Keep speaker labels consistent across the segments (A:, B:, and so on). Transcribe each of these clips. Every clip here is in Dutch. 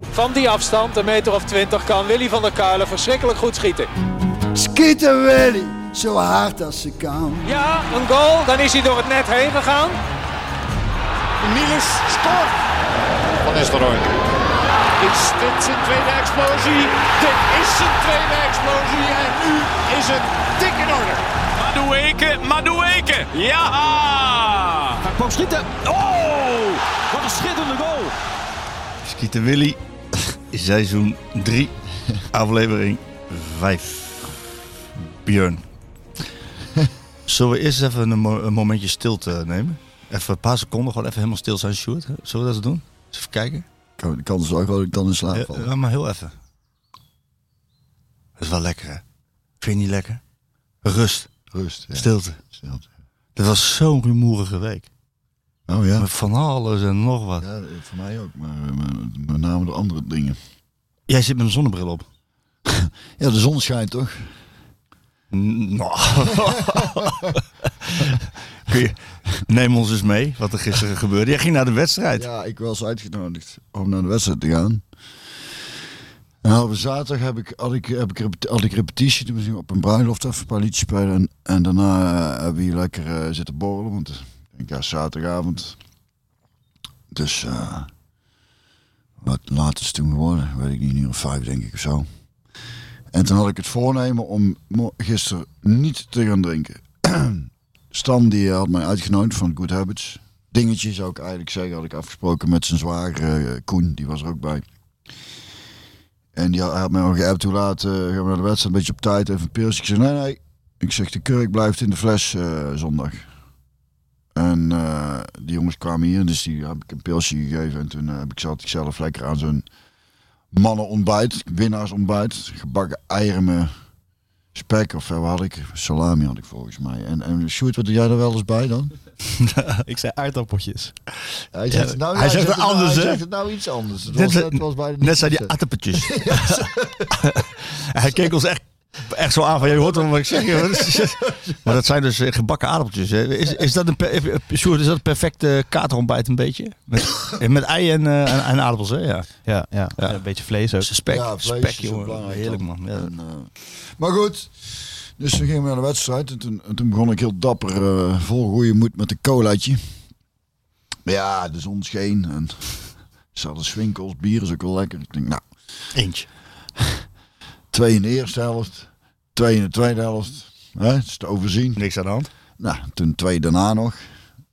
A: Van die afstand, een meter of twintig, kan Willy van der Kuilen verschrikkelijk goed schieten.
B: Schieten Willy, zo hard als ze kan.
A: Ja, een goal. Dan is hij door het net heen gegaan.
C: Niels scoort.
D: Van Nistelrooy.
C: nou? Is dit zijn tweede explosie? Dit is zijn tweede explosie. En nu is het dik in orde.
E: Madueke, Madueke. Ja!
F: Hij kwam schieten. Oh! Wat een schitterende goal.
G: Schieten Willy, seizoen 3, aflevering 5. Björn. Zullen we eerst even een, mo- een momentje stilte nemen? Even een paar seconden, gewoon even helemaal stil zijn, Sjoerd. hè? Zullen we dat eens doen? Eens even kijken.
B: Kan, kan dus ook dat ik dan in slaap
G: Ja,
B: val.
G: ja, maar heel even. Dat is wel lekker, hè? Vind je niet lekker? Rust,
B: Rust, ja.
G: stilte.
B: Stilte.
G: Dat was zo'n rumoerige week.
B: Oh ja.
G: Met van alles en nog wat.
B: ja, voor mij ook, maar eh, maar met name de andere dingen.
G: Jij zit met een zonnebril op.
B: Ja, de zon schijnt toch?
G: N- Nou. Kun je- neem ons eens mee wat er gisteren gebeurde. Jij ging naar de wedstrijd.
B: Ja, ik was uitgenodigd om naar de wedstrijd te gaan. En op zaterdag heb ik, had, ik, heb ik, repet- had ik repetitie. Toen was ik op een bruiloft even een paar liedjes spelen. En, en daarna eh, hebben we hier lekker eh, zitten borrelen. Want ik denk, ja, zaterdagavond. Dus eh, wat laat is het toen geworden? Weet ik niet, een uur of vijf denk ik of zo. En toen had ik het voornemen om mo- gisteren niet te gaan drinken. Stan die eh, had mij uitgenodigd van Good Habits. Dingetje zou ik eigenlijk zeggen, had ik afgesproken met zijn zwager eh, Koen, die was er ook bij. En die had, hij had mij al geappt hoe laat, eh, gaan we naar de wedstrijd, een beetje op tijd, even een pilsje. Ik zei nee, nee. Ik zeg de kurk blijft in de fles eh, zondag. En eh, die jongens kwamen hier, dus die heb ik een pilsje gegeven. En toen eh, heb ik, zat ik zelf lekker aan zo'n mannenontbijt, winnaarsontbijt. Gebakken eieren met spek of eh, wat had ik? Salami had ik volgens mij. En, en Sjoerd, wat doe jij er wel eens bij dan?
F: Ik zei aardappeltjes.
B: Hij
G: Ja,
B: zegt, het nou,
G: hij zegt het
B: nou-
G: anders,
B: hij
G: hè?
B: zegt het nou iets anders. Het
G: Net
B: was,
G: zei-
B: het was bij de
G: Net zijn die
B: nieuwste.
G: aardappeltjes. Hij keek ons echt, echt zo aan van, je hoort wel wat ik zeg. joh." Dat is- maar dat zijn dus eh, gebakken aardappeltjes. Hè. Is, is, dat een per, eh, Sjoerd, is dat een perfecte katerontbijt een beetje? Met, eh, met ei en, eh, en, en aardappels, hè? Ja.
F: Ja, ja.
G: Ja.
F: En Een beetje vlees ook.
G: Dus spek,
B: Ja, vlees
G: spek,
B: is ook
G: jongen.
B: belangrijk,
G: Heerlijk,
B: toch?
G: man. Ja.
B: En, eh, maar goed, dus toen gingen we naar de wedstrijd. En toen, en toen begon ik heel dapper, eh, vol goede moed met een colaatje. Maar Ja, de zon scheen. En ze hadden swinkels, bier is ook wel lekker. Ik denk, nou,
G: Eentje.
B: twee in de eerste helft, twee in de tweede helft. Hè, het is te overzien.
G: Niks aan de hand.
B: Nou, toen twee daarna nog.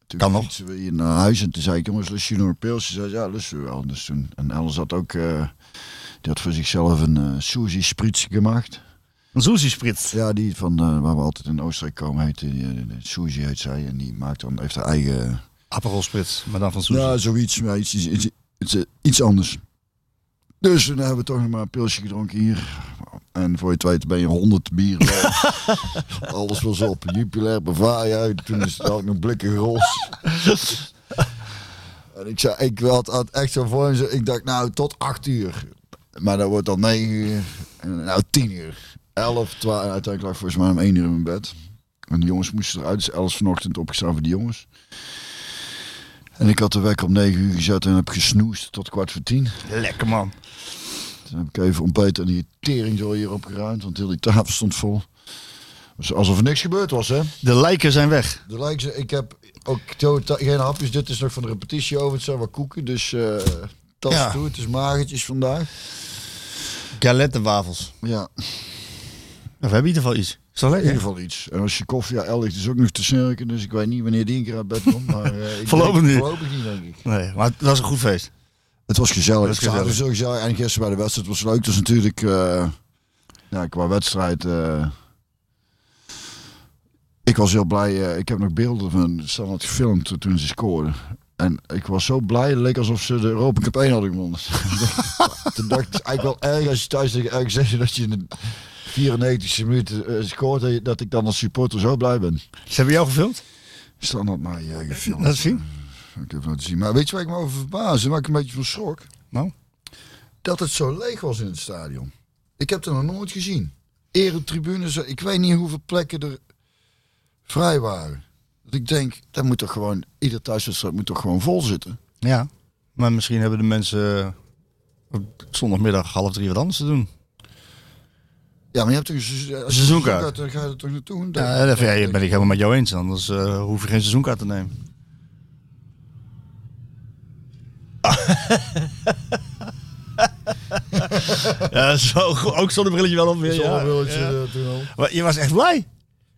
B: Toen
G: Kan nog.
B: fietsen we hier naar huis en toen zei ik, jongens, lust je nog een pilsje? Zei ze, ja, lust je wel. Dus toen, en Ellen had ook, eh, die had voor zichzelf een eh sushi sprits gemaakt.
G: Een sushi spritz.
B: Ja, die van eh, waar we altijd in Oostenrijk komen heet, die, eh, de sushi heet zij. En die maakt dan, heeft haar eigen...
G: Aperol spritz, maar dan van sushi.
B: Ja, zoiets, maar iets, iets, iets, iets- iets anders. Dus toen hebben we toch nog maar een pilsje gedronken hier. En voor je het weet ben je 100 bier. Alles was op. Jupiler, Bavaria. Toen is het ook nog blikken roos. en ik zei, ik had, had echt zo voor me. Ik dacht, nou, tot 8 uur. Maar dat wordt dan 9 uur. En, nou, 10 uur. 11, 12. En uiteindelijk lag ik volgens mij om 1 uur in mijn bed. En de jongens moesten eruit. Dus 11 vanochtend opgestaan voor die jongens. En ik had de wekker om 9 uur gezet en heb gesnoest tot kwart voor 10.
G: Lekker, man.
B: Toen heb ik even ontbeten en die tering zo hier opgeruimd, want heel die tafel stond vol. Dus alsof er niks gebeurd was, hè?
G: De lijken zijn weg.
B: De lijkt ze, ik heb ook totaal geen hapjes. Dit is nog van de repetitie over. Het zijn wel koeken, dus eh tas
G: Ja.
B: toe. Het is magertjes vandaag.
G: Galettenwafels.
B: Ja,
G: We hebben in ieder geval iets. Is dat
B: in
G: lekker?
B: ieder geval iets. En als je koffie, ja, El ligt dus ook nog te snurken. Dus ik weet niet wanneer die een keer uit bed komt. Maar, eh, ik
G: Voorlopig
B: denk-
G: niet.
B: Voorlopig niet, denk ik.
G: Nee, maar het was een goed feest.
B: Het was gezellig.
G: Het
B: Het
G: was
B: was zo gezellig. En gisteren bij de wedstrijd was leuk. Dus natuurlijk, eh, ja, qua wedstrijd. eh, ik was heel blij. eh, ik heb nog beelden van Stan had gefilmd toen ze scoorden. En ik was zo blij. Het leek alsof ze de Europa Cup 1 hadden gewonnen. toen dacht ik het is eigenlijk wel erg als je thuis tegen ergens zegt dat je in de 94e minuut eh, scoort. dat je- Dat ik dan als supporter zo blij ben.
G: Ze hebben jou gefilmd?
B: Stan had mij eh, gefilmd.
G: Laat zien.
B: Ik heb laten zien. Maar weet je waar ik me over verbaasde? Waar ik een beetje van schrok?
G: Nou?
B: Dat het zo leeg was in het stadion. Ik heb het nog nooit gezien. Eretribunes, ik weet niet hoeveel plekken er vrij waren. Dat ik denk, dat moet toch gewoon, ieder thuiswedstrijd moet toch gewoon vol zitten.
G: Ja. Maar misschien hebben de mensen eh, op zondagmiddag half drie wat anders te doen.
B: Ja, maar je hebt toch een seizoen- als je
G: Seizoenkaart.
B: seizoenkaart, Dan ga je er toch naartoe. Dan-
G: Eh, Ja, dat vind- ja, ben ik helemaal met jou eens. Anders eh, hoef je geen seizoenkaart te nemen. ja, zo, ook zonder brilletje wel op weer.
B: Zo'n
G: Ja.
B: brilletje, eh, toen al.
G: Maar je was echt blij.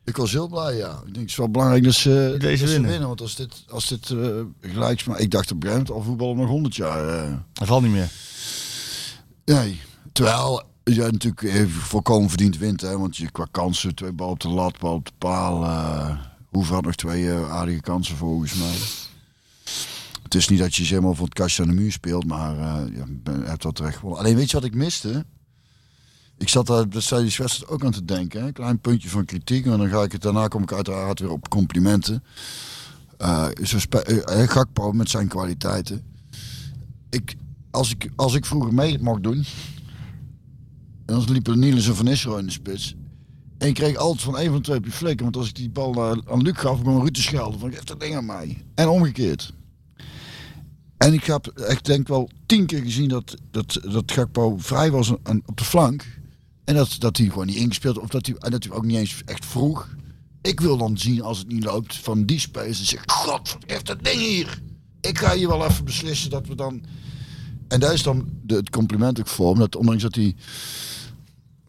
B: Ik was heel blij, ja. Ik denk, het is wel belangrijk dat ze,
G: Deze
B: dat ze
G: winnen.
B: Want als dit, als dit eh gelijk... Maar ik dacht op een gegeven moment al voetballen nog 100 jaar. eh.
G: Dat valt niet meer.
B: Nee. Terwijl je natuurlijk eh, volkomen verdiend wint. Hè, want je qua kansen, twee bal op de lat, bal op de paal. eh Hoeven had nog twee eh, aardige kansen volgens mij. Het is niet dat je ze helemaal van het kastje aan de muur speelt, maar eh ja, ben- je hebt dat terecht gewonnen. Alleen weet je wat ik miste? Ik zat daar bij die wedstrijd ook aan te denken. Hè? Klein puntje van kritiek. En dan ga ik het daarna kom ik uiteraard weer op complimenten. Eh zo spe- eh, eh, Gakpo met zijn kwaliteiten ik, als, ik, als ik vroeger mee mocht doen, en dan liepen Niels en Van Nistelrooy in de spits. En ik kreeg altijd van één van de twee op je flikken, want als ik die bal naar- aan Luc gaf, begon Ruud te schelden van geef dat ding aan mij. En omgekeerd. En ik heb echt denk wel tien keer gezien dat, dat, dat Gakpo vrij was aan- aan- op de flank. En dat, dat hij gewoon niet ingespeeld of dat hij, en dat hij ook niet eens echt vroeg. Ik wil dan zien als het niet loopt van die space. Dan zeg ik, god, heeft dat ding hier. Ik ga hier wel even beslissen dat we dan... En daar is dan de, het compliment ook voor. Omdat ondanks dat hij...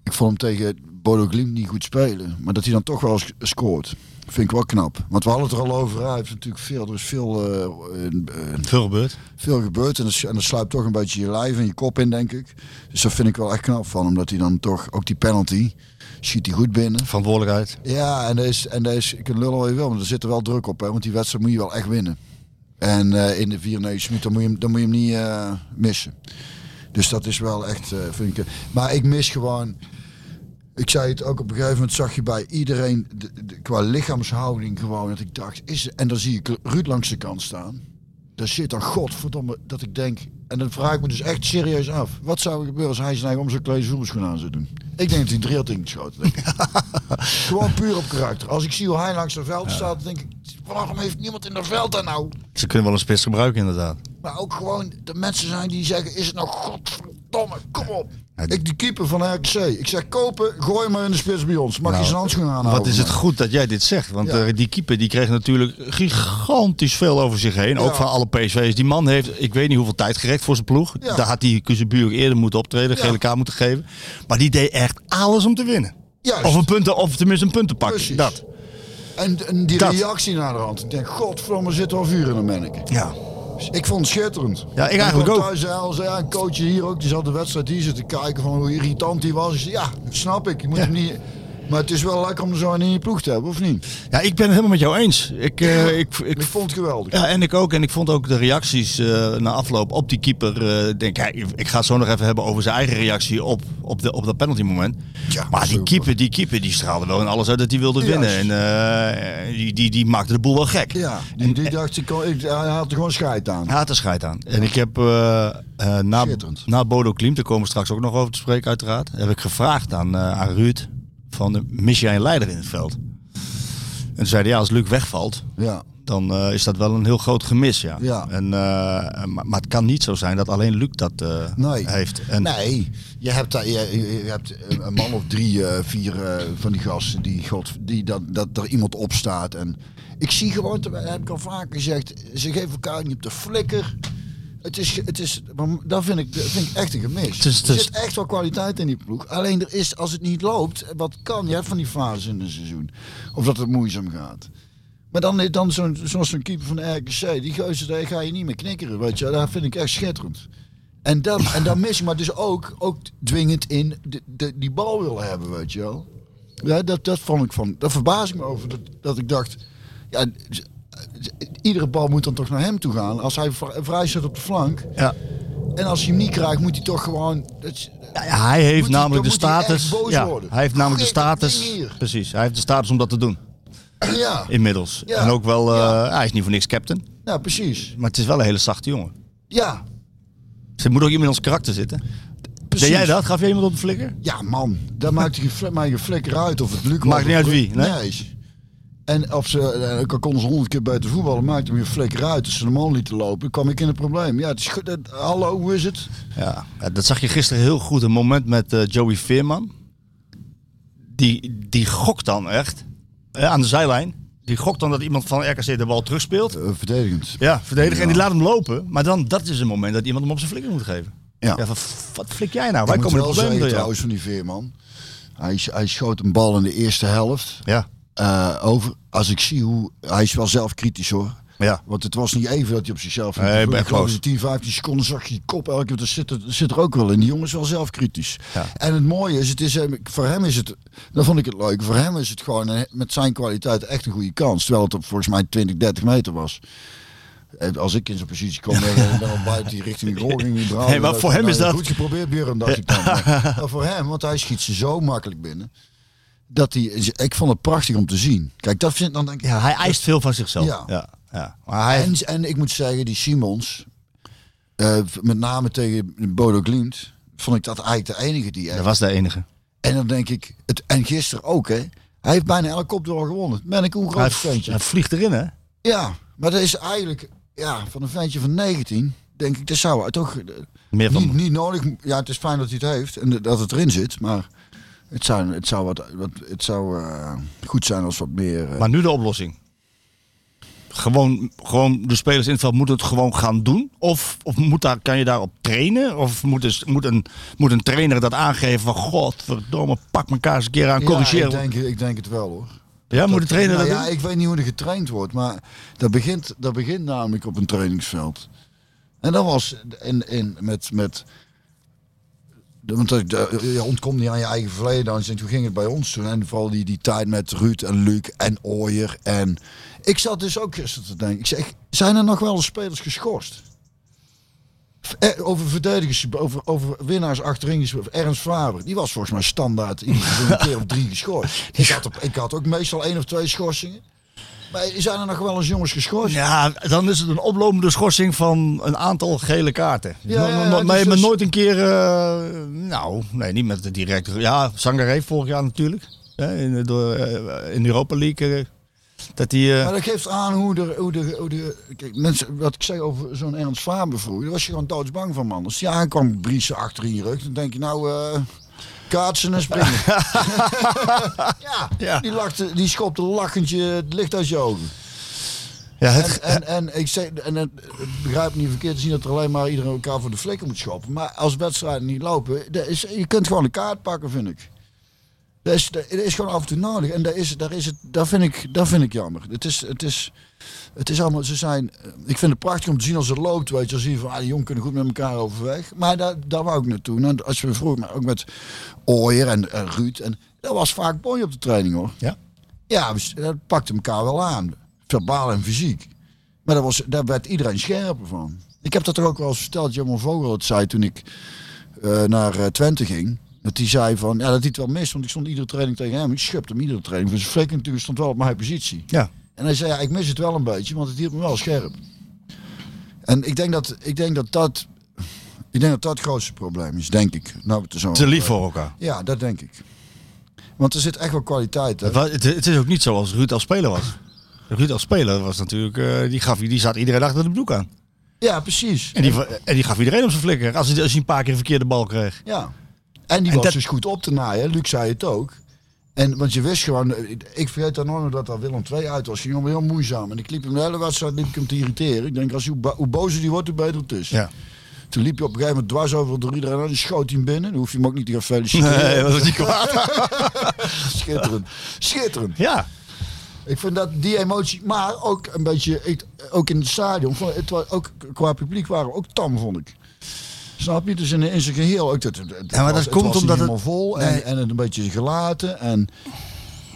B: Ik vond hem tegen Bodo Glimt niet goed spelen. Maar dat hij dan toch wel sc- scoort. Vind ik wel knap. Want we hadden het er al over. Hij heeft natuurlijk veel... Er is veel eh, eh, eh,
G: Veel gebeurd.
B: veel gebeurt en dat, en dat sluipt toch een beetje je lijf en je kop in, denk ik. Dus dat vind ik wel echt knap van, omdat hij dan toch ook die penalty schiet hij goed binnen.
G: Verantwoordelijkheid.
B: Ja, en deze, en deze, ik kan lullen wat je wil, maar er zit er wel druk op, hè, want die wedstrijd moet je wel echt winnen. En eh, in de 94 minuten dan moet je, hem- dan moet je hem niet eh, missen. Dus dat is wel echt, eh, vind ik. eh, Maar ik mis gewoon. Ik zei het ook op een gegeven moment, zag je bij iedereen de, de- qua lichaamshouding gewoon dat ik dacht, is, en dan zie ik Ruud langs de kant staan. Daar zit dan godverdomme dat ik denk, en dan vraag ik me dus echt serieus af, wat zou er gebeuren als hij zijn eigen om zijn kleine voetbalschoen aan zou doen? Ik denk dat hij drie had ingeschoten. denk ik. gewoon puur op karakter. Als ik zie hoe hij langs het veld staat, denk ik, waarom heeft niemand in dat veld daar nou?
G: Ze kunnen wel een spits gebruiken inderdaad.
B: Maar ook gewoon de mensen zijn die zeggen, is het nou godverdomme, kom op.
G: Ja, die-
B: Ik die keeper van RKC. Ik zeg kopen, gooi maar in de spits bij ons. Mag je zijn handschoenen aanhouden?
G: Nou,
B: Nou,
G: Wat is het
B: man?
G: goed dat jij dit zegt? Want
B: Ja.
G: eh, die keeper die kreeg natuurlijk gigantisch veel over zich heen. Ook
B: Ja.
G: van alle PSV's. Die man heeft, ik weet niet hoeveel tijd gerekt voor zijn ploeg.
B: Ja.
G: Daar had die Kuzenbuur eerder moeten optreden, gele kaart moeten geven. Maar die deed echt alles om te winnen.
B: Juist.
G: Of, een punt, te- of tenminste een punt te pakken.
B: Precies.
G: Dat.
B: En, en die
G: Dat.
B: reactie naar de hand. Ik denk, godverdomme, er zit al vuur in de manneke.
G: Ja.
B: Ik vond het schitterend.
G: Ja, ik eigenlijk
B: kwam
G: ook.
B: thuis en al zei, ja, een coach hier ook, die zat de wedstrijd hier zitten kijken van hoe irritant die was. Ik zei, ja, snap ik. Je moet
G: Ja.
B: hem niet... Maar het is wel lekker om zo'n in je ploeg te hebben, of niet?
G: ja, ik ben het helemaal met jou eens. Ik, eh, ik, ik,
B: Ik vond het geweldig.
G: ja, en ik ook. En ik vond ook de reacties eh, na afloop op die keeper. eh, denk, ja, ik ga het zo nog even hebben over zijn eigen reactie op, op, de, op dat penaltymoment.
B: Ja,
G: Maar die
B: super.
G: keeper, die keeper die straalde wel in alles uit dat hij wilde winnen. En
B: Juist.
G: eh, die, die, die maakte de boel wel gek.
B: Ja, die, die dacht, ik, kon- ik, hij had er gewoon scheid aan.
G: Hij had er scheid aan. En ik heb eh, eh, na,
B: Schitterend.
G: na Bodo Klimt, daar komen we straks ook nog over te spreken uiteraard, heb ik gevraagd aan, eh, aan Ruud van eh, mis jij een leider in het veld? En toen zei hij ja, als Luc wegvalt,
B: Ja.
G: dan eh, is dat wel een heel groot gemis. Ja.
B: Ja.
G: En, eh, maar, maar het kan niet zo zijn dat alleen Luc dat eh,
B: Nee.
G: heeft. En,
B: Nee, je hebt, daar- je, je hebt een man of drie, eh, vier eh, van die gasten die, god, die dat, dat er iemand opstaat. En ik zie gewoon, dat heb ik al vaak gezegd, ze geven elkaar niet op de flikker. Het is, ge- het is, maar dat vind ik, dat vind ik echt een gemis.
G: is- het
B: er
G: is-
B: zit echt wel kwaliteit in die ploeg. Alleen er is, als het niet loopt, wat kan je hebt van die fases in een seizoen? Of dat het moeizaam gaat. Maar dan, dan zo'n, zoals zo'n keeper van de RKC, die gozer, daar ga je niet meer knikkeren, weet je. wel. Dat vind ik echt schitterend. En dat, en dat mis ik, maar dus ook, ook dwingend in de, de, die bal willen hebben, weet je wel. Ja, dat, dat vond ik van, dat verbaas ik me over, dat, dat ik dacht, ja, z- z- iedere bal moet dan toch naar hem toe gaan. Als hij vri- vrij zit op de flank,
G: Ja.
B: en als je hem niet krijgt, moet hij toch gewoon, dat is-
G: Ja, hij heeft
B: Moet hij-
G: namelijk de
B: dan moet hij echt
G: status.
B: boos
G: ja,
B: worden.
G: hij heeft namelijk de
B: Geef dat ding
G: status.
B: hier.
G: Precies, hij heeft de status om dat te doen.
B: ja,
G: Inmiddels.
B: Ja.
G: En ook wel, eh,
B: Ja.
G: hij is niet voor niks captain.
B: nou precies.
G: Maar het is wel een hele zachte jongen.
B: Ja,
G: Ze moet ook iemand in ons karakter zitten.
B: precies.
G: Deed jij dat? Gaf jij iemand op de flikker?
B: Ja, man, daar maakt hij geen fl- mij geen flikker uit of het lukt.
G: Maakt niet uit wie, nee?
B: Nee. En of ze, eh, ik kon ze honderd keer buiten voetballen, maakte hem een flikker uit. Dus ze de man lieten lopen, dan kwam ik in een probleem. Ja, het is goed. dat- hallo, hoe is het?
G: Ja, ja, dat zag je gisteren heel goed. Een moment met eh, Joey Veerman. Die, die gokt dan echt. eh, aan de zijlijn. Die gokt dan dat iemand van RKC de bal terugspeelt.
B: Eh, verdedigend.
G: Ja, verdediger. En die laat hem lopen. Maar dan, dat is een moment dat iemand hem op zijn flikker moet geven.
B: Ja.
G: Ja. van, wat flik jij nou? Wij
B: Ik moet wel
G: komen in het probleem
B: zeggen
G: door jou.
B: trouwens van die Veerman. Hij, sch- hij schoot een bal in de eerste helft.
G: Ja,
B: eh, over. Als ik zie hoe... Hij is wel zelf kritisch hoor.
G: ja.
B: Want het was niet even dat hij op zichzelf...
G: Nee,
B: ik
G: ben
B: geloof
G: close.
B: dat 10, 15 seconden zag je die kop elke keer. Dat zit er, dat zit er ook wel in. Die jongen is wel zelfkritisch.
G: Ja.
B: En het mooie is, het is hem, voor hem is het... Dat vond ik het leuk. Voor hem is het gewoon een- met zijn kwaliteit echt een goede kans. Terwijl het op volgens mij 20, 30 meter was. Eh, Als ik in zo'n positie kom, dan ben ik al buiten die richting die rolling. Die draaien.
G: Nee, maar voor hem is
B: Nou,
G: dat-
B: Goed geprobeerd, Björn, dacht ik dan. Maar maar voor hem, want hij schiet ze zo makkelijk binnen. Dat hij, ik vond het prachtig om te zien. Kijk, dat vind dan denk ik,
G: ja, hij eist veel van zichzelf.
B: Ja.
G: Ja. Ja. Maar hij,
B: en, en ik moet zeggen, die Simons, eh, met name tegen Bodo Glimt, vond ik dat eigenlijk de enige die echt.
G: dat was de enige.
B: En dan denk ik, het, en gisteren ook, hè. Hij heeft bijna elke kopduel gewonnen. Ben ik een
G: Hij,
B: groot
G: v-
B: ventje.
G: hij vliegt erin, hè?
B: Ja, maar dat is eigenlijk, ja, van een ventje van 19, denk ik, dat zou hij toch eh,
G: Meer van-
B: niet, niet nodig. Ja, het is fijn dat hij het heeft en dat het erin zit, maar het zou, het zou, wat, wat, het zou eh, goed zijn als wat meer. eh,
G: Maar nu de oplossing. Gewoon, gewoon de spelers in het veld moeten het gewoon gaan doen? Of, of moet daar, kan je daarop trainen? Of moet, dus, moet, een, moet een trainer dat aangeven van... Godverdomme, pak elkaar eens een keer aan, corrigeren.
B: Ja, ik denk, ik denk het wel hoor.
G: Ja, moet de trainer
B: nou
G: dat
B: ja,
G: doen?
B: ik weet niet hoe er getraind wordt, maar dat begint, dat begint namelijk op een trainingsveld. En dat was in, in, met, met de- want dat- de- je ontkomt niet aan je eigen verleden. Dan denk, hoe ging het bij ons toen? En vooral die, die tijd met Ruud en Luc en Ooyer. En ik zat dus ook gisteren te denken. Ik zeg, zijn er nog wel eens spelers geschorst? Eh, Over verdedigers, over, over winnaars achterin. gespeeld. Ernst Faber, die was volgens mij standaard iedere seizoen een keer of drie geschorst. Ik had, op, ik had ook meestal één of twee schorsingen. Maar zijn er nog wel eens jongens geschorst?
G: Ja, dan is het een oplopende schorsing van een aantal gele kaarten.
B: Ja,
G: No-
B: ja,
G: no-
B: ja,
G: maar
B: dus-
G: maar
B: dus-
G: nooit een keer... eh, nou, nee, niet met de directe... Ja, Sangaré vorig jaar natuurlijk. Hè, in, de- door, eh, in de Europa League. eh, dat hij... eh,
B: Maar dat geeft aan hoe de, hoe de, hoe de kijk, mensen, wat ik zei over zo'n Ernst Faber vroeger, daar was je gewoon doodsbang van man. Dus Als die aankwam briezen achter in je rug, dan denk je nou eh, kaatsen en springen. ja,
G: Ja.
B: Die, lachte, die schopte lachentje het licht uit je ogen.
G: ja, het,
B: En, en, en ik zeg, en het, het begrijp me niet verkeerd, het is niet dat er alleen maar iedereen elkaar voor de flikker moet schoppen. Maar als wedstrijden niet lopen, dat is, je kunt gewoon een kaart pakken, vind ik. Dat is, dat is gewoon af en toe nodig. En daar, is, daar, is het, daar, vind, ik, daar vind ik jammer. Het is, het is, het is allemaal, ze zijn, ik vind het prachtig om te zien als het loopt. Weet je, dan zie je van, ah, die jongen kunnen goed met elkaar overweg. Maar daar, daar wou ik naartoe. Nou, als je me vroeg, maar ook met Ooyer en, en Ruud. En, dat was vaak mooi op de training hoor.
G: ja.
B: Ja, we s- dat pakte elkaar wel aan. Verbaal en fysiek. Maar dat was, daar werd iedereen scherper van. Ik heb dat toch ook wel eens verteld. Jammer Vogel het zei toen ik eh, naar eh, Twente ging. Dat hij zei van, ja dat hij het wel mist. Want ik stond iedere training tegen hem. Ik schupte hem iedere training. Dus Freek natuurlijk stond wel op mijn positie.
G: ja.
B: En hij zei, ja, ik mis het wel een beetje. Want het hield me wel scherp. En ik denk dat ik denk dat, dat, ik denk dat, dat het grootste probleem is. Denk ik. Nou, we het er zo
G: Te lief voor elkaar.
B: Ja, dat denk ik. Want er zit echt wel kwaliteit. Hè?
G: Het, wa- het, het is ook niet zoals Ruud als speler was. Ruud als speler was natuurlijk, eh, die, gaf, die zat iedereen achter de broek aan.
B: Ja, precies.
G: En die, va- en die gaf iedereen op zijn flikker. Als hij, als hij een paar keer een verkeerde bal kreeg.
B: Ja. En die
G: En
B: was
G: dat-
B: dus goed op te naaien. hè. Luc zei het ook. En, want je wist gewoon, eh, ik vergeet dan nooit meer dat daar Willem II uit was. Die jongen heel moeizaam. En ik liep hem de hele wedstrijd liep ik hem te irriteren. Ik denk, als hoe, bo- hoe bozer die wordt, hoe beter het is.
G: Ja.
B: Toen liep je op een gegeven moment dwars over door iedereen en schoot hij hem binnen. Dan hoef je hem ook niet te gaan feliciteren.
G: Nee, dat Eh, was niet kwaad.
B: Schitterend. Schitterend.
G: Ja.
B: Ik vind dat die emotie, maar ook een beetje, ik- ook in het stadion, vond- het was, ook qua publiek waren we ook tam, vond ik. Snap je? Dus in, in zijn geheel ook dat. Het, het
G: Ja, maar dat
B: was-
G: komt
B: het was
G: omdat
B: niet helemaal
G: het-
B: vol en,
G: Nee.
B: en het een beetje gelaten en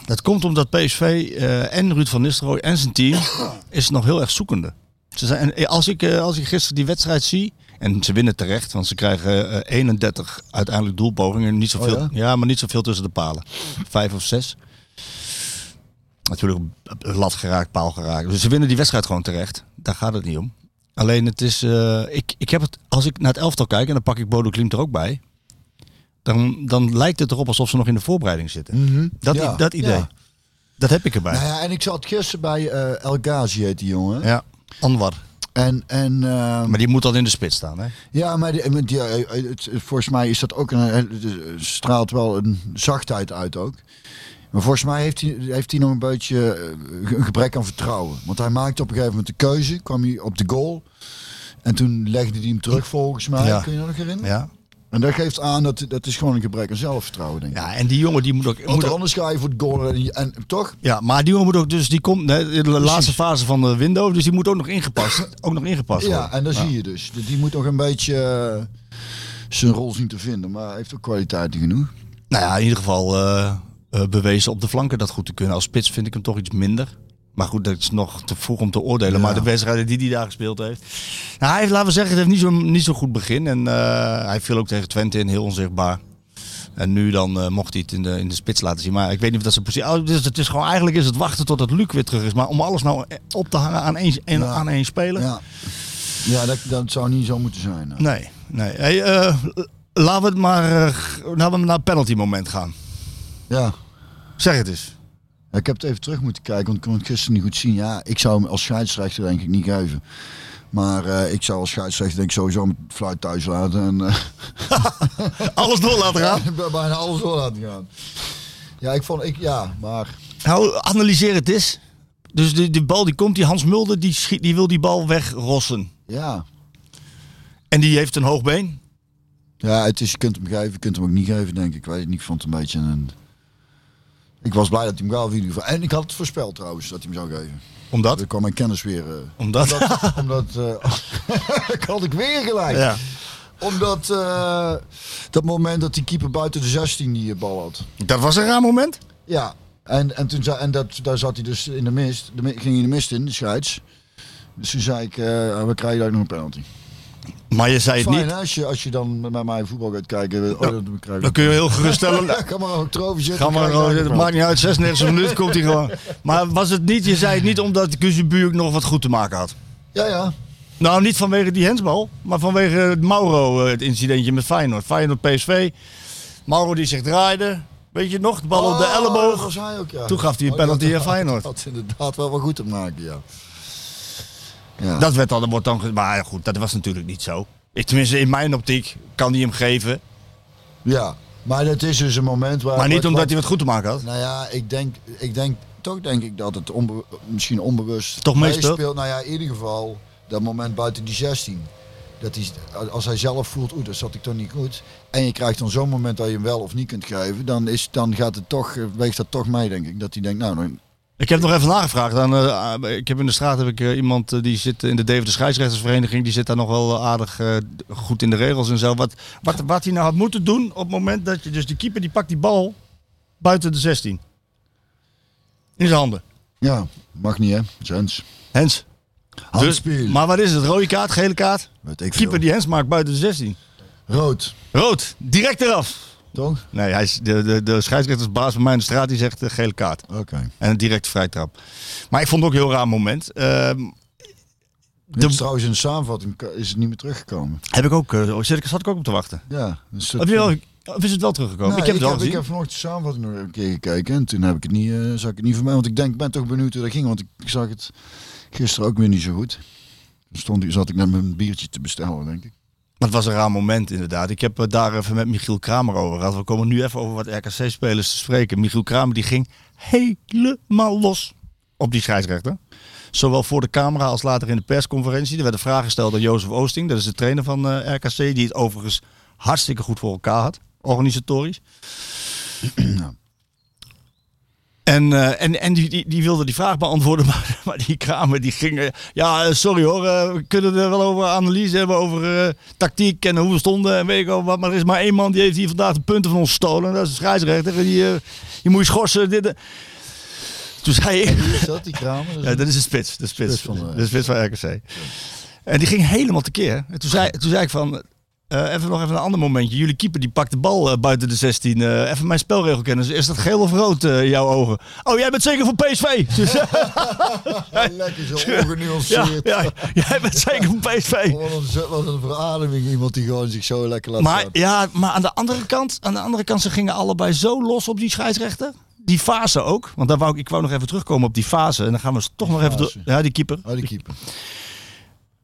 G: Dat komt omdat PSV eh, en Ruud van Nistelrooy en zijn team is nog heel erg zoekende. Ze zijn, en als, ik, eh, als ik gisteren die wedstrijd zie, en ze winnen terecht, want ze krijgen eh, 31 uiteindelijk doelpogingen. Niet zoveel,
B: Oh
G: ja?
B: ja?
G: maar niet zoveel tussen de palen. Vijf of zes. Natuurlijk lat geraakt, paal geraakt. Dus ze winnen die wedstrijd gewoon terecht. Daar gaat het niet om. Alleen het is, eh, ik, ik heb het, als ik naar het elftal kijk, en dan pak ik Bodo Klimt er ook bij. Dan, dan lijkt het erop alsof ze nog in de voorbereiding zitten. Dat,
B: Mhm. Ja,
G: i- dat idee.
B: ja.
G: Dat heb ik erbij.
B: Nou ja, en ik zat gisteren bij eh, El Ghazi, heet die jongen.
G: Ja, Anwar.
B: En, en eh,
G: Maar die moet dan in de spits staan, hè?
B: ja, maar die, maar die, eh, eh, het- volgens mij is dat ook een, eh, het straalt wel een zachtheid uit ook. Maar volgens mij heeft hij, heeft hij nog een beetje eh, een gebrek aan vertrouwen. Want hij maakte op een gegeven moment de keuze, kwam hij op de goal. En toen legde hij hem terug volgens mij,
G: Ja.
B: kun je dat nog herinneren?
G: Ja.
B: En dat geeft aan, dat, dat is gewoon een gebrek aan zelfvertrouwen denk ik.
G: Ja, en die jongen die moet ook...
B: Want
G: Moet ook
B: anders ga je voor het goal en, en toch?
G: ja, maar die jongen moet ook dus... Die komt nee, in de laatste fase van de window, dus die moet ook nog ingepast, ook nog ingepast
B: Ja,
G: worden.
B: en dan zie je dus. Die moet nog een beetje eh, zijn rol zien te vinden. Maar hij heeft ook kwaliteiten genoeg.
G: Nou ja, in ieder geval eh, eh, bewezen op de flanken dat goed te kunnen. Als spits vind ik hem toch iets minder. Maar goed, dat is nog te vroeg om te oordelen. Maar de wedstrijden die hij daar gespeeld heeft. Nou, hij heeft, laten we zeggen, het heeft niet zo'n niet zo goed begin. En eh, hij viel ook tegen Twente in, heel onzichtbaar. En nu dan eh, mocht hij het in de, in de spits laten zien. Maar ik weet niet of dat zijn positie... Oh, dus het is gewoon, eigenlijk is het wachten totdat Luc weer terug is. Maar om alles nou eh, op te hangen aan één, en-
B: Ja.
G: aan één speler...
B: Ja, ja dat, dat zou niet zo moeten zijn. nou.
G: Nee, nee. Hey, eh, laten we het maar eh, g- laten we naar het penalty moment gaan.
B: Ja.
G: Zeg het eens.
B: Ja, Ik heb het even terug moeten kijken, want ik kon het gisteren niet goed zien. Ja, ik zou hem als scheidsrechter denk ik niet geven. Maar eh, ik zou als scheidsrechter denk ik sowieso mijn fluit thuis laten. En, eh,
G: Alles door laten gaan.
B: bijna alles door laten gaan. Ja, ik vond... Ik, ja, maar...
G: Nou, analyseer het eens. Dus die, die bal die komt, die Hans Mulder, die, schiet, die wil die bal wegrossen.
B: Ja.
G: En die heeft een hoog been.
B: Ja, het is, je kunt hem geven, je kunt hem ook niet geven, denk ik. Ik weet het niet, ik vond het een beetje een... Ik was blij dat hij hem gaf in ieder geval. En ik had het voorspeld trouwens, dat hij hem zou geven.
G: Omdat?
B: Dan kwam mijn kennis weer... eh,
G: Omdat?
B: omdat... omdat eh, ik had ik weer gelijk.
G: Ja.
B: Omdat eh, dat moment dat die keeper buiten de 16 die eh, bal had.
G: Dat was een raar moment.
B: Ja, en, en, toen, zei- en dat, daar zat hij dus in de mist. De, mi- ging hij de mist in, de scheids. Dus toen zei ik, eh, we krijgen daar nog een penalty.
G: Maar je zei het
B: Fijn,
G: niet.
B: hè, als, je, als je dan met mij voetbal gaat kijken. Oh, dat krijgen we
G: Dan kun je heel geruststellen.
B: Ja, kan maar ook erover zitten.
G: Ga maar,
B: Kijk, daar
G: oh, het
B: heb ik
G: maakt niet uit, 96 minuten komt hij gewoon. Maar was het niet, je zei het niet omdat Kuzubu ook nog wat goed te maken had.
B: wel. Ja, ja.
G: Nou, niet vanwege die hensbal, maar vanwege het Mauro, eh, het incidentje met Feyenoord. Feyenoord PSV. Mauro die zich draaide. Weet je nog, de bal op de
B: Oh, dat
G: elleboog.
B: was hij ook, ja.
G: Toen gaf hij een
B: Oh, die
G: penalty
B: had-
G: aan Feyenoord.
B: Dat had inderdaad wel wat goed te maken, ja. Ja.
G: Dat werd dan, dat wordt dan, ge- maar goed, dat was natuurlijk niet zo. Ik, tenminste, in mijn optiek kan hij hem geven.
B: ja, maar dat is dus een moment waar...
G: Maar niet
B: waar-
G: omdat hij wat goed te maken had.
B: Nou ja, ik denk, ik denk, toch denk ik dat het onbe- misschien onbewust
G: Toch meespeelt?
B: Nou ja, in ieder geval dat moment buiten die 16. Dat hij, als hij zelf voelt, oeh, dat zat ik toch niet goed. En je krijgt dan zo'n moment dat je hem wel of niet kunt geven. Dan, is, dan gaat het toch, eh, weegt dat toch mee, denk ik. Dat hij denkt, nou, dan,
G: Ik heb nog even nagevraagd. Aan, eh, ah, ik heb in de straat heb ik, eh, iemand eh, die zit in de Deventer Scheidsrechtersvereniging. Die zit daar nog wel eh, aardig eh, goed in de regels en zo. Wat, wat, wat hij nou had moeten doen op het moment dat je... Dus die keeper die pakt die bal buiten de 16. In zijn handen.
B: ja, mag niet hè, Jens.
G: Hens.
B: Handspiel.
G: Dus, maar wat is het? Rode kaart, gele kaart?
B: Weet ik
G: Keeper
B: veel.
G: die hens maakt buiten de 16.
B: Rood,
G: Rood. Direct eraf.
B: toch?
G: Nee, hij is, de, de, de scheidsrechtersbaas bij mij in de straat die zegt eh, gele kaart.
B: Oké.
G: En een directe vrijtrap. Maar ik vond het ook een heel raar moment. Ehm,
B: Dit is trouwens in de samenvatting ka- is het niet meer teruggekomen.
G: heb ik ook, eh, zit ik, zat ik ook op te wachten.
B: Ja, dus dat-
G: Heb je wel, of is het wel teruggekomen?
B: Nou,
G: ik heb het wel gezien.
B: Ik heb vanochtend de samenvatting nog een keer gekeken en toen heb ik het niet, eh zag ik het niet van mij. Want ik denk, ik ben toch benieuwd hoe dat ging, want ik, ik zag het gisteren ook weer niet zo goed. Toen stond, zat ik net mijn biertje te bestellen, denk ik.
G: Maar het was een raar moment inderdaad. Ik heb het daar even met Michiel Kramer over gehad. We komen nu even over wat RKC-spelers te spreken. Michiel Kramer die ging helemaal los op die scheidsrechter. Zowel voor de camera als later in de persconferentie. Er werd een vraag gesteld door Jozef Oosting. Dat is de trainer van eh, RKC. Die het overigens hartstikke goed voor elkaar had. Organisatorisch. Nou. En, eh, en, en die, die, die wilde die vraag beantwoorden, maar, maar die Kramer die ging... eh, ja, eh, sorry hoor, eh, we kunnen er wel over analyse hebben, over eh, tactiek en hoe we stonden en weet ik wel wat. Maar er is maar één man die heeft hier vandaag de punten van ons gestolen. Dat is de scheidsrechter. En Die, eh, die moet je schorsen. Dit, en- Toen zei ik...
B: Is dat die kramer?
G: Ja, dat is de spits. De spits,
B: Spits van, eh,
G: de spits van RKC. En die ging helemaal tekeer. En toen zei, toen zei ik van... eh, even nog even een ander momentje. Jullie keeper die pakt de bal eh, buiten de 16. Eh, even mijn spelregel kennen. Is dat geel of rood eh, in jouw ogen? Oh, jij bent zeker van PSV. Dus,
B: Lekker zo
G: ja,
B: ongenuanceerd.
G: ja, jij bent zeker van PSV.
B: Wat, een, zo- wat een verademing, iemand die gewoon zich zo lekker laat
G: Maar,
B: gaan.
G: ja, maar aan de andere kant, aan de andere kant, ze gingen allebei zo los op die scheidsrechter. die fase ook, want daar wou ik, ik wou nog even terugkomen op die fase. En dan gaan we eens toch nog even door.
B: fase.
G: Ja, die keeper.
B: Oh, die keeper.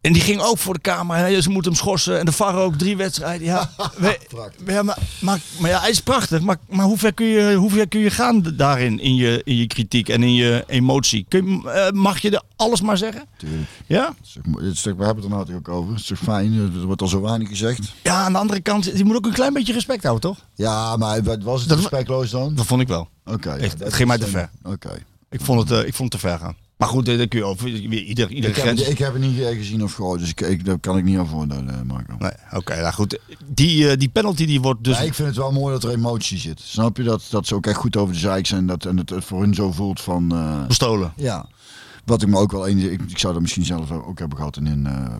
G: En die ging ook voor de kamer. En ze moeten hem schorsen. En de VAR ook drie wedstrijden. Ja, we-
B: Prachtig.
G: ja, maar, maar, maar ja, hij is prachtig. Maar, maar hoe ver kun je, hoe ver kun je gaan d- daarin? In je, in je kritiek en in je emotie. Kun je, eh, mag je er alles maar zeggen?
B: Tuurlijk.
G: Ja?
B: Het is toch mo- het is toch- we hebben het er nou natuurlijk ook over. Het is toch fijn, eh, er wordt al zo weinig gezegd.
G: Ja, aan de andere kant, je moet ook een klein beetje respect houden, toch?
B: Ja, maar wat was het
G: Dat-
B: respectloos dan?
G: Dat vond ik wel.
B: Oké. ja,
G: Echt,
B: dat
G: het ging mij te
B: is-
G: ver.
B: Oké.
G: Ik vond het, eh, ik vond het te ver gaan. Maar goed, eh, daar kun je over. weer Ieder, ieder
B: Ik, heb-
G: grens.
B: ik heb het niet eh, gezien of gehoord, dus ik, ik, daar kan ik niet aan voordelen, Marco.
G: Nee, oké, nou goed. Die, eh, die penalty die wordt dus.
B: Ja, ik vind het wel mooi dat er emotie zit. Snap je dat, dat ze ook echt goed over de zeik zijn dat, en het, het voor hun zo voelt van. eh,
G: bestolen.
B: ja. Wat ik me ook wel eens. Ik, ik zou dat misschien zelf ook hebben gehad in een eh,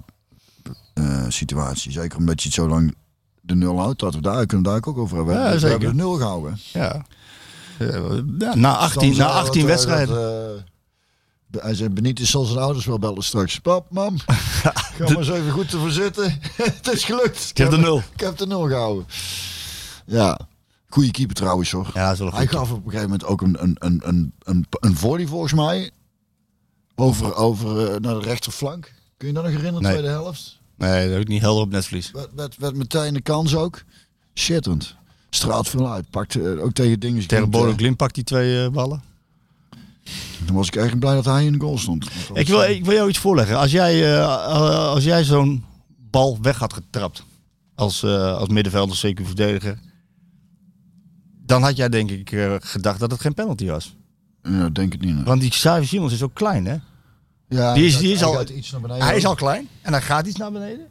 B: eh, situatie. Zeker omdat je het zo lang de nul houdt. Dat we daar kunnen we daar ook over hebben.
G: Ja,
B: We- we
G: zeker.
B: hebben de nul gehouden. hè.
G: Ja. Ja, na 18,
B: Dan
G: na
B: zou dat,
G: 18
B: eh,
G: wedstrijden.
B: dat, eh, de- hij zei, Benitez zal zijn ouders wel bellen straks. Pap, mam, ga maar eens even goed ervoor zitten. het is gelukt.
G: Ik heb de nul.
B: Ik heb de nul gehouden. Ja, goede keeper trouwens hoor.
G: Ja, dat is wel een
B: Hij
G: goeie.
B: gaf op een gegeven moment ook een, een, een, een, een, een volley volgens mij. Over, over eh, naar de rechterflank. Kun je dat nog herinneren,
G: Nee.
B: tweede helft?
G: Nee, dat is niet helder op netvlies.
B: Werd, werd, werd meteen de kans ook. Schitterend. Straalt veel uit. Pakte eh, ook tegen dingen.
G: Terbolo Glim pakt die twee eh, ballen.
B: Toen was ik eigenlijk blij dat hij in de goal stond.
G: Ik wil, ik wil jou iets voorleggen. Als jij, eh, eh, als jij zo'n bal weg had getrapt als, eh, als middenvelder, zeker verdediger, dan had jij denk ik eh, gedacht dat het geen penalty was.
B: Ja, denk het niet. nee.
G: Want die Xavi Simons is ook klein, hè?
B: Ja,
G: Die is-
B: hij
G: die is
B: gaat-
G: al-
B: hij gaat iets naar beneden.
G: Hij is al klein en hij gaat iets naar beneden.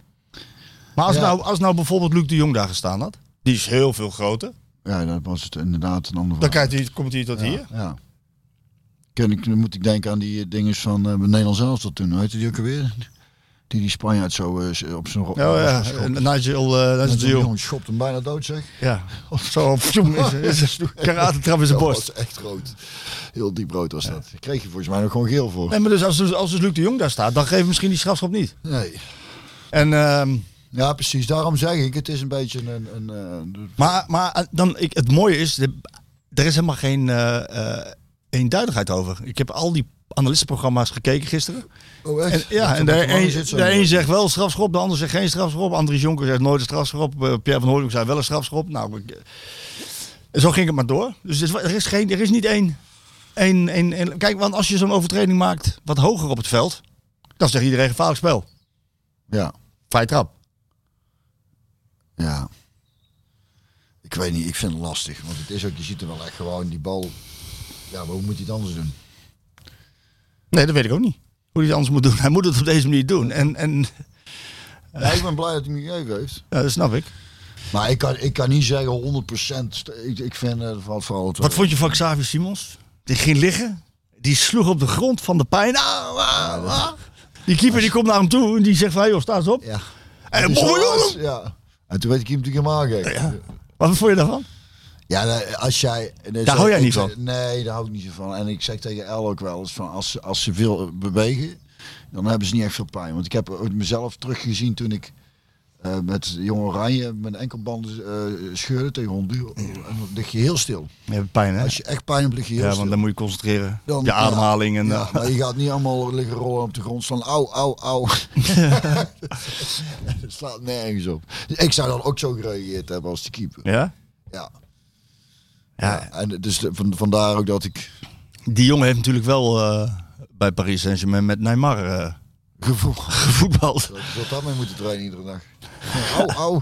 G: Maar als,
B: Ja.
G: nou, als nou bijvoorbeeld Luc de Jong daar gestaan had, die is heel veel groter,
B: Ja, dat was het inderdaad een ander
G: dan
B: verhaal.
G: kijkt hij, komt hij tot hier.
B: Ja. Ken ik, dan moet ik denken aan die eh, dinges van eh Nederland zelf tot toen. Weet je die ook alweer? Die die Spanjaard zo eh, op zijn ro-
G: Oh ja,
B: schopt.
G: en Nigel, eh Nigel
B: En
G: de
B: die
G: Jong.
B: jongen schopt hem bijna dood zeg.
G: Ja, zo pjoem, is, is, karatentrap in zijn
B: Dat
G: borst.
B: was echt rood. Heel diep rood was dat. Daar kreeg je volgens mij ook gewoon geel voor.
G: Nee, maar dus als, dus- als dus Luc de Jong daar staat, dan geef je misschien die strafschop niet.
B: Nee.
G: En, ehm,
B: Ja, precies. Daarom zeg ik, het is een beetje een... een, eh,
G: maar maar eh, dan, ik, het mooie is, de- er is helemaal geen eh, eh, eenduidigheid over. Ik heb al die analistenprogramma's gekeken gisteren.
B: oh,
G: En,
B: echt?
G: ja,
B: Dat
G: en
B: er
G: de
B: nog lang zit
G: een,
B: zo.
G: de een zegt wel een strafschop, de ander zegt geen strafschop. Andries Jonker zegt nooit een strafschop. eh, Pierre van Hooydonk zei wel een strafschop. Nou, ik- en zo ging het maar door. Dus het is- er is, geen, er is niet één, één, één, één- Kijk, want als je zo'n overtreding maakt wat hoger op het veld, dan zegt iedereen gevaarlijk spel.
B: Ja.
G: Vrij trap.
B: Ja. Ik weet niet, ik vind het lastig. Want het is ook, je ziet er wel echt gewoon die bal. Ja, maar hoe moet hij het anders doen?
G: Nee, dat weet ik ook niet. Hoe hij het anders moet doen. Hij moet het op deze manier doen. En, en
B: Ja, ik ben blij dat hij hem gegeven heeft.
G: ja, dat snap ik.
B: Maar ik kan, ik kan niet zeggen 100%. st- Ik, ik vind eh, er valt vooral het
G: Wat vond je van Xavier Simons? Die ging liggen. Die sloeg op de grond van de pijn. Au, au, au. Die keeper die komt naar hem toe en die zegt van, hey, joh, sta eens op.
B: Ja.
G: En,
B: Het is
G: mooi,
B: wel
G: jongen.
B: laat, ja. En toen werd ik hem natuurlijk helemaal gek. Eh, Ja,
G: Wat vond je daarvan?
B: nee, als jij... nee,
G: Daar
B: zo-
G: hou jij
B: ik-
G: niet van?
B: Nee, daar hou ik niet zo van. En ik zeg tegen El ook wel eens van, als, ze- als ze veel eh, bewegen, dan hebben ze niet echt veel pijn. Want ik heb ook mezelf teruggezien toen ik... eh, met Jong Oranje, mijn enkelbanden eh scheurde tegen Honduras. En dan lig je heel stil.
G: Je hebt pijn, hè?
B: Als je echt pijn hebt, lig je heel
G: Ja,
B: stil.
G: want dan moet je concentreren.
B: Dan-
G: je ademhaling. En,
B: Ja,
G: eh,
B: maar je gaat niet allemaal liggen rollen op de grond van au, au, au. Het slaat nergens op. Ik zou dan ook zo gereageerd hebben als de keeper. Ja.
G: ja?
B: ja.
G: Ja.
B: en dus de- van, vandaar ook dat ik
G: Die jongen heeft natuurlijk wel eh, bij Paris Saint-Germain met Neymar eh,
B: gevoel
G: gevoetbald.
B: dat ik daarmee moeten trainen iedere dag. Au, au,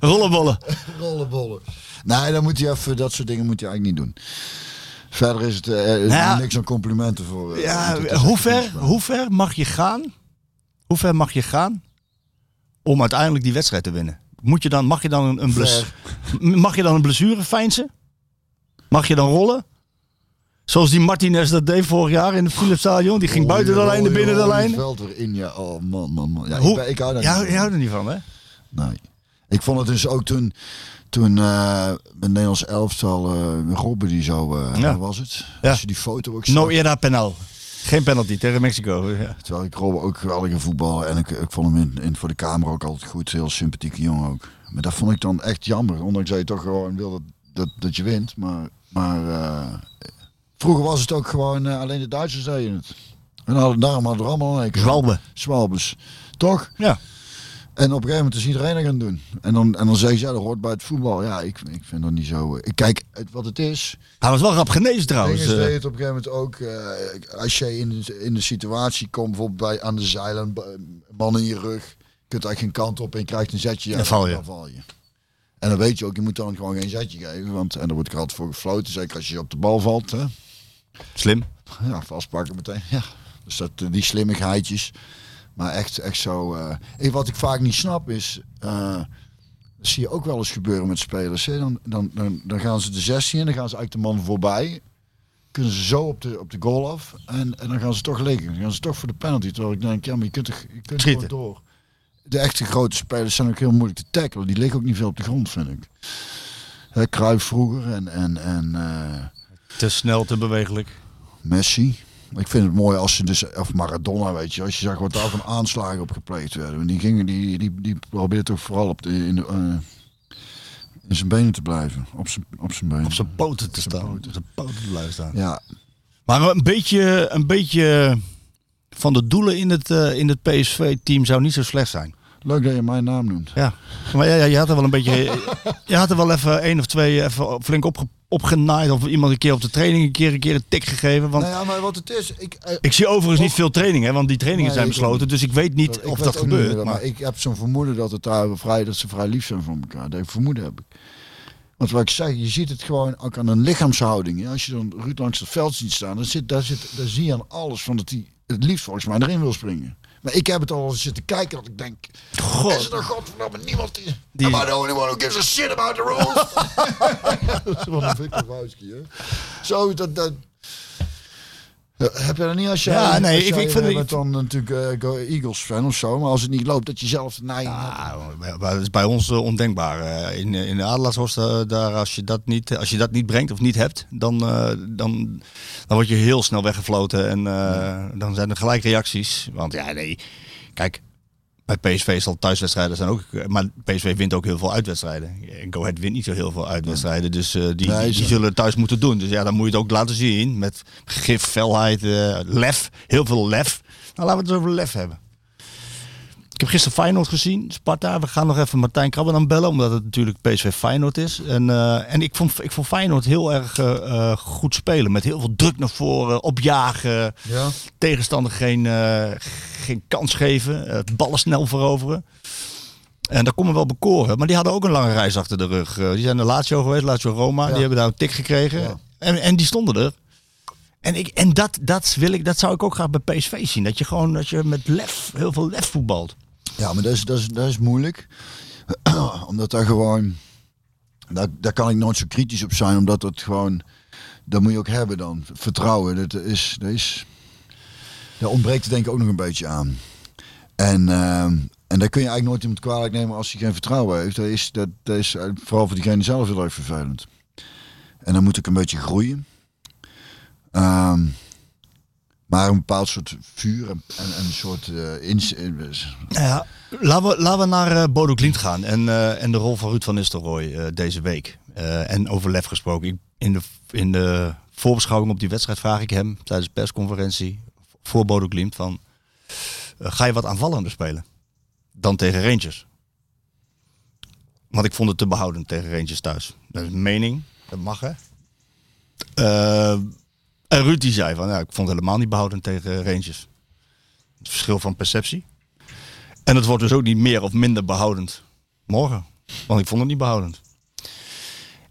G: Rollenbollen.
B: rollenbollen. Nee, dan moet je even, dat soort dingen moet je eigenlijk niet doen. Verder is het eh, is
G: Nou ja.
B: niks aan complimenten voor. eh, want het is
G: Ja,
B: echt
G: hoe
B: een
G: ver,
B: kunstbaan.
G: hoe ver mag je gaan? Hoe ver mag je gaan om uiteindelijk die wedstrijd te winnen? Moet je dan, mag, je dan een, een bless, mag je dan een blessure feinsen? Mag je dan rollen? Zoals die Martinez dat deed vorig jaar in het Philips Stadion. Die ging
B: Rol je-
G: buiten de
B: rol
G: lijn,
B: je-
G: naar binnen de
B: rol je het
G: lijn.
B: veld weer in, ja. Oh man, man, man. Ja, ik,
G: Hoe-
B: ben- ik hou daar
G: ja,
B: niet
G: je
B: van.
G: houdt er niet van, hè?
B: Nee. Ik vond het dus ook toen, toen eh het Nederlands elftal, eh Robben die zo, eh
G: Ja.
B: hoe was het?
G: Ja.
B: Als je die foto ook zag,
G: No era penal. Geen penalty tegen Mexico. Ja.
B: terwijl ik Robben ook geweldige voetballer en ik, ik vond hem in, in, voor de camera ook altijd goed, heel sympathieke jongen ook. Maar dat vond ik dan echt jammer, ondanks dat je toch gewoon wil dat, dat, dat je wint, maar Maar eh, vroeger was het ook gewoon eh, alleen de Duitsers deden het. En hadden, daarom hadden we allemaal een
G: Zwalbe.
B: Zwalbes. Toch?
G: Ja.
B: En op een gegeven moment is iedereen er gaan doen. En dan, en dan zeggen ze, ja, dat hoort bij het voetbal. Ja, ik, ik vind dat niet zo... eh, Ik kijk, het, wat het is...
G: Hij was wel rap genezen
B: Dingen
G: trouwens.
B: deed
G: eh.
B: het op een gegeven moment ook... eh, als je in, de- in de situatie komt, bijvoorbeeld bij, aan de zeilen, man in je rug... Je kunt eigenlijk geen kant op en je krijgt een zetje. Ja,
G: Dan val je.
B: Dan val je. En dan weet je ook, je moet dan gewoon geen zetje geven. Want, en daar wordt er altijd voor gefloten, zeker als je op de bal valt. Hè?
G: Slim.
B: Ja, vastpakken meteen. Ja. Dus dat, eh, die slimmigheidjes. Maar echt, echt zo. eh, ik- wat ik vaak niet snap is. eh, dat zie je ook wel eens gebeuren met spelers. Hè? Dan, dan, dan, dan gaan ze de 16 in, dan gaan ze eigenlijk de man voorbij. Kunnen ze zo op de, op de goal af. En, en dan gaan ze toch liggen. Dan gaan ze toch voor de penalty. Terwijl ik denk, ja, maar je kunt, toch, je kunt gewoon
G: Schieten.
B: door. De echte grote spelers zijn ook heel moeilijk te tackelen. Die liggen ook niet veel op de grond, vind ik. Hè, Cruijff vroeger en, en, en eh,
G: Te snel, te bewegelijk.
B: Messi. Ik vind het mooi als ze dus, of Maradona, weet je, als je zag wat daar van aanslagen op gepleegd werden. Want Die gingen, die, die, die probeerden toch vooral op de, in, de, eh, in zijn benen te blijven. Op zijn, op zijn benen.
G: Op zijn poten te
B: Op zijn
G: staan.
B: poten.
G: Op zijn poten te blijven staan.
B: Ja,
G: Maar een beetje, een beetje van de doelen in het, eh, in het PSV-team zou niet zo slecht zijn.
B: leuk dat je mijn naam noemt.
G: Ja. Maar ja, ja, je had er wel een beetje. Je had er wel even één of twee even flink opge, opgenaaid. Of iemand een keer op de training een keer een, keer een tik gegeven. Want
B: Nou ja, maar wat het is, ik, eh,
G: ik zie overigens niet veel trainingen, hè, want die trainingen
B: Nee,
G: zijn
B: ik ook
G: besloten.
B: niet.
G: Dus ik weet niet
B: ik
G: of
B: weet
G: dat
B: ook niet
G: gebeurt.
B: meer dat,
G: maar,
B: maar ik heb zo'n vermoeden dat, het daar vrij, dat ze vrij lief zijn voor elkaar. Dat vermoeden heb ik. Want wat ik zeg, je ziet het gewoon ook aan een lichaamshouding. hè. Als je dan Ruud langs het veld ziet staan, dan, zit, daar zit, daar zie je aan alles van dat hij het liefst volgens mij erin wil springen. Maar ik heb het al zitten kijken dat ik denk,
G: God.
B: is er nog godverdomme niemand die...
G: Die-
B: Am I the only one who gives a shit about the rules? dat is wel een Victor Vouwski, hè? Zo, dat... dat... Ja, Heb je dat niet als jij,
G: Ja, nee,
B: als
G: ik-
B: jij,
G: ik vind
B: eh,
G: het-
B: bent dan natuurlijk eh, Go Eagles fan of zo, maar als het niet loopt dat je zelf de neiging hebt.
G: Ah, maar- maar dat is bij ons eh, ondenkbaar. Eh, In, eh, in de Adelaarshorst, eh, daar, als, je dat niet, als je dat niet brengt of niet hebt, dan, eh, dan, dan word je heel snel weggefloten. En eh, dan zijn er gelijk reacties. Want ja, nee. Kijk, bij PSV is al thuiswedstrijden zijn ook. Maar PSV wint ook heel veel uitwedstrijden. En Go Ahead wint niet zo heel veel uitwedstrijden. Dus eh, die,
B: Nee,
G: die, die
B: zo.
G: zullen het thuis moeten doen. Dus ja, dan moet je het ook laten zien. Met gif, felheid, eh, lef. Heel veel lef. Nou, laten we het eens over lef hebben. Ik heb gisteren Feyenoord gezien, Sparta. We gaan nog even Martijn Krabben aan bellen, omdat het natuurlijk PSV Feyenoord is. En, eh, en ik, vond, ik vond Feyenoord heel erg eh, eh, goed spelen. Met heel veel druk naar voren, opjagen,
B: Ja.
G: tegenstander geen, eh, geen kans geven, eh, ballen snel veroveren. En daar komen wel bekoren. Maar die hadden ook een lange reis achter de rug. Eh, die zijn naar Lazio geweest, Lazio Roma. Die hebben daar een tik gekregen.
B: Ja.
G: En, en die stonden er. En, ik, en dat, dat, wil ik, dat zou ik ook graag bij PSV zien. Dat je gewoon dat je met lef, heel veel lef voetbalt.
B: Ja, maar dat is, dat is, dat is moeilijk. omdat daar gewoon. Daar, daar kan ik nooit zo kritisch op zijn, omdat dat gewoon. Dat moet je ook hebben dan. Vertrouwen. Dat is. Dat is daar ontbreekt het denk ik ook nog een beetje aan. En, ehm, en daar kun je eigenlijk nooit iemand kwalijk nemen als hij geen vertrouwen heeft. Dat is, dat, dat is eh, vooral voor diegene zelf heel erg vervelend. En dan moet ik een beetje groeien. Ehm, maar een bepaald soort vuur en, en, en een soort eh ins,
G: Nou Ja, laten, we, laten we naar eh, Bodo Klimt gaan en, eh, en de rol van Ruud van Nistelrooy eh, deze week. Eh, en over lef gesproken. Ik, in, de, in de voorbeschouwing op die wedstrijd vraag ik hem tijdens de persconferentie voor Bodo Klimt van... eh, ga je wat aanvallender spelen dan tegen Rangers? Want ik vond het te behouden tegen Rangers thuis. Dat is mening, dat mag hè. Eh, en Ruud die zei van, ja, ik vond het helemaal niet behouden tegen Rangers. Het verschil van perceptie. En het wordt dus ook niet meer of minder behoudend. Morgen. Want ik vond het niet behoudend.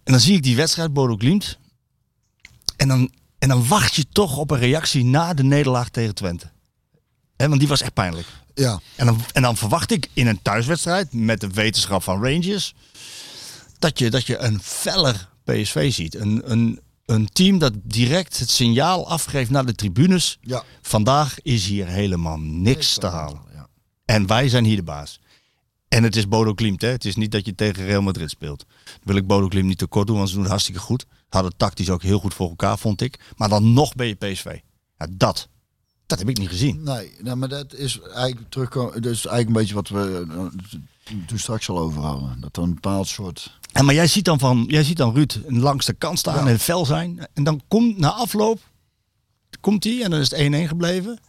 G: En dan zie ik die wedstrijd Bodo Glimt. En dan, en dan wacht je toch op een reactie na de nederlaag tegen Twente. Hè, want die was echt pijnlijk.
B: Ja.
G: En dan, en dan verwacht ik in een thuiswedstrijd met de wetenschap van Rangers. Dat je, dat je een feller PSV ziet. Een, een, een team dat direct het signaal afgeeft naar de tribunes.
B: Ja.
G: Vandaag is hier helemaal niks te halen.
B: Ja.
G: En wij zijn hier de baas. En het is Bodo Klimt, hè? Het is niet dat je tegen Real Madrid speelt. Dan wil ik Bodo Klimt niet tekort doen, want ze doen het hartstikke goed. Hadden tactisch ook heel goed voor elkaar, vond ik. Maar dan nog ben je PSV. Ja, dat, dat heb ik niet gezien.
B: Nee, nou, maar dat is eigenlijk terugkomen. Dus eigenlijk een beetje wat we eh, toen straks al over hadden. Dat dan een bepaald soort...
G: En maar jij ziet dan van, jij ziet dan Ruud langs de kant staan
B: Ja.
G: en het fel zijn. En dan komt na afloop, komt hij en dan is het 1-1 gebleven.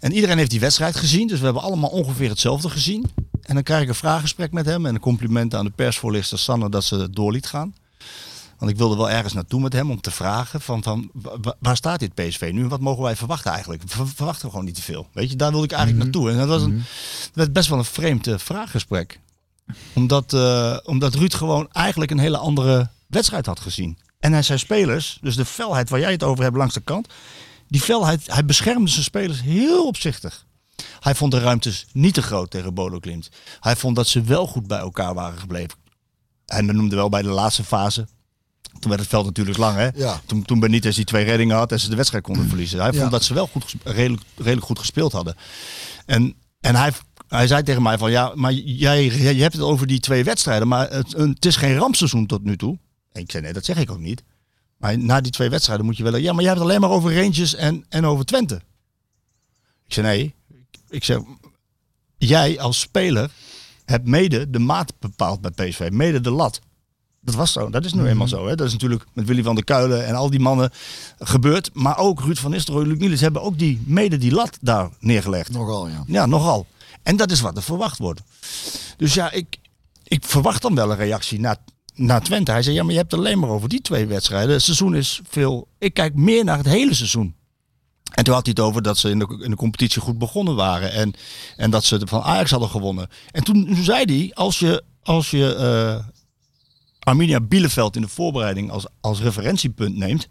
G: En iedereen heeft die wedstrijd gezien, dus we hebben allemaal ongeveer hetzelfde gezien. En dan krijg ik een vraaggesprek met hem en een compliment aan de persvoorlichter Sanne dat ze het door liet gaan. Want ik wilde wel ergens naartoe met hem om te vragen van, van wa- wa- waar staat dit PSV nu en wat mogen wij verwachten eigenlijk? Ver- verwachten we gewoon niet te veel. Weet je, daar wilde ik eigenlijk naartoe. En dat was een, dat werd best wel een vreemd eh, vraaggesprek omdat, eh, omdat Ruud gewoon eigenlijk een hele andere wedstrijd had gezien. En hij zijn spelers, dus de felheid waar jij het over hebt langs de kant. Die felheid, hij beschermde zijn spelers heel opzichtig. Hij vond de ruimtes niet te groot tegen Bodo Klimt. Hij vond dat ze wel goed bij elkaar waren gebleven. Hij benoemde wel bij de laatste fase. Toen werd het veld natuurlijk lang, hè?
B: Ja.
G: Toen, toen Benitez die twee reddingen had en ze de wedstrijd konden verliezen. Hij
B: Ja.
G: vond dat ze wel goed, ges- redelijk, redelijk goed gespeeld hadden. En, en hij, hij zei tegen mij van ja, maar jij, jij je hebt het over die twee wedstrijden, maar het, een- het is geen rampseizoen tot nu toe. En ik zei nee, dat zeg ik ook niet. Maar na die twee wedstrijden moet je wel. Ja, maar jij hebt het alleen maar over Rangers en, en over Twente. Ik zei nee. Ik zeg, jij als speler hebt mede de maat bepaald bij PSV, mede de lat. Dat was zo, dat is nu eenmaal zo. Hè? Dat is natuurlijk met Willy van der Kuilen en al die mannen gebeurd. Maar ook Ruud van Nistelrooy, Luc Niels hebben ook die, mede die lat daar neergelegd.
B: Nogal, ja.
G: Ja, nogal. En dat is wat er verwacht wordt. Dus ja, ik, ik verwacht dan wel een reactie naar, naar Twente. Hij zei, ja, maar je hebt het alleen maar over die twee wedstrijden. Het seizoen is veel... Ik kijk meer naar het hele seizoen. En toen had hij het over dat ze in de, in de competitie goed begonnen waren. En, en dat ze van Ajax hadden gewonnen. En toen, toen zei hij, als je, als je eh, Arminia Bielefeld in de voorbereiding als, als referentiepunt neemt, 4-0,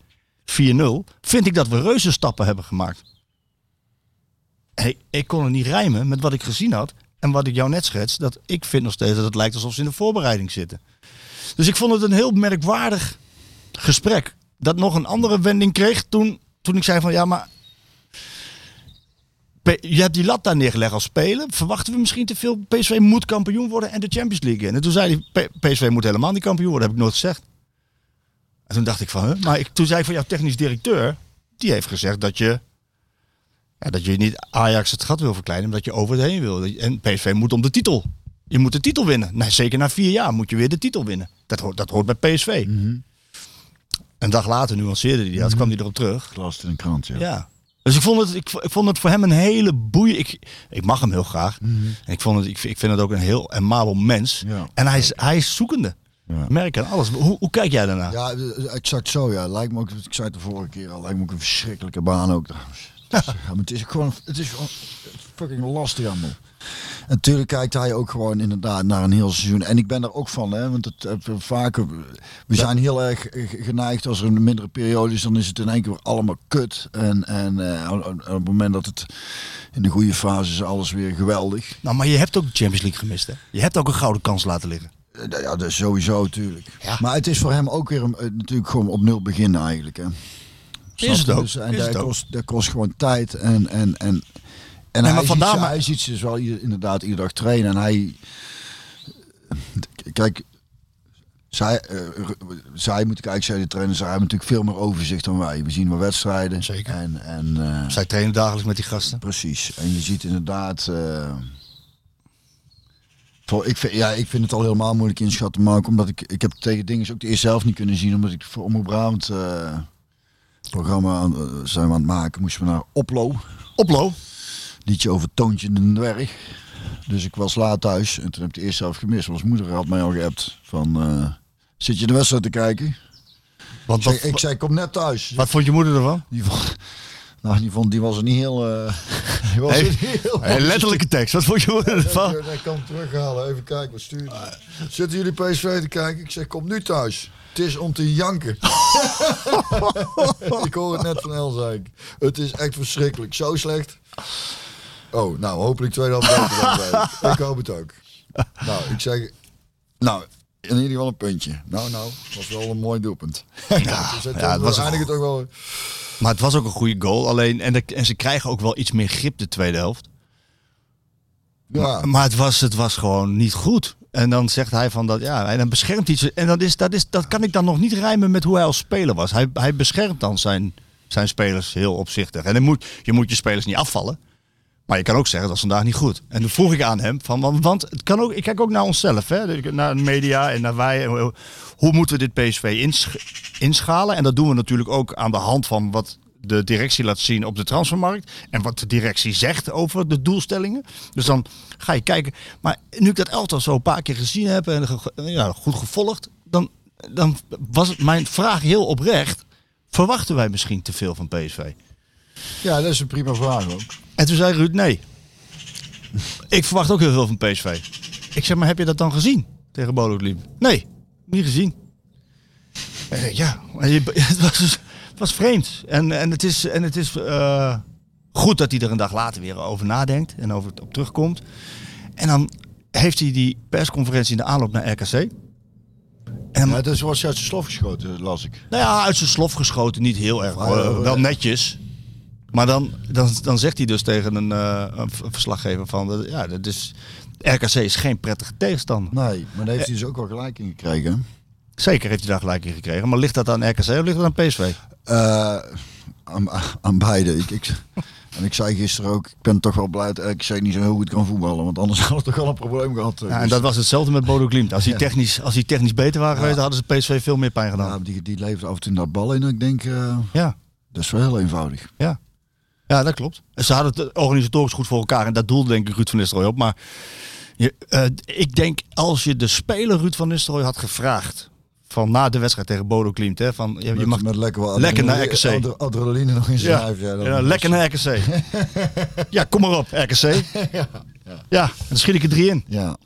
G: vind ik dat we reuze stappen hebben gemaakt. Hey, ik kon het niet rijmen met wat ik gezien had en wat ik jou net schets. Dat ik vind nog steeds dat het lijkt alsof ze in de voorbereiding zitten. Dus ik vond het een heel merkwaardig gesprek. Dat nog een andere wending kreeg toen, toen ik zei van ja, maar P- je hebt die lat daar neergelegd als speler. Verwachten we misschien te veel? PSV moet kampioen worden en de Champions League in. En toen zei hij, "P- PSV moet helemaal niet kampioen worden. Heb ik nooit gezegd. En toen dacht ik van, hè? maar ik, toen zei ik van jouw technisch directeur, die heeft gezegd dat je, ja, dat je niet Ajax het gat wil verkleinen, maar dat je over het heen wil. En PSV moet om de titel. Je moet de titel winnen. Nou, zeker na vier jaar moet je weer de titel winnen. Dat hoort, dat hoort bij PSV.
B: Mhm.
G: Een dag later nuanceerde hij dat, kwam hij erop terug.
B: Ik las het in de krant, Mhm. ja.
G: Ja. Dus ik vond, het, ik, vo- ik vond het voor hem een hele boeien. Ik, ik mag hem heel graag. En ik, vond het, ik, vind- ik vind het ook een heel amabel mens.
B: Mhm. Ja.
G: en hij is, hij is zoekende.
B: Ja.
G: Merk en alles. Hoe, hoe kijk jij daarna?
B: Ja, eh, exact zo. Ja, lijkt me ook. Ik zei het de vorige keer al. Lijkt me ook een verschrikkelijke baan ook. trouwens. Het is, ja, maar het is gewoon, het is gewoon fucking lastig allemaal. En natuurlijk kijkt hij ook gewoon inderdaad naar een heel seizoen. En ik ben daar ook van, hè, want het, eh, vaker, we zijn heel erg eh, geneigd als er een mindere periode is, dan is het in één keer allemaal kut. En, en eh, op op het moment dat het in de goede fase is, alles weer geweldig.
G: Nou, maar je hebt ook de Champions League gemist. Hè? Je hebt ook een gouden kans laten liggen.
B: Eh, Ja, dat is sowieso natuurlijk.
G: Ja.
B: Maar het is voor hem ook weer een, eh, natuurlijk gewoon op nul beginnen eigenlijk. Hè. Snap je?
G: het
B: Dus,
G: ook.
B: en
G: Is
B: dat,
G: het ook.
B: Kost, dat kost gewoon tijd. En, en, en, en hij,
G: maar vandaar
B: ziet, ze-
G: maar-
B: hij ziet ze dus wel ieder- inderdaad iedere dag trainen. En hij... eh, Kijk, zij, eh, Ru- zij moet ik eigenlijk zeggen, de trainers, zij hebben natuurlijk veel meer overzicht dan wij. We zien maar wedstrijden.
G: Zeker.
B: En, en, eh,
G: Zij trainen dagelijks met die gasten.
B: Precies. En je ziet inderdaad. eh, voor- ik, vind, ja, ik vind het al helemaal moeilijk inschatten maken. Omdat ik, ik heb tegen dingen dus ook de eerste zelf niet kunnen zien. Omdat ik voor Omroep Brabant eh, het programma aan- eh, zijn we aan het maken. Moesten we naar Oplo.
G: Oplo.
B: Liedje over Toontje en de Dwerg. Dus ik was laat thuis. En toen heb ik de eerste zelf gemist. Want Mijn moeder had mij al geappt. Van, eh, zit je de wedstrijd te kijken? Ik
G: Want
B: zei-
G: wat,
B: ik zei, kom net thuis.
G: wat vond je moeder ervan?
B: Die vond, nou, die, vond, die was er niet heel... eh, die was er
G: Hey,
B: niet heel
G: hey, letterlijke tekst. Wat vond je moeder ervan?
B: Ik kan hem terughalen, even kijken wat stuurt. hij. Zitten jullie PSV te kijken? Ik zeg, kom nu thuis. Het is om te janken. ik hoor het net van Elsa. Het is echt verschrikkelijk. Zo slecht. Oh, nou, hopelijk twee dan beter dan wij. Ik hoop het ook. Nou, ik zeg... Nou, in ieder geval een puntje. Nou, nou, was wel een mooi doelpunt.
G: Ja,
B: Dus het
G: ja, het was een
B: eindigt ook wel...
G: Maar het was ook een goede goal. Alleen, en, de- en ze krijgen ook wel iets meer grip de tweede helft.
B: Ja.
G: Maar het was, het was gewoon niet goed. En dan zegt hij van dat, ja, en dan beschermt hij ze. En dat, is, dat, is, dat kan ik dan nog niet rijmen met hoe hij als speler was. Hij, hij beschermt dan zijn, zijn spelers heel opzichtig. En hij moet, je moet je spelers niet afvallen. Maar je kan ook zeggen dat is vandaag niet goed. En toen vroeg ik aan hem van, want, want het kan ook, ik kijk ook naar onszelf, hè, naar de media en naar wij. En hoe- Hoe moeten we dit PSV insch- inschalen? En dat doen we natuurlijk ook aan de hand van wat de directie laat zien op de transfermarkt en wat de directie zegt over de doelstellingen. Dus dan ga je kijken. Maar nu ik dat elftal zo een paar keer gezien heb en ge- ja, goed gevolgd, dan, dan was het mijn vraag heel oprecht. Verwachten wij misschien te veel van PSV?
B: Ja, dat is een prima vraag ook.
G: En toen zei Ruud, nee. Ik verwacht ook heel veel van PSV. Ik zeg, maar heb je dat dan gezien tegen Bolo Glimt? Nee, niet gezien. En ik denk, ja, maar je- het was, dus- het was vreemd. En, en het is, en het is eh, goed dat hij er een dag later weer over nadenkt en over op terugkomt. En dan heeft hij die persconferentie in de aanloop naar RKC.
B: Ja, het is was uit zijn slof geschoten, las ik.
G: Nou ja, uit zijn slof geschoten, niet heel erg. hoor.
B: eh,
G: wel netjes. Maar dan, dan, dan zegt hij dus tegen een, eh, een v- een verslaggever van, eh, ja, dat is, RKC is geen prettige tegenstander.
B: Nee, maar daar heeft hij dus ook wel gelijk in gekregen. hè?
G: Zeker heeft hij daar gelijk in gekregen. Maar ligt dat aan RKC of ligt dat aan PSV?
B: Eh, aan, aan beide. Ik, ik, en ik zei gisteren ook, ik ben toch wel blij dat RKC niet zo heel goed kan voetballen. Want anders hadden we toch al een probleem gehad. Dus
G: Ja, en dat was hetzelfde met Bodo Glimt. Als die technisch, als die technisch beter waren geweest, hadden ze PSV veel meer pijn
B: Ja,
G: gedaan.
B: die, die levert af en toe naar bal in. en Ik denk, eh,
G: Ja,
B: dat is wel heel eenvoudig.
G: ja. Ja, dat klopt. En Ze hadden het organisatorisch goed voor elkaar en dat doelde denk ik Ruud van Nistelrooy op. Maar je, eh, ik denk als je de speler Ruud van Nistelrooy had gevraagd van na de wedstrijd tegen Bodo Klimt, hè, van je, je
B: Met,
G: mag
B: met lekker, wat
G: lekker naar
B: adrenaline-
G: RKC.
B: adre- Adrenaline nog in zijn
G: Ja,
B: lijf. Ja, dan-
G: ja, lekker naar RKC. ja, kom maar op, RKC. ja, dan schiet ik er drie in.
B: Ja.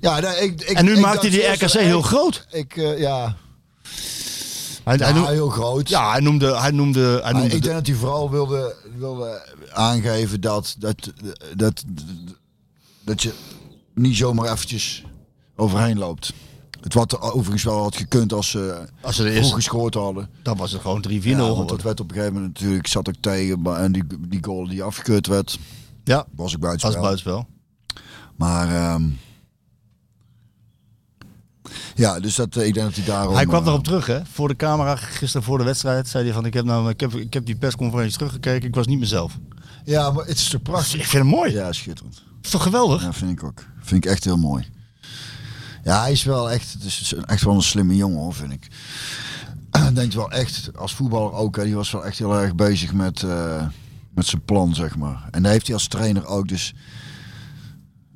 B: Ja, nee, ik, ik,
G: En nu
B: ik
G: maakt hij
B: dacht
G: die
B: eerst
G: RKC
B: van,
G: heel
B: ik-
G: groot.
B: Ik, eh, ja,
G: Hij, hij
B: ja,
G: noemde,
B: heel groot.
G: ja, hij noemde, hij noemde, hij
B: Maar
G: noemde
B: ik
G: de-
B: denk dat hij vooral wilde, wilde aangeven dat, dat, dat, dat je niet zomaar eventjes overheen loopt. Het wat er overigens wel had gekund als ze
G: Als ze de
B: vroeg
G: eerste-
B: gescoord hadden.
G: dan was het gewoon 3-4-0
B: Ja, want dat
G: geworden.
B: werd op een gegeven moment natuurlijk, zat ik tegen. Maar, en die, die goal die afgekeurd werd,
G: Ja,
B: was ik
G: was
B: buitenspel.
G: buitenspel.
B: Maar ehm, ja, dus dat, eh, ik denk dat hij daarom...
G: Hij kwam
B: eh,
G: daarop terug, hè? Voor de camera, gisteren voor de wedstrijd, zei hij van ik heb, nou, ik heb, ik heb die persconferentie teruggekeken, ik was niet mezelf.
B: Ja, maar het is toch prachtig?
G: Ik vind hem mooi.
B: Ja, schitterend.
G: Is toch geweldig?
B: Ja, vind ik ook. Vind ik echt heel mooi. Ja, hij is wel echt, het is een- echt wel een slimme jongen hoor, vind ik. Denkt wel echt, als voetballer ook, hè, die was wel echt heel erg bezig met, eh, met zijn plan, zeg maar. En dat heeft hij als trainer ook, dus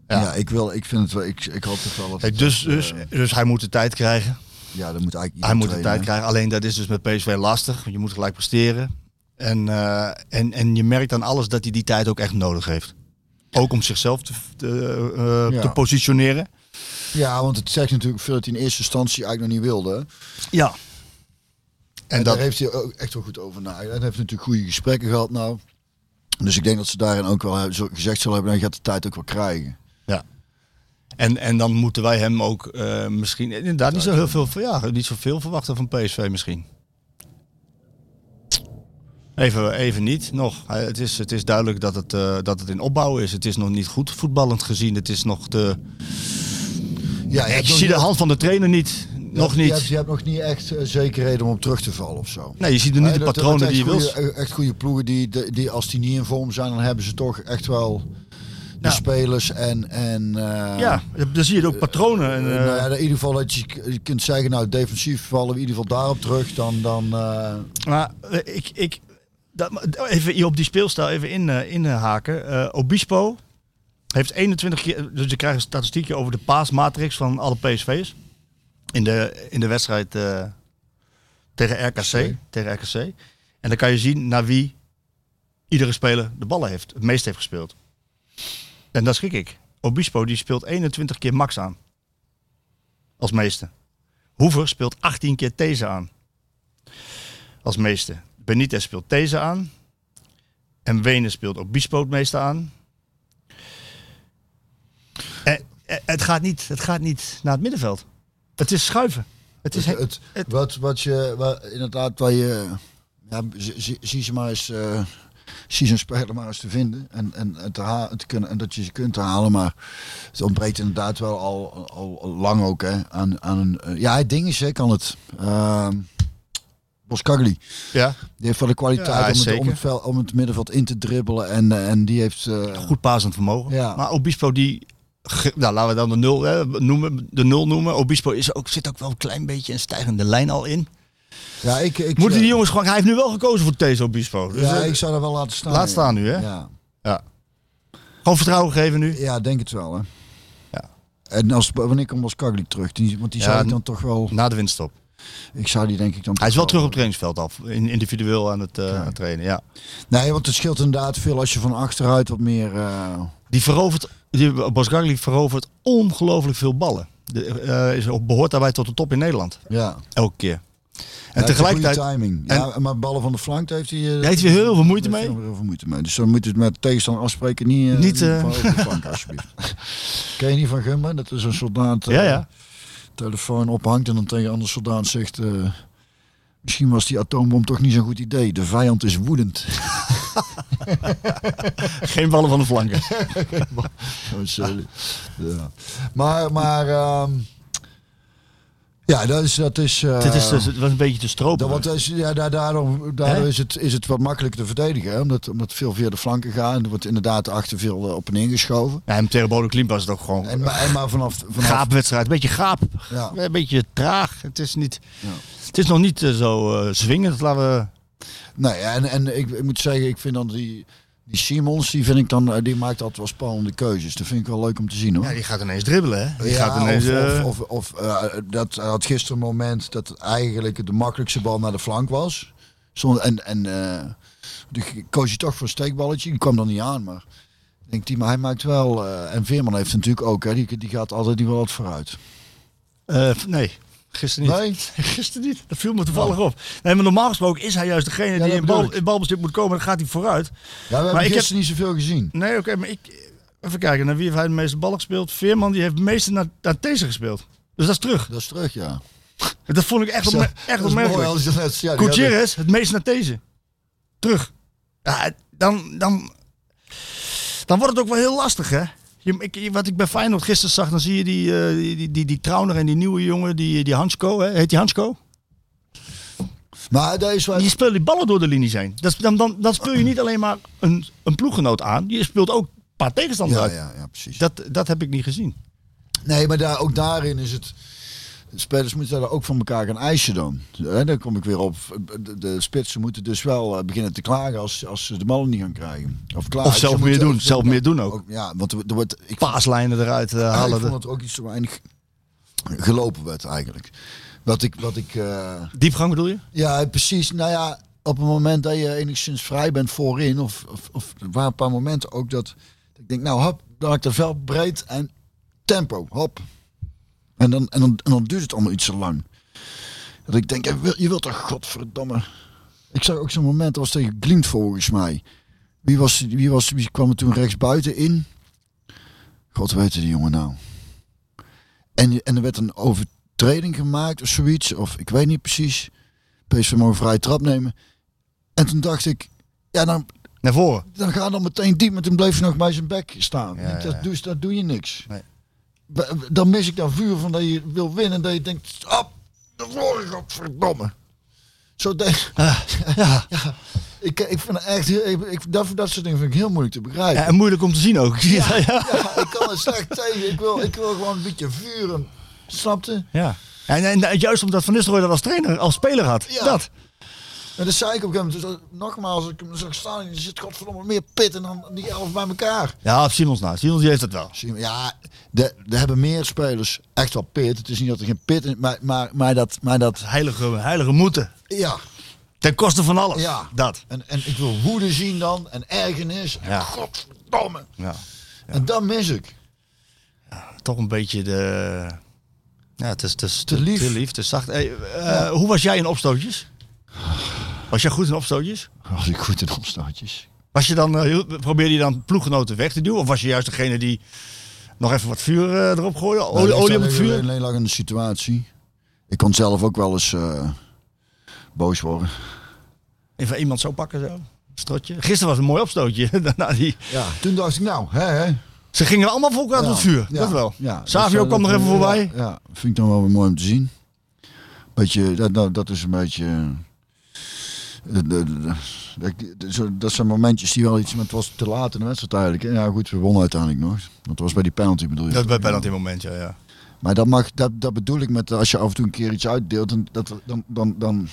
B: ja, ik, wil, ik vind het wel, ik, ik hoop het wel. dat
G: Hey,
B: het,
G: dus,
B: eh,
G: dus, dus hij moet de tijd krijgen.
B: ja, dat moet eigenlijk ieder
G: Hij moet de
B: trainer,
G: tijd
B: hè.
G: krijgen. Alleen dat is dus met PSV lastig. want Je moet gelijk presteren. En, eh, en, en je merkt aan alles dat hij die tijd ook echt nodig heeft. Ook om zichzelf te, te, eh,
B: Ja.
G: te positioneren.
B: Ja, want het zegt natuurlijk veel dat hij in eerste instantie eigenlijk nog niet wilde. hè.
G: Ja. En,
B: En
G: dat,
B: daar heeft hij ook echt wel goed over nagedacht. En heeft natuurlijk goede gesprekken gehad nou. Dus ik denk dat ze daarin ook wel hebben- zo- gezegd zullen hebben, dan gaat de tijd ook wel krijgen.
G: ja. En, en dan moeten wij hem ook eh, misschien inderdaad niet zo heel veel, van- ja, niet zoveel verwachten van PSV misschien. Even, even niet nog. Hij- Het is, het is duidelijk dat het, eh, dat het in opbouw is. Het is nog niet goed voetballend gezien. Het is nog te,
B: Ja, je
G: Ik
B: hebt nog
G: zie de
B: niet-
G: hand van de trainer niet. Nog
B: Je hebt,
G: niet.
B: je hebt nog niet echt eh, zekerheden om op terug te vallen of zo.
G: Nee, je ziet er niet
B: Maar
G: de
B: dat- dat
G: patronen die je
B: echt
G: wil.
B: goede- Echt goede ploegen die, die, die als die niet in vorm zijn, dan hebben ze toch echt wel de
G: Ja.
B: spelers en... en eh,
G: Ja, dan zie je ook patronen. En,
B: eh,
G: eh,
B: nou ja, in ieder geval dat je, je kunt zeggen, nou defensief vallen we in ieder geval daarop terug, dan... dan eh,
G: maar eh, ik, ik, dat, even hier op die speelstijl even in, eh, inhaken. Eh, Obispo heeft 21 keer, dus je krijgt een statistiekje over de paasmatrix van alle PSV's. In de, in de wedstrijd eh, tegen, RKC, tegen RKC. En dan kan je zien naar wie iedere speler de ballen heeft, het meest heeft gespeeld. En daar schrik ik. Obispo die speelt 21 keer max aan. Als meeste. Hoever speelt 18 keer deze aan. Als meeste. Benitez speelt deze aan. En Wenen speelt Obispo het meeste aan. Eh, eh, het, gaat niet, het gaat niet naar het middenveld. Het is schuiven. Het is
B: het, het- wat, wat je, wat, inderdaad, waar je, ja, zie- zie- zie ze maar eens, eh, zie zo'n speler maar eens te vinden en, en, en te ha- te kunnen, en dat je ze kunt halen, maar het ontbreekt inderdaad wel al, al, al lang ook hè, aan, aan een, eh, ja, het ding is, hè, kan het, Ehm Boskagli.
G: Ja.
B: Die heeft wel de kwaliteit
G: Ja,
B: om, het,
G: zeker.
B: om, het vel- om het middenveld in te dribbelen. En, eh, en die heeft... eh,
G: Goed pasend vermogen.
B: Ja.
G: Maar Obispo die... ge- Nou, laten we dan de nul, hè, noemen, de nul noemen. Obispo is ook, zit ook wel een klein beetje een stijgende lijn al in. Dus,
B: ja, ik, ik,
G: Moeten die
B: eh,
G: jongens gewoon... Hij heeft nu wel gekozen voor Thees Obispo. Dus
B: ja,
G: eh,
B: ik zou er wel laten staan.
G: laat
B: ja.
G: staan nu, hè?
B: Ja.
G: Gewoon vertrouwen geven nu.
B: Ja, denk het wel, hè.
G: Ja.
B: En als, wanneer komt Boskagli terug? Die, want die
G: Ja,
B: zou ik
G: n-
B: dan toch wel...
G: Na de winststop.
B: Ik zou die denk ik dan...
G: Hij is wel
B: toch
G: terug op het trainingsveld af. In, individueel aan het, eh, aan het trainen, ja.
B: Nee, want het scheelt inderdaad veel als je van achteruit wat meer... eh,
G: Die verovert, die, Bas Gagli verovert ongelooflijk veel ballen. De, eh, is, behoort daarbij tot de top in Nederland.
B: ja.
G: Elke keer. En
B: Ja,
G: tegelijkertijd
B: goede timing.
G: en-
B: ja, maar ballen van de flank daar heeft hij... eh,
G: daar heeft hij heel veel moeite
B: daar heeft
G: mee.
B: hij heel veel moeite mee. Dus dan moet je het met tegenstander afspreken. Niet, eh,
G: Niet, eh,
B: van over de flank, alsjeblieft. Ken je die van Gumba? Dat is een soldaat. eh,
G: Ja, ja.
B: Telefoon ophangt en dan tegen een ander soldaat zegt... eh, Misschien was die atoombom toch niet zo'n goed idee. De vijand is woedend.
G: Geen ballen van de flanken.
B: Oh, sorry. Ja. Maar, maar ehm, ja, dat is, dat is, eh,
G: Dit is, dus- het was een beetje te stropen.
B: dat, want dat is, ja, daar, daardoor, daardoor
G: Hè?
B: is, het, is het wat makkelijker te verdedigen. Hè? Omdat, omdat veel via de flanken gaan. Er wordt inderdaad achter veel eh, op en ingeschoven.
G: ja, en tegen Bodo Klimt was het ook gewoon
B: En, maar, en maar vanaf,
G: een
B: vanaf
G: gaapwedstrijd. Een beetje gaap.
B: Ja.
G: Een beetje traag. Het is, niet, het is nog niet eh, zo eh, zwingend. Laten we...
B: Nee, en, en ik, ik moet zeggen, ik vind dan die, die Simons, die vind ik dan, eh, die maakt altijd wel spannende keuzes. Dat vind ik wel leuk om te zien hoor.
G: Ja, die gaat ineens dribbelen. Hè? Die
B: Ja,
G: gaat ineens,
B: of,
G: eh,
B: of, of, of, eh, dat hij had gisteren een moment dat het eigenlijk de makkelijkste bal naar de flank was. Zonder, en en eh, die koos je toch voor een steekballetje. Die kwam dan niet aan, maar ik denk die, maar hij maakt wel. eh, en Veerman heeft het natuurlijk ook, hè, die, die gaat altijd die wel wat vooruit.
G: Eh, nee, gisteren niet.
B: Nee? Oh.
G: Gisteren niet. Dat viel me toevallig op. Nee, maar normaal gesproken is hij juist degene
B: dat
G: die in,
B: bedoel
G: bal,
B: ik.
G: in balbezit moet komen. Dan gaat hij vooruit.
B: Ja, we hebben
G: ik heb-
B: gisteren niet zoveel gezien.
G: Nee, oké, maar ik... Even kijken, naar wie heeft hij de meeste ballen gespeeld? Veerman die heeft de meeste naar, naar Thesen gespeeld. Dus dat is terug.
B: Dat is terug, ja.
G: Dat vond ik echt,
B: Zo,
G: opmer-
B: dat
G: echt
B: is mooi,
G: opmerkelijk.
B: als je net- ja, die hadden-
G: Gutierrez, het meest naar Thesen. Terug. Ja, dan, dan, dan wordt het ook wel heel lastig, hè? Je, ik, je- wat ik bij Feyenoord gisteren zag, dan zie je die, eh, die, die, die, die Trauner en die nieuwe jongen, die, die Hansko, hè? heet die Hansko?
B: Maar daar is wel.
G: Je speelt Eh, die ballen door de linie zijn. Dat, is- dan, dan, dan speel je niet alleen maar een, een ploeggenoot aan. Je speelt ook een paar tegenstanders
B: Ja,
G: uit.
B: ja, ja, precies.
G: Dat, dat heb ik niet gezien.
B: Nee, maar daar, ook daarin is het. de Spelers moeten daar ook van elkaar gaan eisen dan. Hè, Daar kom ik weer op. De, de spitsen moeten dus wel eh, beginnen te klagen als, als ze de ballen niet gaan krijgen. Of, klagen.
G: Of zelf
B: Ze
G: meer
B: moeten
G: doen, zelf meer doen ook.
B: Ja, want er, er wordt. Ik,
G: Paaslijnen eruit eh,
B: ik
G: halen.
B: vond dat er ook iets te weinig gelopen werd eigenlijk. Wat ik, wat ik. eh,
G: Diepgang bedoel je?
B: ja, precies. Nou ja, op het moment dat je enigszins vrij bent voorin, of, of, of er waren een paar momenten ook dat, dat ik denk, nou hop, dan had ik de veld breed en tempo, hop. En dan, en, dan, en dan duurt het allemaal iets te lang. Dat ik denk, je wilt, je wilt toch godverdamme. Ik zag ook zo'n moment, dat was tegen Glimt volgens mij. Wie, was, wie, was, wie kwam er toen rechts buiten in? God weet die jongen nou. En, je- en er werd een overtreding gemaakt of zoiets, of ik weet niet precies. PSV mag een vrije trap nemen. En toen dacht ik, ja, dan,
G: Naar voren.
B: dan ga dan meteen diep, maar toen bleef je nog bij zijn bek staan.
G: Ja,
B: dat,
G: ja, ja.
B: Doe, dat doe je niks.
G: Nee.
B: Ba- Dan mis ik dat vuur van dat je wil winnen en dat je denkt, op, de vorige verdomme. Zo denk ja. Ik, ik vind het echt, heel- ik, ik, dat, dat soort dingen vind ik heel moeilijk te begrijpen.
G: Ja, en moeilijk om te zien ook. Ja, ja.
B: Ja, ik kan er slecht tegen. Ik wil, ik wil gewoon een beetje vuren. Snapte?
G: En, en, en juist omdat Van Nistelrooy dat als trainer, als speler had.
B: Ja.
G: Dat.
B: En dat zei ik op een gegeven moment. Dus, nogmaals, als ik hem zag staan, er zit godverdomme meer pit en dan die elf bij elkaar.
G: Ja, op Simons na. Simons die heeft dat wel.
B: Zie je, Ja, de- er hebben meer spelers echt wel pit. Het is niet dat er geen pit is, maar, maar, maar, dat, maar dat...
G: Heilige, heilige moeten.
B: Ja,
G: Ten koste van alles.
B: ja.
G: Dat.
B: En, en ik wil woede zien dan, en ergernis. En
G: Ja.
B: godverdomme.
G: Ja.
B: En dat mis ik.
G: toch een beetje de. Ja, het is, het is
B: Te lief.
G: Te lief, te zacht. Hey, eh, Hoe was jij in opstootjes? Was jij goed in opstootjes?
B: Als ik goed in opstaatjes.
G: Was je dan, eh, heel- probeerde je dan ploeggenoten weg te duwen? Of was je juist degene die nog even wat vuur eh, erop gooien? Olie,
B: Nou,
G: olie op het vuur?
B: Alleen lag in de situatie. Ik kon zelf ook wel eens eh, boos worden.
G: Even iemand zo pakken, zo. Strotje. Gisteren was een mooi opstootje. Daarna die,
B: Ja. Toen dacht ik, nou, hè, hè.
G: ze gingen allemaal voor elkaar
B: Ja,
G: tot het vuur.
B: ja,
G: dat wel.
B: ja. Dus,
G: Savio
B: eh,
G: kwam
B: dat
G: nog even
B: vind ik-
G: voorbij.
B: Ja, ja, vind ik dan wel weer mooi om te zien. Beetje, dat, nou, dat is een beetje... eh, de- de- de- de- de- zo- Dat zijn momentjes die wel iets, maar het was te laat in de wedstrijd eigenlijk. En ja goed, we wonnen uiteindelijk nog. Want dat was bij die penalty bedoel je?
G: Dat is bij penalty moment, ja. ja.
B: Maar dat, mag, dat, dat bedoel ik met eh, als je af en toe een keer iets uitdeelt, dan, dat, dan, dan, dan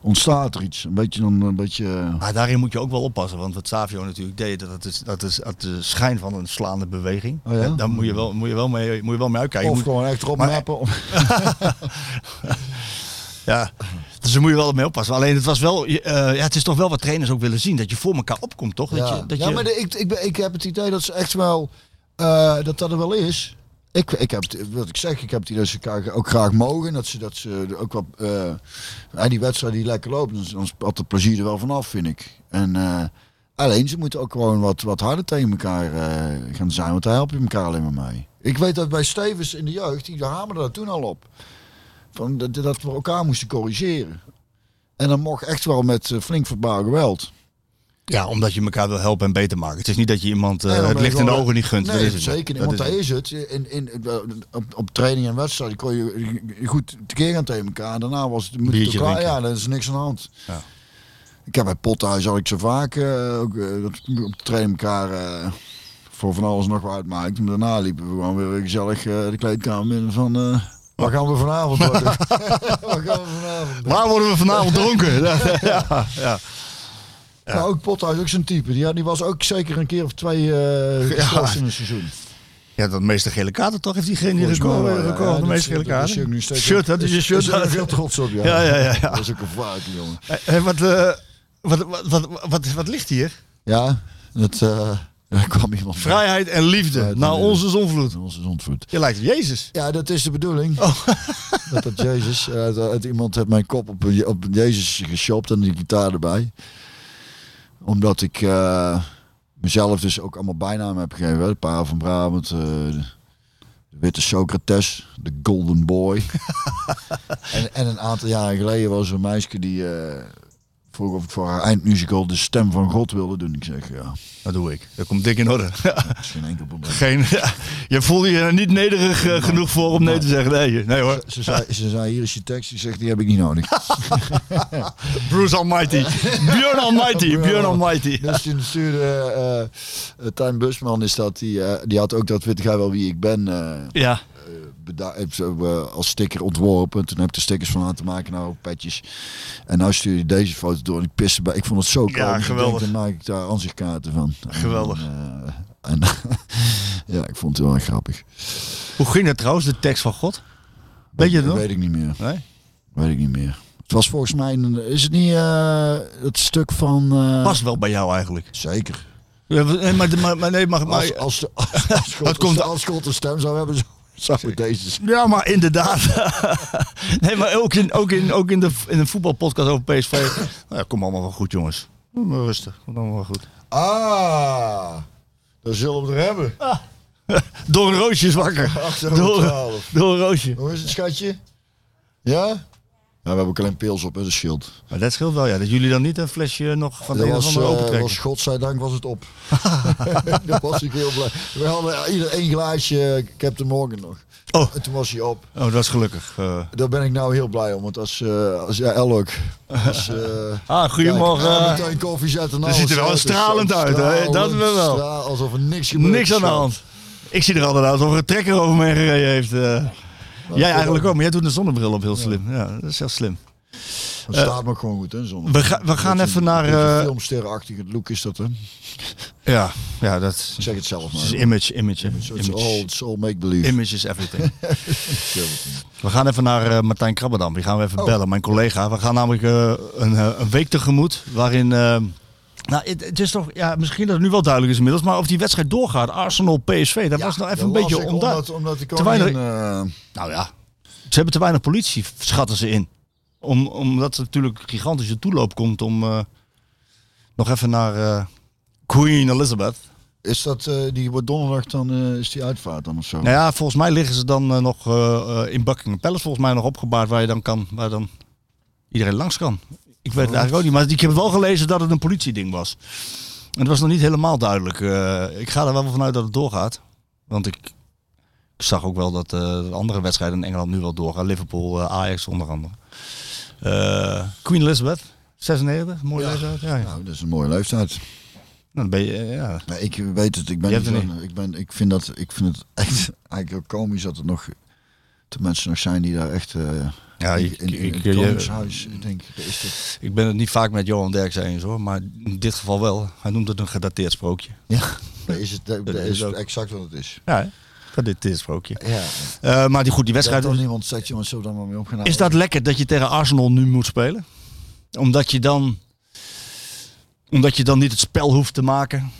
B: ontstaat er iets. Een beetje, dan, een beetje eh,
G: Maar daarin moet je ook wel oppassen, want wat Savio natuurlijk deed, dat is, dat is uit de schijn van een slaande beweging.
B: Oh ja?
G: En Daar moet je wel, moet je wel, mee, moet je wel mee uitkijken.
B: of
G: Je moet-
B: gewoon echt erop
G: maar-
B: mappen. Of,
G: Ja, dus daar moet je wel mee oppassen. Alleen het was wel, je, eh, ja, het is toch wel wat trainers ook willen zien. Dat je voor elkaar opkomt, toch? Dat
B: ja,
G: je, dat
B: ja
G: je,
B: maar de- ik, ik, ben- ik heb het idee dat ze echt wel, eh, dat dat er wel is. Ik, ik heb, het- wat ik zeg, ik heb het idee dat ze elkaar ook graag mogen. Dat ze, dat ze er ook wat, eh, ja, die wedstrijd die lekker loopt, dan- dan spat het plezier er wel vanaf, vind ik. En, eh, alleen, ze moeten ook gewoon wat, wat harder tegen elkaar eh, gaan zijn, want daar help je elkaar alleen maar mee. Ik weet dat bij Stevens in de jeugd, die hamerde daar toen al op. Van, dat, dat we elkaar moesten corrigeren. En dat mocht echt wel met eh, flink verbaal geweld.
G: ja, omdat je elkaar wil helpen en beter maken. Het is niet dat je iemand eh,
B: Nee, dan
G: het
B: ben je
G: licht in de
B: gewoon-
G: ogen niet gunt.
B: Nee,
G: dat is het.
B: zeker niet.
G: Dat
B: Want
G: is
B: daar
G: het.
B: is het. In, in, eh, op, op training en wedstrijd kon je goed tekeer aan tegen elkaar. En daarna was het, moet het
G: Biertje
B: elkaar,
G: drinken.
B: ja, dat is niks aan de hand.
G: Ja.
B: Ik heb bij Pothuis al ik zo vaak eh, ook, eh, dat we op de training elkaar eh, voor van alles nog wat uitmaakt. Maar daarna liepen we gewoon weer gezellig eh, de kleedkamer in van... eh, Waar gaan we vanavond worden? Waar gaan we vanavond doen?
G: Waar worden we vanavond dronken? ja, ja, ja.
B: Maar Nou, ook Pothuis, ook zo'n type. Die, had- die was ook zeker een keer of twee eh geschorst in het seizoen.
G: ja, dat meeste gele kaarten toch? Heeft diegene die
B: Volgens mij
G: record,
B: wel, ja.
G: record
B: Ja,
G: van de
B: dat-
G: meeste gele
B: dat- dat zie ik nu
G: kaarten?
B: steeds
G: Shirt,
B: ook.
G: dat is je
B: Is-
G: shirt.
B: is er veel trots op, ja.
G: Ja, ja, ja, ja.
B: Dat is ook een vaart, jongen.
G: Hé, wat, eh, wat, wat, wat, wat, wat ligt hier?
B: Ja, dat, eh, daar kwam iemand
G: Vrijheid en liefde
B: Vrijheid
G: Nou,
B: en
G: naar
B: liefde.
G: onze zonvloed.
B: van ons is ontvoerd.
G: Je lijkt op Jezus.
B: Ja, dat is de bedoeling. Dat, dat Jezus, eh, dat, dat iemand heeft mijn kop op, een- op een Jezus geshopt en die gitaar erbij. Omdat ik eh, mezelf dus ook allemaal bijnamen heb gegeven. hè. De Paar van Brabant, eh, de, de Witte Socrates, de Golden Boy. en, en een aantal jaren geleden was er een meisje die eh, vroeg of ik voor haar eindmusical de stem van God wilde doen. Ik zeg ja,
G: Dat doe ik. Dat komt dik in orde.
B: dat is geen enkel probleem.
G: Geen, je voelde je er niet nederig eh, genoeg voor om nee, te zeggen. Nee, nee hoor.
B: Ze zei, ze zei, hier is je tekst. Ik zeg, die heb ik niet nodig.
G: Bruce Almighty. Björn Almighty. Björn Almighty.
B: Dus toen stuurde eh, eh, Tijn Busman, is dat, die, eh, die had ook dat weet jij wel wie ik ben, eh,
G: Ja.
B: beda- heeft zo, eh, als sticker ontworpen. Toen heb ik de stickers van laten maken, nou ook petjes. En nou stuurde hij deze foto door en ik piste bij. Ik vond het zo komisch. Ik denk,
G: geweldig.
B: Dan maak ik daar aanzichtkaarten van. En,
G: Geweldig.
B: eh, en, ja, ik vond het wel erg grappig.
G: Hoe ging dat trouwens, de tekst van God? Weet je het nog?
B: Weet ik niet meer.
G: Nee?
B: Weet ik niet meer. Het was volgens mij, een- is het niet eh, het stuk van... eh,
G: Past wel bij jou eigenlijk.
B: Zeker.
G: Ja, Nee, maar, maar, maar, nee, maar,
B: Als,
G: maar-
B: als, de, als, als God,
G: Dat komt-
B: als God een stem zou hebben, zou- zou het deze zijn.
G: ja, maar inderdaad. nee, maar ook in, ook in, ook in, de, in de voetbalpodcast over PSV. nou ja, kom allemaal wel goed, jongens. Doe maar Rustig, komt allemaal wel goed.
B: Ah, daar zullen we er hebben.
G: Ah. Door een roosje is wakker.
B: Achter
G: Door,
B: twaalf.
G: door een roosje.
B: Hoe is het, schatje? Ja? Ja, we hebben ook alleen pils op, hè, dat scheelt.
G: Maar dat scheelt wel, ja. Dat jullie dan niet een flesje nog van de
B: Dat
G: een of
B: was,
G: andere open
B: eh
G: trekken.
B: was, godzijdank was het op. Daar was ik heel blij. We hadden ieder één glaasje eh, Captain Morgan nog.
G: Oh.
B: En toen was hij op.
G: Oh, dat is gelukkig. eh.
B: Daar ben ik nou heel blij om, want als, eh als ja, El ook. Als, eh,
G: Ah, goedemorgen.
B: Kijk, ah, meteen koffie zetten.
G: Dat ziet er wel
B: alles, hè.
G: stralend
B: Het is
G: uit, hè?
B: stralend,
G: Dat wel wel.
B: straal- alsof er niks gebeurt.
G: Niks aan de hand. Ik zie er altijd uit alsof er een trekker over me heen gereden heeft. eh. jij eigenlijk ook, maar jij doet een zonnebril op heel slim. Ja, dat is heel slim.
B: Het staat me gewoon goed, hè? Zonder.
G: Eh, We, ga- we gaan
B: Dat is
G: even
B: een-
G: naar...
B: een beetje
G: eh,
B: filmsterrenachtig het look is dat, hè? Ik
G: ja, ja, dat is-
B: zeg het zelf
G: is
B: maar.
G: image, image. hè.
B: Zo, It's all,
G: Image,
B: it's all make-believe.
G: image is everything. We gaan even naar eh, Martijn Krabbedam. Die gaan we even bellen, mijn collega. We gaan namelijk eh, een, eh, een week tegemoet waarin... eh, nou, het, het is toch, ja, misschien dat het nu wel duidelijk is inmiddels, maar of die wedstrijd doorgaat, Arsenal-PSV, dat was nou even een beetje onduidelijk.
B: Omdat, omdat ik
G: Te
B: ook
G: weinig-
B: in, eh,
G: Nou ja, ze hebben te weinig politie, schatten ze in. Om, omdat er natuurlijk gigantische toeloop komt om eh, nog even naar eh, Queen Elizabeth.
B: is dat, eh, die wordt donderdag dan, eh, is die uitvaart dan of zo?
G: Nou ja, volgens mij liggen ze dan eh, nog eh, eh, in Buckingham Palace, volgens mij nog opgebaard waar je dan kan, waar dan iedereen langs kan. Ik weet het eigenlijk ook niet, maar ik heb wel gelezen dat het een politieding was. En het was nog niet helemaal duidelijk. Eh, ik ga er wel vanuit dat het doorgaat, want ik, ik zag ook wel dat eh, de andere wedstrijden in Engeland nu wel doorgaan. Liverpool, eh, Ajax onder andere. Eh, Queen Elizabeth. 96, mooie leeftijd. Ja, ja. Nou,
B: Nou, dat is een mooie leeftijd.
G: dan ben je, eh, ja.
B: Nee, ik weet het, ik ben
G: Je
B: niet
G: hebt er
B: van- ik, ben, ik vind dat, ik vind het echt eigenlijk heel komisch dat er nog dat mensen nog zijn die daar echt eh,
G: Ja,
B: in,
G: ik-
B: in, in
G: ik- eh,
B: het
G: je-
B: koningshuis, ik denk, daar is dat-
G: Ik ben het niet vaak met Johan Derks eens hoor, maar in dit geval wel. Hij noemt het een gedateerd sprookje.
B: ja, daar is het, daar- daar
G: is
B: is
G: ook-
B: exact wat het is.
G: Ja, hè? gedateerd sprookje.
B: Ja,
G: Eh, maar die, goed, die
B: dat
G: wedstrijd...
B: dan iemand zegt, jongens, zo dan maar mee opgenomen.
G: Is dat lekker dat je tegen Arsenal nu moet spelen? Omdat je dan, omdat je dan niet het spel hoeft te maken.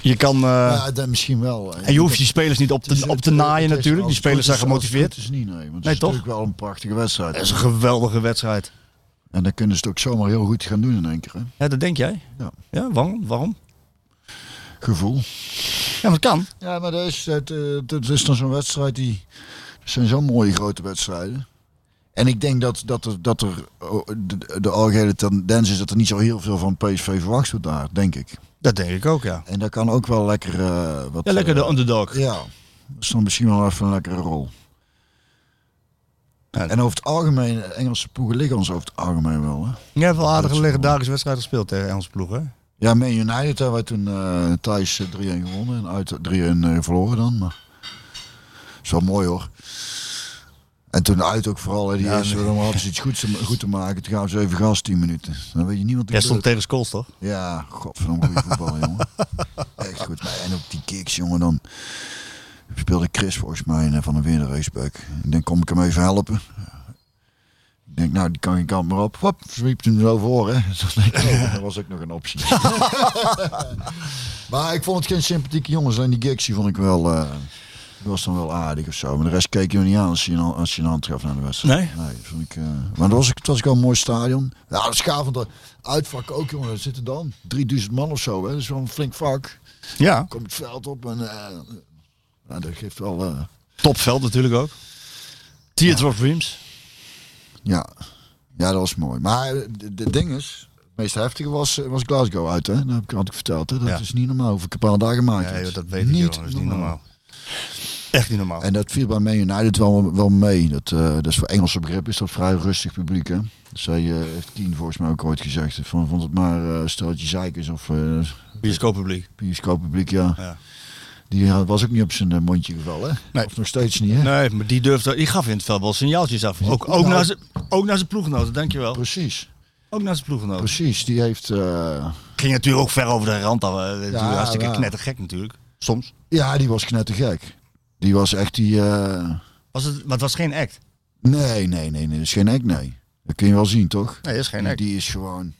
G: Je kan. eh,
B: Ja, dat misschien wel.
G: en je hoeft die spelers niet op
B: Het is-
G: te, op te
B: het-
G: naaien
B: het is
G: natuurlijk.
B: als
G: Die
B: het
G: spelers
B: goed
G: zijn
B: is- als
G: gemotiveerd.
B: Het is niet, nee. Want het
G: Nee,
B: is
G: toch?
B: natuurlijk wel een prachtige
G: Het is
B: wedstrijd.
G: een geweldige wedstrijd.
B: En dan kunnen ze het ook zomaar heel goed gaan doen in één keer. Hè?
G: Ja, dat denk jij?
B: Ja.
G: Ja, waarom? waarom?
B: Gevoel.
G: Ja, dat kan.
B: Ja, maar dat is, het, eh, dat is dan zo'n wedstrijd die... Dat zijn zo'n mooie grote wedstrijden. En ik denk dat, dat er, dat er oh, de, de algehele tendens is dat er niet zo heel veel van PSV verwacht wordt daar, denk ik.
G: Dat denk ik ook, ja.
B: En dat kan ook wel lekker eh, wat...
G: Ja, lekker de
B: eh,
G: underdog.
B: Ja, dat is dan misschien wel even een lekkere rol.
G: Ja.
B: En over het algemeen, Engelse ploegen liggen ons over het algemeen wel. Hè?
G: Je hebt wel aardige
B: is mooi.
G: legendarische wedstrijd gespeeld tegen Engelse ploegen. hè?
B: Ja, Man United hebben wij toen eh, thuis eh, 3-1 gewonnen en uit 3-1 eh, verloren dan. Maar is wel mooi hoor. En toen uit ook vooral, hè, die
G: Ja,
B: eerste
G: nee.
B: dan hadden ze iets goed te, goed te maken. Toen gaan ze even gas 10 minuten. Dan weet je niet wat er
G: Jij
B: gebeurt.
G: stond tegen Scholes, toch?
B: Ja, godverdomme goede voetballen jongen. Echt goed. Maar En ook die kicks jongen dan. Speelde Chris volgens mij eh, van de Weer Raceback. Ik denk, kom ik hem even helpen? Ik denk, nou, die kan geen kant meer op. Wap, sweep hem er voor, hè. Dus dan denk ik, oh, dat was ook nog een optie. maar ik vond het geen sympathieke jongens. En die gigs die vond ik wel... eh, die was dan wel aardig of zo. Maar de rest keek je me niet aan als je, een- als je een hand gaf naar de wedstrijd.
G: Nee?
B: Nee, dat vond ik... eh, maar dat was, het was ook wel een mooi stadion. Ja, dat is gaaf. want dat Uitvak ook, jongen. Daar zitten dan 3000 man of zo, hè. Dat is wel een flink vak.
G: Ja.
B: Komt het veld op en... eh, nou, dat geeft wel... eh,
G: Topveld natuurlijk ook. Theater of Dreams.
B: Ja. ja, dat was mooi. Maar eh, de, de ding is, het meest heftige was, eh, was Glasgow uit. Hè? Dat heb ik, had ik verteld. Hè? Dat
G: Ja.
B: is niet normaal. Hoeveel kapelle daar gemaakt
G: Ja,
B: werd.
G: joh, dat weet ik niet, Dat is niet normaal. Echt niet normaal.
B: En dat viel bij Man United wel, wel mee. Dat, eh, dat is voor Engelse begrip is dat vrij rustig publiek. Hè? Zij eh, heeft Kien volgens mij ook ooit gezegd. Van, vond het maar eh steltje zeikers of eh
G: Bioscooppubliek.
B: bioscooppubliek. Ja.
G: Ja.
B: Die eh, was ook niet op zijn eh, mondje gevallen.
G: Nee.
B: Of nog steeds niet. Hè?
G: Nee, maar die durfde, die gaf in het veld wel signaaltjes af. Ook, ook,
B: Nou.
G: naar, zijn, ook naar zijn ploeggenoten, dankjewel.
B: Precies,
G: Ook naar zijn ploeggenoten.
B: precies. Die heeft... eh,
G: Dus Ging natuurlijk ook ver over de rand. af, eh, natuurlijk
B: Ja,
G: hartstikke
B: ja.
G: knettergek natuurlijk. Soms.
B: ja, die was knettergek. Die was echt die... eh,
G: Was het, maar het was geen act.
B: Nee, nee, nee, nee. Dat is geen act, nee. Dat kun je wel zien, toch?
G: Nee, dat is geen
B: Die-
G: act.
B: Die is gewoon...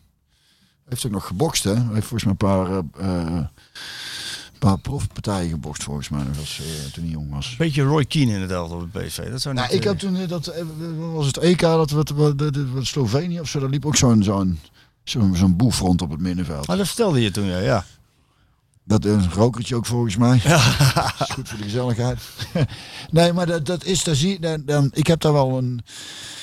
B: Heeft ook nog gebokst, hè? Hij heeft volgens mij een paar, eh, eh, een paar profpartijen gebokst, volgens mij, nog als, eh, toen hij jong was.
G: Beetje Roy Keane in het elftal op het PSV. Dat zou
B: Nou,
G: niet,
B: ik
G: eh,
B: heb toen, eh, dat eh, wat was het EK, dat we, we- de- de- wat Slovenië of zo, daar liep ook zo'n zo'n zo'n zo'n boef rond op het middenveld.
G: Maar dat vertelde je toen, ja. ja.
B: Dat is een rokertje ook volgens mij. Dat is goed voor de gezelligheid. nee, maar dat, dat is, daar zie je- dan, dan, ik heb daar wel een...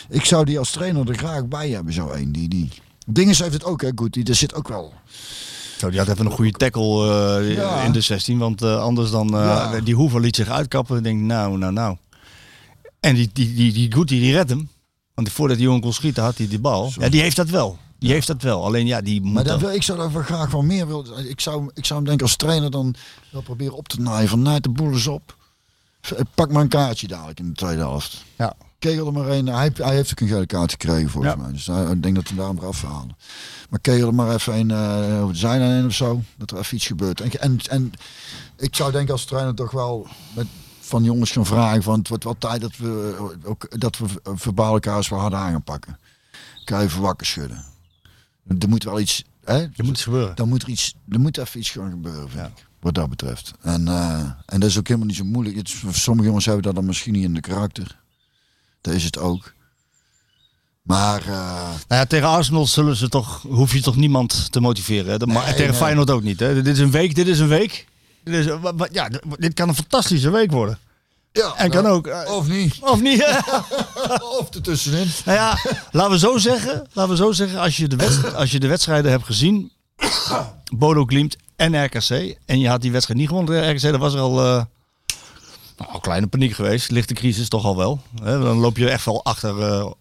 B: Ik zou die als trainer er graag bij hebben, zo één. Die, die. Dinges heeft het ook, hè, goed. Die, er zit ook wel...
G: Zo, die had even een goede tackle eh,
B: Ja.
G: in de 16. Want eh, anders dan, eh,
B: Ja.
G: die Hoever liet zich uitkappen. Ik denk, nou, nou, nou. En die, die, die, die Goody, die redt hem. Want voordat die jongen kon schieten, had hij die bal. Ja, die heeft dat wel. Die heeft dat wel. Alleen ja, die moet
B: Maar dat
G: dan-
B: wil, ik zou daar wel graag wel meer willen. Ik zou, ik zou hem denk ik als trainer dan wel proberen op te naaien. Van naait de boel eens op. V- eh, Pak maar een kaartje dadelijk in de tweede helft.
G: Ja.
B: Kegel er maar een. Hij, heeft- hij heeft ook een gele kaart gekregen volgens mij. Dus daar- ik denk dat we hem daarom eraf halen. Maar kegel er maar even een eh, over de zijlijn heen of zo. Dat er even iets gebeurt. En, en, en ik zou denk ik als trainer toch wel met, van jongens gaan vragen. Van het wordt wel tijd dat we, eh, ook, dat we eh, verbaal elkaar eens wel hard aan gaan pakken. Kan even wakker schudden. Er moet wel iets... Hè?
G: Er moet iets gebeuren.
B: dan moet er iets, er moet even iets gaan gebeuren, vind
G: Ja.
B: ik, wat dat betreft. En, eh, en dat is ook helemaal niet zo moeilijk. Het is- sommige jongens hebben dat dan misschien niet in de karakter. Dat is het ook. Maar eh,
G: Nou ja, tegen Arsenal zullen ze toch, hoef je toch niemand te motiveren. Hè? Dat ma-
B: Nee,
G: tegen
B: nee.
G: Feyenoord ook niet. Hè? Dit is een week, dit is een week. Dit, is, wa- wa- ja, d- dit kan een fantastische week worden.
B: ja,
G: En kan
B: nou,
G: ook. eh,
B: Of niet.
G: Of niet? hè?
B: of ertussenin.
G: nou ja, laten we zo zeggen. Laten we zo zeggen. Als je de, wedst- als je de wedstrijden hebt gezien. Bodo Glimt en RKC. En je had die wedstrijd niet gewonnen tegen RKC. Dat was er al. eh, nou, een kleine paniek geweest. Lichte crisis toch al wel. Hè? Dan loop je echt wel achter. eh,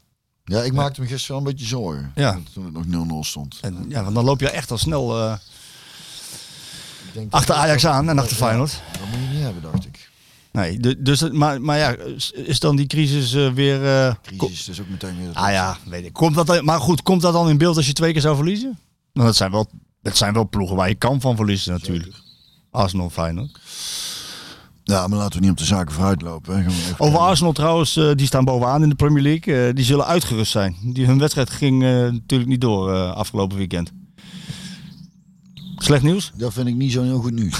B: Ja, ik maakte me gisteren wel een beetje zorgen.
G: Ja.
B: Toen het nog 0-0 stond.
G: En, ja, want dan loop je echt al snel eh,
B: Ik denk dat-
G: achter Ajax aan en achter Feyenoord.
B: Dat moet je niet hebben, dacht ik.
G: Nee, du- dus, dat- maar, maar ja, is- is dan die crisis eh, weer... eh, ko-
B: Crisis, dus ook meteen weer...
G: ah ja, weet ik. Komt dat, dan- maar goed, komt dat dan in beeld als je twee keer zou verliezen? Nou, dat zijn wel, dat zijn wel ploegen waar je kan van verliezen natuurlijk. Arsenal, Feyenoord.
B: Ja, maar laten we niet op de zaken vooruit lopen. Hè. Gaan we even-
G: Over Arsenal trouwens, eh, die staan bovenaan in de Premier League. Eh, die zullen uitgerust zijn. Die, hun wedstrijd ging eh, natuurlijk niet door eh, afgelopen weekend. Slecht nieuws?
B: Dat vind ik niet zo heel goed nieuws.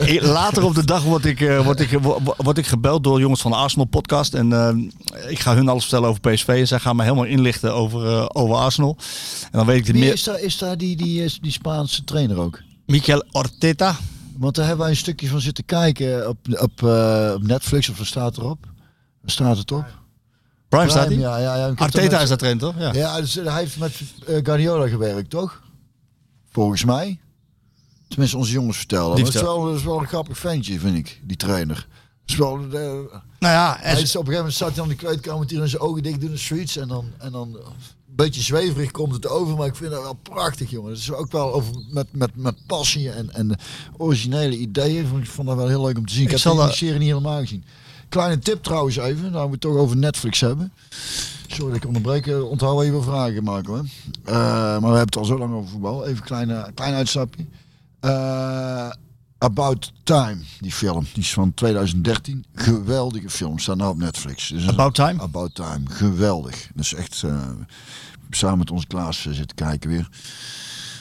G: Eh, Later op de dag word ik, eh, word, ik, wo- wo- word ik gebeld door jongens van de Arsenal podcast. En eh, ik ga hun alles vertellen over PSV. En zij gaan me helemaal inlichten over, eh, over Arsenal. En dan weet ik er
B: Wie
G: meer.
B: is daar, is daar die, die, eh, die Spaanse trainer ook?
G: Mikel Orteta.
B: Want daar hebben wij een stukje van zitten kijken op, op, eh, op Netflix. Of wat staat erop? Wat staat het op?
G: Prime staat hij?
B: Ja, ja, ja. Ik heb
G: Arteta
B: daar met-
G: is dat trainer toch? Ja.
B: Ja, dus hij heeft met eh, Guardiola gewerkt, toch? Volgens mij. Tenminste, onze jongens vertellen. Maar
G: Die
B: het is wel, het is wel een grappig ventje, vind ik, die trainer. Het is wel, eh,
G: Nou ja, en-
B: hij is, op een gegeven moment staat hij aan de kleedkamer met hier in zijn ogen dicht doen en zoiets. En dan, en dan eh, een beetje zweverig komt het over, maar ik vind dat wel prachtig, jongen. Het is ook wel over, met, met, met passie en, en originele ideeën. Vond Ik vond dat wel heel leuk om te zien. Ik,
G: Ik
B: heb
G: zal
B: die,
G: dat-
B: die serie niet helemaal gezien. Kleine tip trouwens even, nou we het toch over Netflix hebben. Sorry dat ik onderbreek, eh, onthoud wat je wil vragen, Marco. Hè? Eh, maar we hebben het al zo lang over voetbal. Even een kleine, klein uitstapje. Eh, About Time, die film. Die is van 2013. Geweldige film. Staat nou op Netflix. Dus
G: About Time?
B: About Time. Geweldig. Dus echt eh, samen met onze Klaas eh, zitten kijken weer.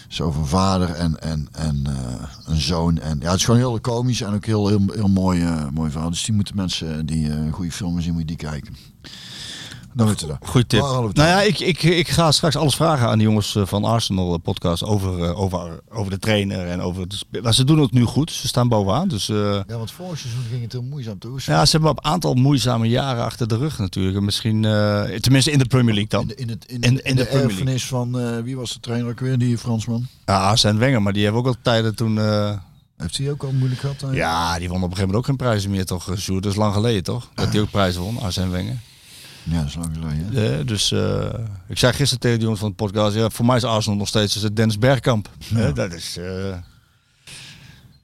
B: Zo over een vader en, en, en eh, een zoon. En, ja, het is gewoon heel komisch en ook heel, heel, heel mooi, eh, mooi verhaal. Dus die moeten mensen die eh, goede filmen zien, moet je die kijken. Dan weten we dat.
G: Goed tip.
B: Waar hadden we
G: Nou
B: het over?
G: ja, ik, ik, ik ga straks alles vragen aan de jongens eh, van Arsenal eh, podcast over, eh, over, over de trainer en over het spe- Maar ze doen het nu goed. Ze staan bovenaan. Dus eh,
B: Ja, want vorig seizoen ging het heel moeizaam toe.
G: ja, ze hebben op een aantal moeizame jaren achter de rug natuurlijk. En Misschien, eh, tenminste in de Premier League
B: In
G: dan.
B: de, in het, in,
G: In- in
B: de,
G: de Premier League.
B: erfenis van, eh, wie was de trainer ook weer, die Fransman?
G: Ja, Arsène Wenger, maar die hebben ook al tijden toen... eh,
B: Heeft hij ook al moeilijk gehad? eh? hè?
G: ja, die won op een gegeven moment ook geen prijzen meer toch, eh, Sjoerd? Dat is lang geleden toch? Dat hij ook prijzen won, Arsène Wenger.
B: Ja, dat is lang geleden. hè?
G: Eh, dus eh, ik zei gisteren tegen de jongens van de podcast, ja, voor mij is Arsenal nog steeds dus het Dennis Bergkamp. Eh, dat is. eh,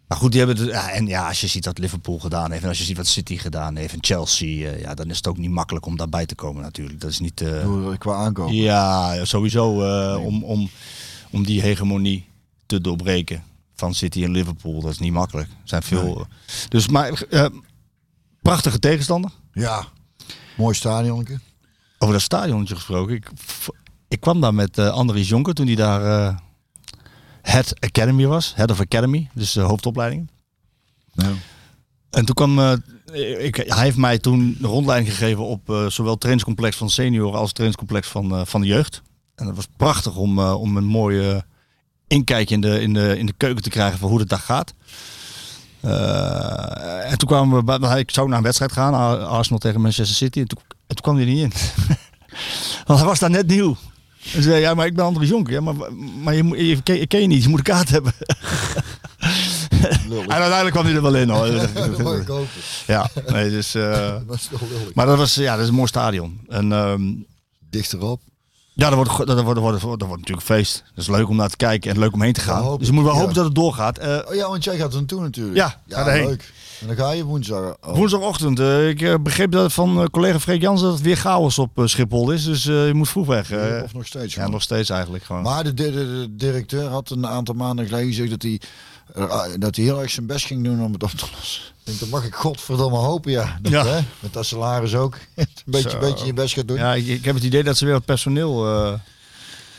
G: Maar goed, die hebben het- ja, en ja, als je ziet wat Liverpool gedaan heeft en als je ziet wat City gedaan heeft en Chelsea, eh, ja, dan is het ook niet makkelijk om daarbij te komen natuurlijk. Dat is niet. eh,
B: Door, eh, qua aankoop.
G: ja, sowieso eh, om, om, om die hegemonie te doorbreken van City en Liverpool, dat is niet makkelijk. Er zijn veel. Dus maar eh, prachtige tegenstander.
B: Ja. Mooi stadionke.
G: Over dat stadionnetje gesproken. Ik, v- ik kwam daar met eh Andries Jonker toen hij daar eh, Head Academy was. Head of Academy, dus de hoofdopleiding.
B: Ja.
G: En toen kwam... eh, ik, hij heeft mij toen een rondleiding gegeven op eh, zowel het trainingscomplex van senioren als het trainingscomplex van, eh, van de jeugd. En dat was prachtig om, eh, om een mooie inkijkje in de, in, de, in de keuken te krijgen van hoe het daar gaat. Eh, en toen kwamen we bij, want ik zou naar een wedstrijd gaan, Ar- Arsenal tegen Manchester City. En toen, en toen kwam hij er niet in. Want hij was daar net nieuw. En toen zei hij, ja, maar ik ben Andries Jonker. Ja, maar maar je, moet- je, ken, je ken je niet, je moet een kaart hebben. en uiteindelijk kwam hij er wel in.
B: Dat mag
G: Hoor.
B: ik hopen.
G: Ja, nee, dus, eh,
B: Dat is wel lullig.
G: maar dat was, ja, dat is een mooi stadion. En ehm,
B: Dichterop.
G: ja, dat wordt, go- dat, wordt, dat, wordt, dat wordt natuurlijk feest. Dat is leuk om naar te kijken en leuk om heen te gaan.
B: Ja, hoop
G: dus je moet wel
B: ik, ja.
G: hopen dat het doorgaat. Eh,
B: Oh ja, want jij gaat er naartoe natuurlijk.
G: Ja,
B: ja
G: ga erheen.
B: leuk. En dan ga je woensdag. Oh.
G: woensdagochtend, eh, ik eh, begreep dat van eh, collega Freek Jansen dat het weer chaos op eh, Schiphol is. Dus eh, je moet vroeg weg. eh.
B: Of nog steeds.
G: ja, nog steeds eigenlijk gewoon.
B: Maar de, de- de- de directeur had een aantal maanden geleden gezegd dat hij, eh, dat hij heel erg zijn best ging doen om het op te lossen. Ik denk, dat mag ik godverdomme hopen, ja. Dat,
G: Ja.
B: Hè? Met dat salaris ook. een beetje,
G: Zo.
B: beetje je best gaat doen.
G: ja, ik, ik heb het idee dat ze weer wat personeel eh,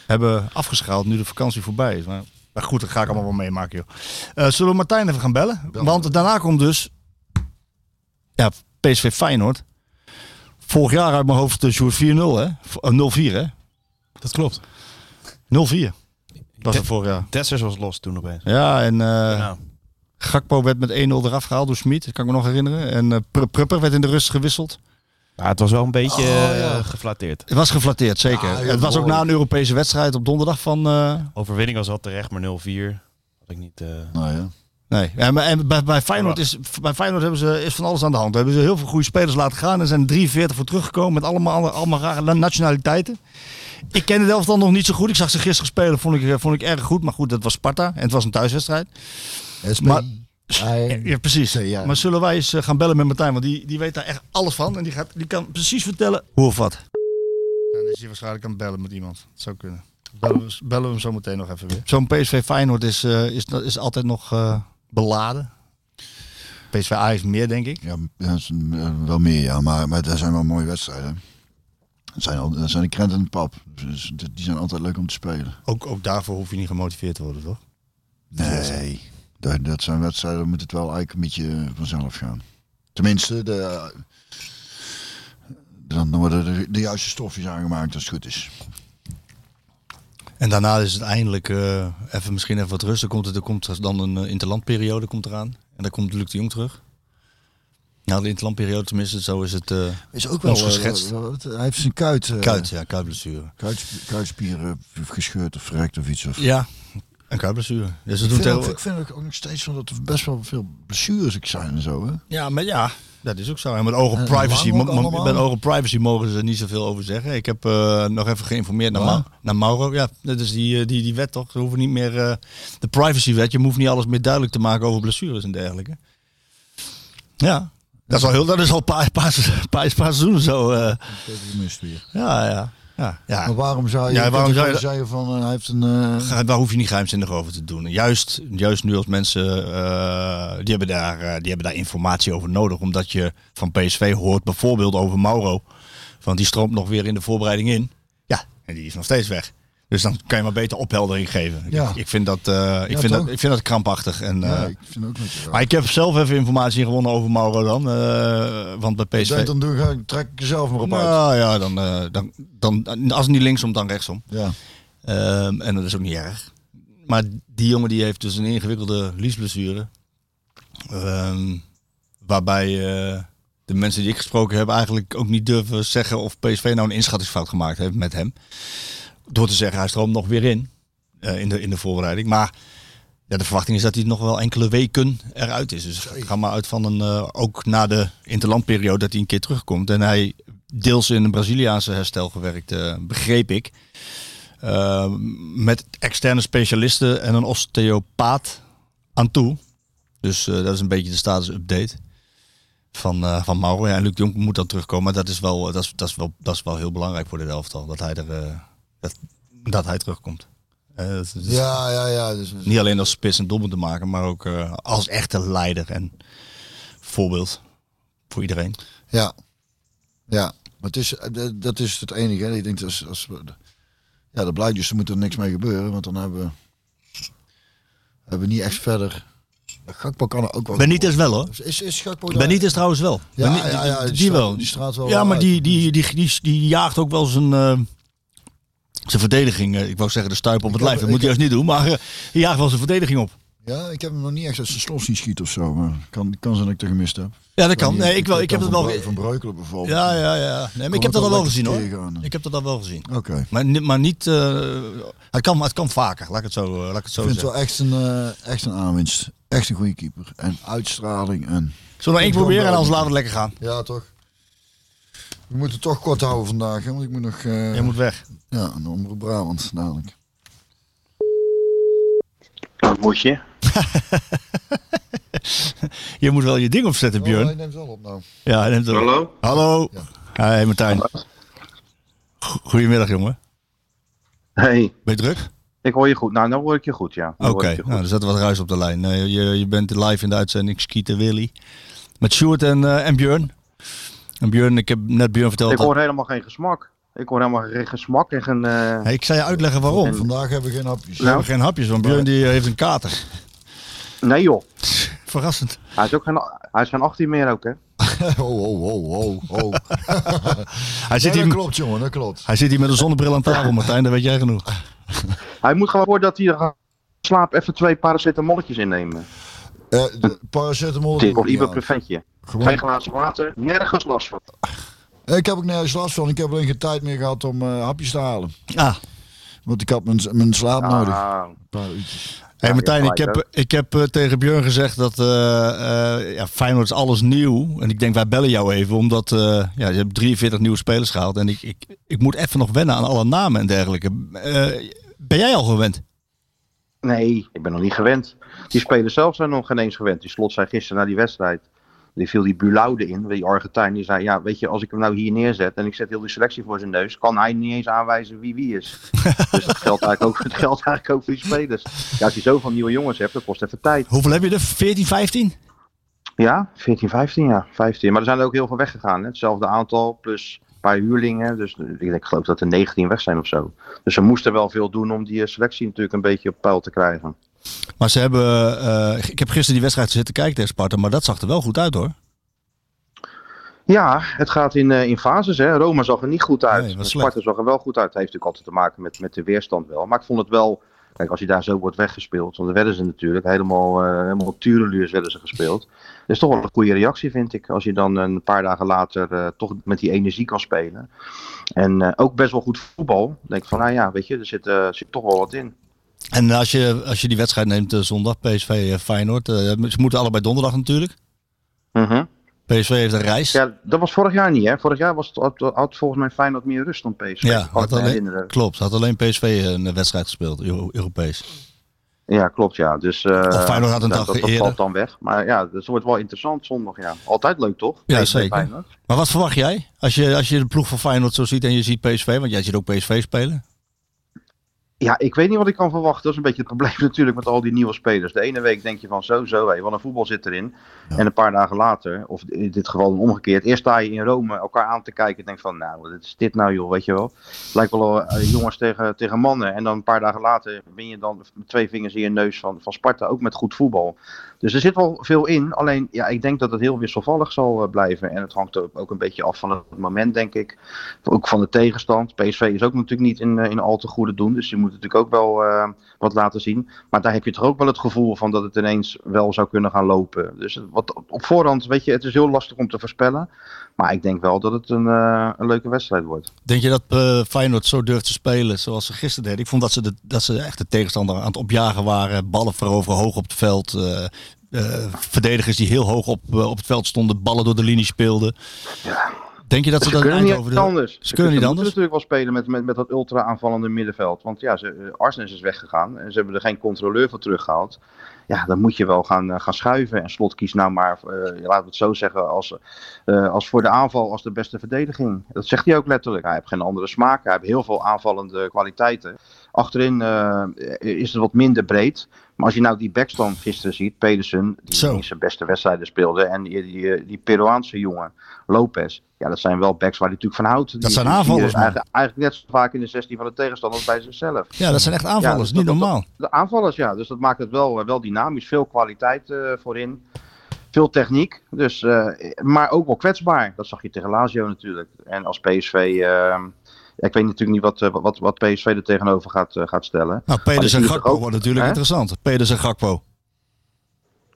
G: hebben afgeschaald nu de vakantie voorbij is. Maar, maar goed, dat ga ik allemaal wel meemaken joh. Eh, zullen we Martijn even gaan bellen? Want daarna komt dus ja, PSV Feyenoord. Vorig jaar uit mijn hoofd de Sjoerd 4-0 hè? V- eh, 0-4 hè?
D: Dat klopt.
G: 0-4. Was het vorig jaar.
D: Dessers was los toen opeens. Nou.
G: Ja, en eh, Gakpo werd met 1-0 eraf gehaald door Smit. Dat kan ik me nog herinneren. En eh, Pr- Prupper werd in de rust gewisseld.
D: Maar het was wel een beetje
B: Oh, ja.
D: eh, geflatteerd.
G: Het was geflatteerd, zeker.
B: Ja, heel
G: het was ook na
B: behoorlijk.
G: een Europese wedstrijd op donderdag van... eh,
D: Overwinning was wel terecht, maar 0-4. Had ik niet... eh,
B: Nou ja.
G: Nee, ja, maar en bij, bij, Feyenoord, is, bij Feyenoord hebben ze, is van alles aan de hand. Hebben ze heel veel goede spelers laten gaan. Er zijn 43 voor teruggekomen met allemaal, alle- allemaal rare na- nationaliteiten. Ik ken het elftal nog niet zo goed. Ik zag ze gisteren spelen, vond ik, eh, vond ik erg goed. Maar goed, dat was Sparta en het was een thuiswedstrijd.
B: SP.
G: Maar-
B: Hij-
G: Ja, precies.
B: Zee, ja.
G: Maar zullen wij eens eh, gaan bellen met Martijn? Want die, die weet daar echt alles van. En die, gaat, die kan precies vertellen hoe of wat. Nou, Dan is hij waarschijnlijk aan het bellen met iemand. Dat zou kunnen. Bellen we, bellen we hem zo meteen nog even weer. Zo'n PSV Feyenoord is, eh, is, is altijd nog eh, beladen. PSV Ajax meer, denk ik.
B: Ja, ja, is een- eh, wel meer, ja. Maar, maar dat zijn wel mooie wedstrijden. Dat zijn, al, dat zijn de krent en de pap. Dus die die zijn altijd leuk om te spelen.
G: Ook, ook daarvoor hoef je niet gemotiveerd te worden, toch?
B: Nee, dat, dat zijn wedstrijden, dan moet het wel eigenlijk een beetje vanzelf gaan. Tenminste, de, dan worden de, de juiste stofjes aangemaakt als het goed is.
G: En daarna is het eindelijk eh, even, misschien even wat rust. Dan komt, het, er komt dan een eh, interlandperiode komt eraan. En dan komt Luc de Jong terug. Nou, de interlandperiode tenminste, zo is het... eh,
B: Is ook
G: wel, eh, wat-
B: hij heeft zijn kuit, eh,
G: Kuit, ja, kuitblessure.
B: kuit- kuitspieren gescheurd of verrekt of iets. Of,
G: Ja, een kuitblessure. Dus ze
B: ik,
G: doen
B: vind
G: heel,
B: ook, ik vind ook nog steeds van dat er best wel veel blessures ook zijn en zo. Hè?
G: ja, maar ja, dat is ook zo. En met oog op
B: En
G: privacy,
B: lang Eh, ook
G: mo- mo-
B: allemaal.
G: met oog op privacy mogen ze er niet zoveel over zeggen. Ik heb eh, nog even geïnformeerd naar,
B: Waar?
G: Ma- naar Mauro. Ja, dat is die, eh, die, die wet toch? Ze hoeven niet meer eh, de privacywet. Je hoeft niet alles meer duidelijk te maken over blessures en dergelijke. Ja, dat is al heel, dat is al een paar, paar, paar, paar seizoenen zo. eh, ja, ja, ja,
B: Maar
G: ja.
B: waarom zou je,
G: Ja, waarom zou je-
B: zeggen van eh, hij heeft een... eh,
G: Ga- Daar hoef je niet geheimzinnig over te doen. En Juist, juist nu als mensen, eh, die, hebben daar, eh, die hebben daar informatie over nodig. Omdat je van PSV hoort bijvoorbeeld over Mauro. Want die stroomt nog weer in de voorbereiding in. Ja, en die is nog steeds weg. Dus dan kan je maar beter opheldering geven.
B: Ja.
G: Ik, ik, vind dat, eh, ik,
B: Ja,
G: vind dat,
B: toch?
G: ik vind dat krampachtig. En, eh,
B: ja, ik vind ook niet zo.
G: Maar ik heb zelf even informatie gewonnen over Mauro dan. eh, want bij PSV...
B: Als je het dan doen, ga ik- trek ik er zelf maar op uit.
G: Nou ja, dan, eh, dan, dan, als het niet linksom, dan rechtsom.
B: Ja.
G: Ehm, en dat is ook niet erg. Maar die jongen die heeft dus een ingewikkelde liesblessure. Ehm, waarbij eh, de mensen die ik gesproken heb eigenlijk ook niet durven zeggen of PSV nou een inschattingsfout gemaakt heeft met hem. Door te zeggen, hij stroomt nog weer in. eh, in, de, in de voorbereiding. Maar ja, de verwachting is dat hij nog wel enkele weken eruit is. Dus ga maar uit van een, eh, ook na de interlandperiode, dat hij een keer terugkomt. En hij deels in een Braziliaanse herstel gewerkt, eh, begreep ik. Eh, met externe specialisten en een osteopaat aan toe. Dus eh, dat is een beetje de status update van, eh, van Mauro. Ja, en Luc de Jong moet dan terugkomen. Maar dat is wel, eh, dat is, dat is wel, dat is wel heel belangrijk voor dit elftal. Dat hij, er, eh, dat, dat hij terugkomt. Eh, dat- dat is-
B: Ja, ja, ja. Dus,
G: niet alleen als spits en doelman te maken, maar ook eh, als echte leider en voorbeeld voor iedereen.
B: ja. Ja. Maar het is, eh, dat- dat is het enige. hè. Ik denk, dat als, als we, ja, dat blijkt dus, er moet er niks mee gebeuren. Want dan hebben we, hebben we niet echt verder... Gakpo kan er ook wel...
G: Benitez wel hoor.
B: Is, is Gakpo daar?
G: Benitez trouwens wel.
B: Ja,
G: Benitez-
B: ja, ja, die
G: die,
B: straalt-
G: wel.
B: die straalt wel
G: Ja, maar
B: uit.
G: die, die, die, die, die jaagt ook wel zijn, eh, zijn verdediging. eh, ik wou zeggen de stuip op het lijf.
B: heb-
G: Dat moet
B: ik
G: hij juist niet doen, maar eh, hij jaagt wel zijn verdediging op.
B: Ja, ik heb hem nog niet echt uit zijn slot zien schieten of zo. Maar kan, kan zijn dat ik er gemist heb.
G: Ja, dat kan. Nee, ik, wel,
B: weet
G: ik heb
B: dan
G: het wel.
B: Van Breu- Van Breukelen bijvoorbeeld.
G: Ja, ja, ja. Nee, maar ik
B: het
G: heb dat
B: wel
G: al wel
B: lekker
G: gezien hoor.
B: tegenhouden.
G: Ik heb dat al wel gezien.
B: Oké.
G: Maar, ni- maar niet. eh, het, kan, het kan vaker, laat ik het zo, eh, laat ik het zo
B: Ik vind
G: zeggen.
B: het wel echt een, eh, echt een aanwinst. Echt een goede keeper. En uitstraling en...
G: Zullen we één
B: Ik wil
G: proberen en
B: wel-
G: anders laten we het lekker gaan?
B: Ja, toch. We moeten het toch kort houden vandaag, hè, want ik moet nog... eh, Oh,
G: Jij moet weg.
B: Ja, een omroep Brabant dadelijk.
H: Dat moet je.
G: Je moet wel je ding opzetten,
B: Oh,
G: Björn.
B: hij neemt wel op nou.
G: Ja, hij neemt het op.
H: Hallo?
G: Hallo. Hey Martijn. Go- Goedemiddag jongen.
H: Hey,
G: Ben je druk?
H: ik hoor je goed. Nou, nou hoor ik je goed, ja. Nou
G: Oké,
H: hoor ik je goed.
G: nou, er zat wat ruis op de lijn. Eh, je, je bent live in de uitzending Skieten Willy. Met Sjoerd en, eh, en Björn. En Björn, ik heb net Björn verteld.
H: ik
G: dat-
H: hoor helemaal geen gesmak. Ik hoor helemaal geen gesmak en geen... eh,
G: Hey, ik zei je uitleggen waarom. We
B: Vandaag hebben we geen hapjes.
H: Nou.
G: hebben geen hapjes, want Björn die eh, heeft een kater.
H: Nee joh,
G: Verrassend.
H: hij is ook geen, hij is geen 18 meer ook, hè.
B: Oh, oh, oh, oh, oh.
G: Hij
B: Ja,
G: zit,
B: dat
G: hier,
B: klopt, jongen, dat klopt.
G: hij zit hier met een zonnebril aan tafel, Martijn. Dat weet jij genoeg.
H: Hij moet gewoon voordat hij gaat slapen even twee paracetamolletjes innemen.
B: Eh, de paracetamol.
H: Tip of
B: doe ik niet aan.
H: ibuprofentje.
B: Gewoon- Eh,
H: Twee glazen water, nergens last van.
B: Ik heb ook nergens last van. Ik heb alleen geen tijd meer gehad om eh, hapjes te halen.
G: Ah,
B: Want ik had mijn, mijn slaap nodig.
H: Ah,
B: Een paar uurtjes.
G: Hey Martijn, ik
H: gelijk,
G: heb, ik heb eh, tegen Björn gezegd dat eh eh, ja, Feyenoord is alles nieuw. En ik denk, wij bellen jou even, omdat eh, ja, je hebt 43 nieuwe spelers gehaald. En ik, ik, ik moet even nog wennen aan alle namen en dergelijke. Eh, ben jij al gewend?
H: Nee, ik ben nog niet gewend. Die spelers zelf zijn nog geen eens gewend. Die slot zei gisteren na die wedstrijd. Die viel die Bulaude in, die Argentijn. Die zei, ja, weet je, als ik hem nou hier neerzet en ik zet heel die selectie voor zijn neus, kan hij niet eens aanwijzen wie wie is. dus dat geldt eigenlijk ook, dat geldt eigenlijk ook voor die spelers. Ja, als je zoveel nieuwe jongens hebt, dat kost even tijd.
G: Hoeveel heb je er? 14, 15?
H: Ja, 14, 15 ja, 15. Maar er zijn er ook heel veel weggegaan. Hè? Hetzelfde aantal, plus een paar huurlingen. Dus eh, ik, denk, ik geloof dat er 19 weg zijn of zo. Dus ze moesten wel veel doen om die eh, selectie natuurlijk een beetje op peil te krijgen.
G: Maar ze hebben. eh, ik heb gisteren die wedstrijd zitten kijken tegen Sparta, maar dat zag er wel goed uit hoor.
H: Ja, het gaat in, eh, in fases. Hè. Roma zag er niet goed uit.
G: Nee, was
H: maar
G: slecht.
H: Sparta zag er wel goed uit. Het heeft natuurlijk altijd te maken met, met de weerstand wel. Maar ik vond het wel... Kijk, als hij daar zo wordt weggespeeld... Want dan werden ze natuurlijk helemaal... eh helemaal tureluurs werden ze gespeeld. Dat is toch wel een goede reactie, vind ik. Als je dan een paar dagen later eh, toch met die energie kan spelen. En eh, ook best wel goed voetbal. Dan denk ik van, nou ja, weet je, er zit, eh, zit toch wel wat in.
G: En als je, als je die wedstrijd neemt eh, zondag, PSV eh, Feyenoord. eh, ze moeten allebei donderdag natuurlijk.
H: Mhm.
G: PSV heeft een reis.
H: Ja, dat was vorig jaar niet, hè. Vorig jaar was het, had, had volgens mij Feyenoord meer rust dan PSV.
G: Ja,
H: Kan ik
G: had
H: me
G: alleen-
H: herinneren.
G: Klopt, had alleen PSV eh, een wedstrijd gespeeld, Euro- Europees.
H: Ja, klopt ja. Dus, eh
G: Of Feyenoord had een
H: ja,
G: dag
H: dat, dat
G: eerder.
H: valt dan weg. Maar ja, dat wordt wel interessant zondag. Ja. Altijd leuk toch?
G: Ja,
H: PSV
G: zeker.
H: Feyenoord.
G: Maar wat verwacht jij als je, als je de ploeg van Feyenoord zo ziet en je ziet PSV, want jij ziet ook PSV spelen?
H: Ja, ik weet niet wat ik kan verwachten. Dat is een beetje het probleem natuurlijk met al die nieuwe spelers. De ene week denk je van zo, zo, hé, wat een voetbal zit erin. En een paar dagen later, of in dit geval dan omgekeerd, eerst sta je in Rome elkaar aan te kijken en denk van nou, wat is dit nou joh, weet je wel. Het lijkt wel eh, jongens tegen, tegen mannen. En dan een paar dagen later ben je dan met twee vingers in je neus van, van Sparta, ook met goed voetbal. Dus er zit wel veel in. Alleen, ja, ik denk dat het heel wisselvallig zal eh, blijven. En het hangt ook ook een beetje af van het moment, denk ik. Ook van de tegenstand. PSV is ook natuurlijk niet in, eh, in al te goede doen. Dus die moet natuurlijk ook wel eh, wat laten zien. Maar daar heb je toch ook wel het gevoel van dat het ineens wel zou kunnen gaan lopen. Dus het- wat, op- op voorhand, weet je, het is heel lastig om te voorspellen. Maar ik denk wel dat het een, eh, een leuke wedstrijd wordt.
G: Denk je dat eh, Feyenoord zo durft te spelen zoals ze gisteren deden? Ik vond dat ze, de, dat ze echt de tegenstander aan het opjagen waren. Ballen veroveren, hoog op het veld. eh, eh, verdedigers die heel hoog op, eh, op het veld stonden, ballen door de linie speelden. Denk je dat ze,
H: Ze
G: dat
H: kunnen
G: eind
H: niet
G: over de...
H: anders.
G: Ze kunnen niet
H: moeten
G: anders.
H: natuurlijk wel spelen met, met, met dat ultra-aanvallende middenveld. Want ja, ze, eh, Arsenis is weggegaan en ze hebben er geen controleur voor teruggehaald. Ja, dan moet je wel gaan, eh, gaan schuiven. En Slot kiest nou maar, eh, laten we het zo zeggen, als, eh, als voor de aanval als de beste verdediging. Dat zegt hij ook letterlijk. Hij heeft geen andere smaak. Hij heeft heel veel aanvallende kwaliteiten. Achterin eh, is het wat minder breed. Maar als je nou die backstorm gisteren ziet, Pedersen, die
G: Zo.
H: niet zijn beste wedstrijden speelde, en die, die, eh, die Peruaanse jongen, Lopez. Ja, dat zijn wel backs waar hij natuurlijk van houdt. Die-
G: zijn
H: die- die
G: aanvallers, man.
H: Eigenlijk, eigenlijk net zo vaak in de 16 van de tegenstander als bij zichzelf.
G: Ja, dat zijn echt
H: Ja,
G: aanvallers.
H: dat-
G: niet
H: dat-
G: normaal.
H: De aanvallers, ja. Dus dat maakt het wel, wel dynamisch. Veel kwaliteit eh, voorin. Veel techniek. Dus, eh, maar ook wel kwetsbaar. Dat zag je tegen Lazio natuurlijk. En als PSV... eh, ik weet natuurlijk niet wat, eh, wat, wat PSV er tegenover gaat, eh, gaat stellen.
G: Nou, Peders
H: zie
G: en
H: je toch
G: Gakpo
H: ook,
G: wordt natuurlijk
H: hè?
G: interessant. Peders en Gakpo.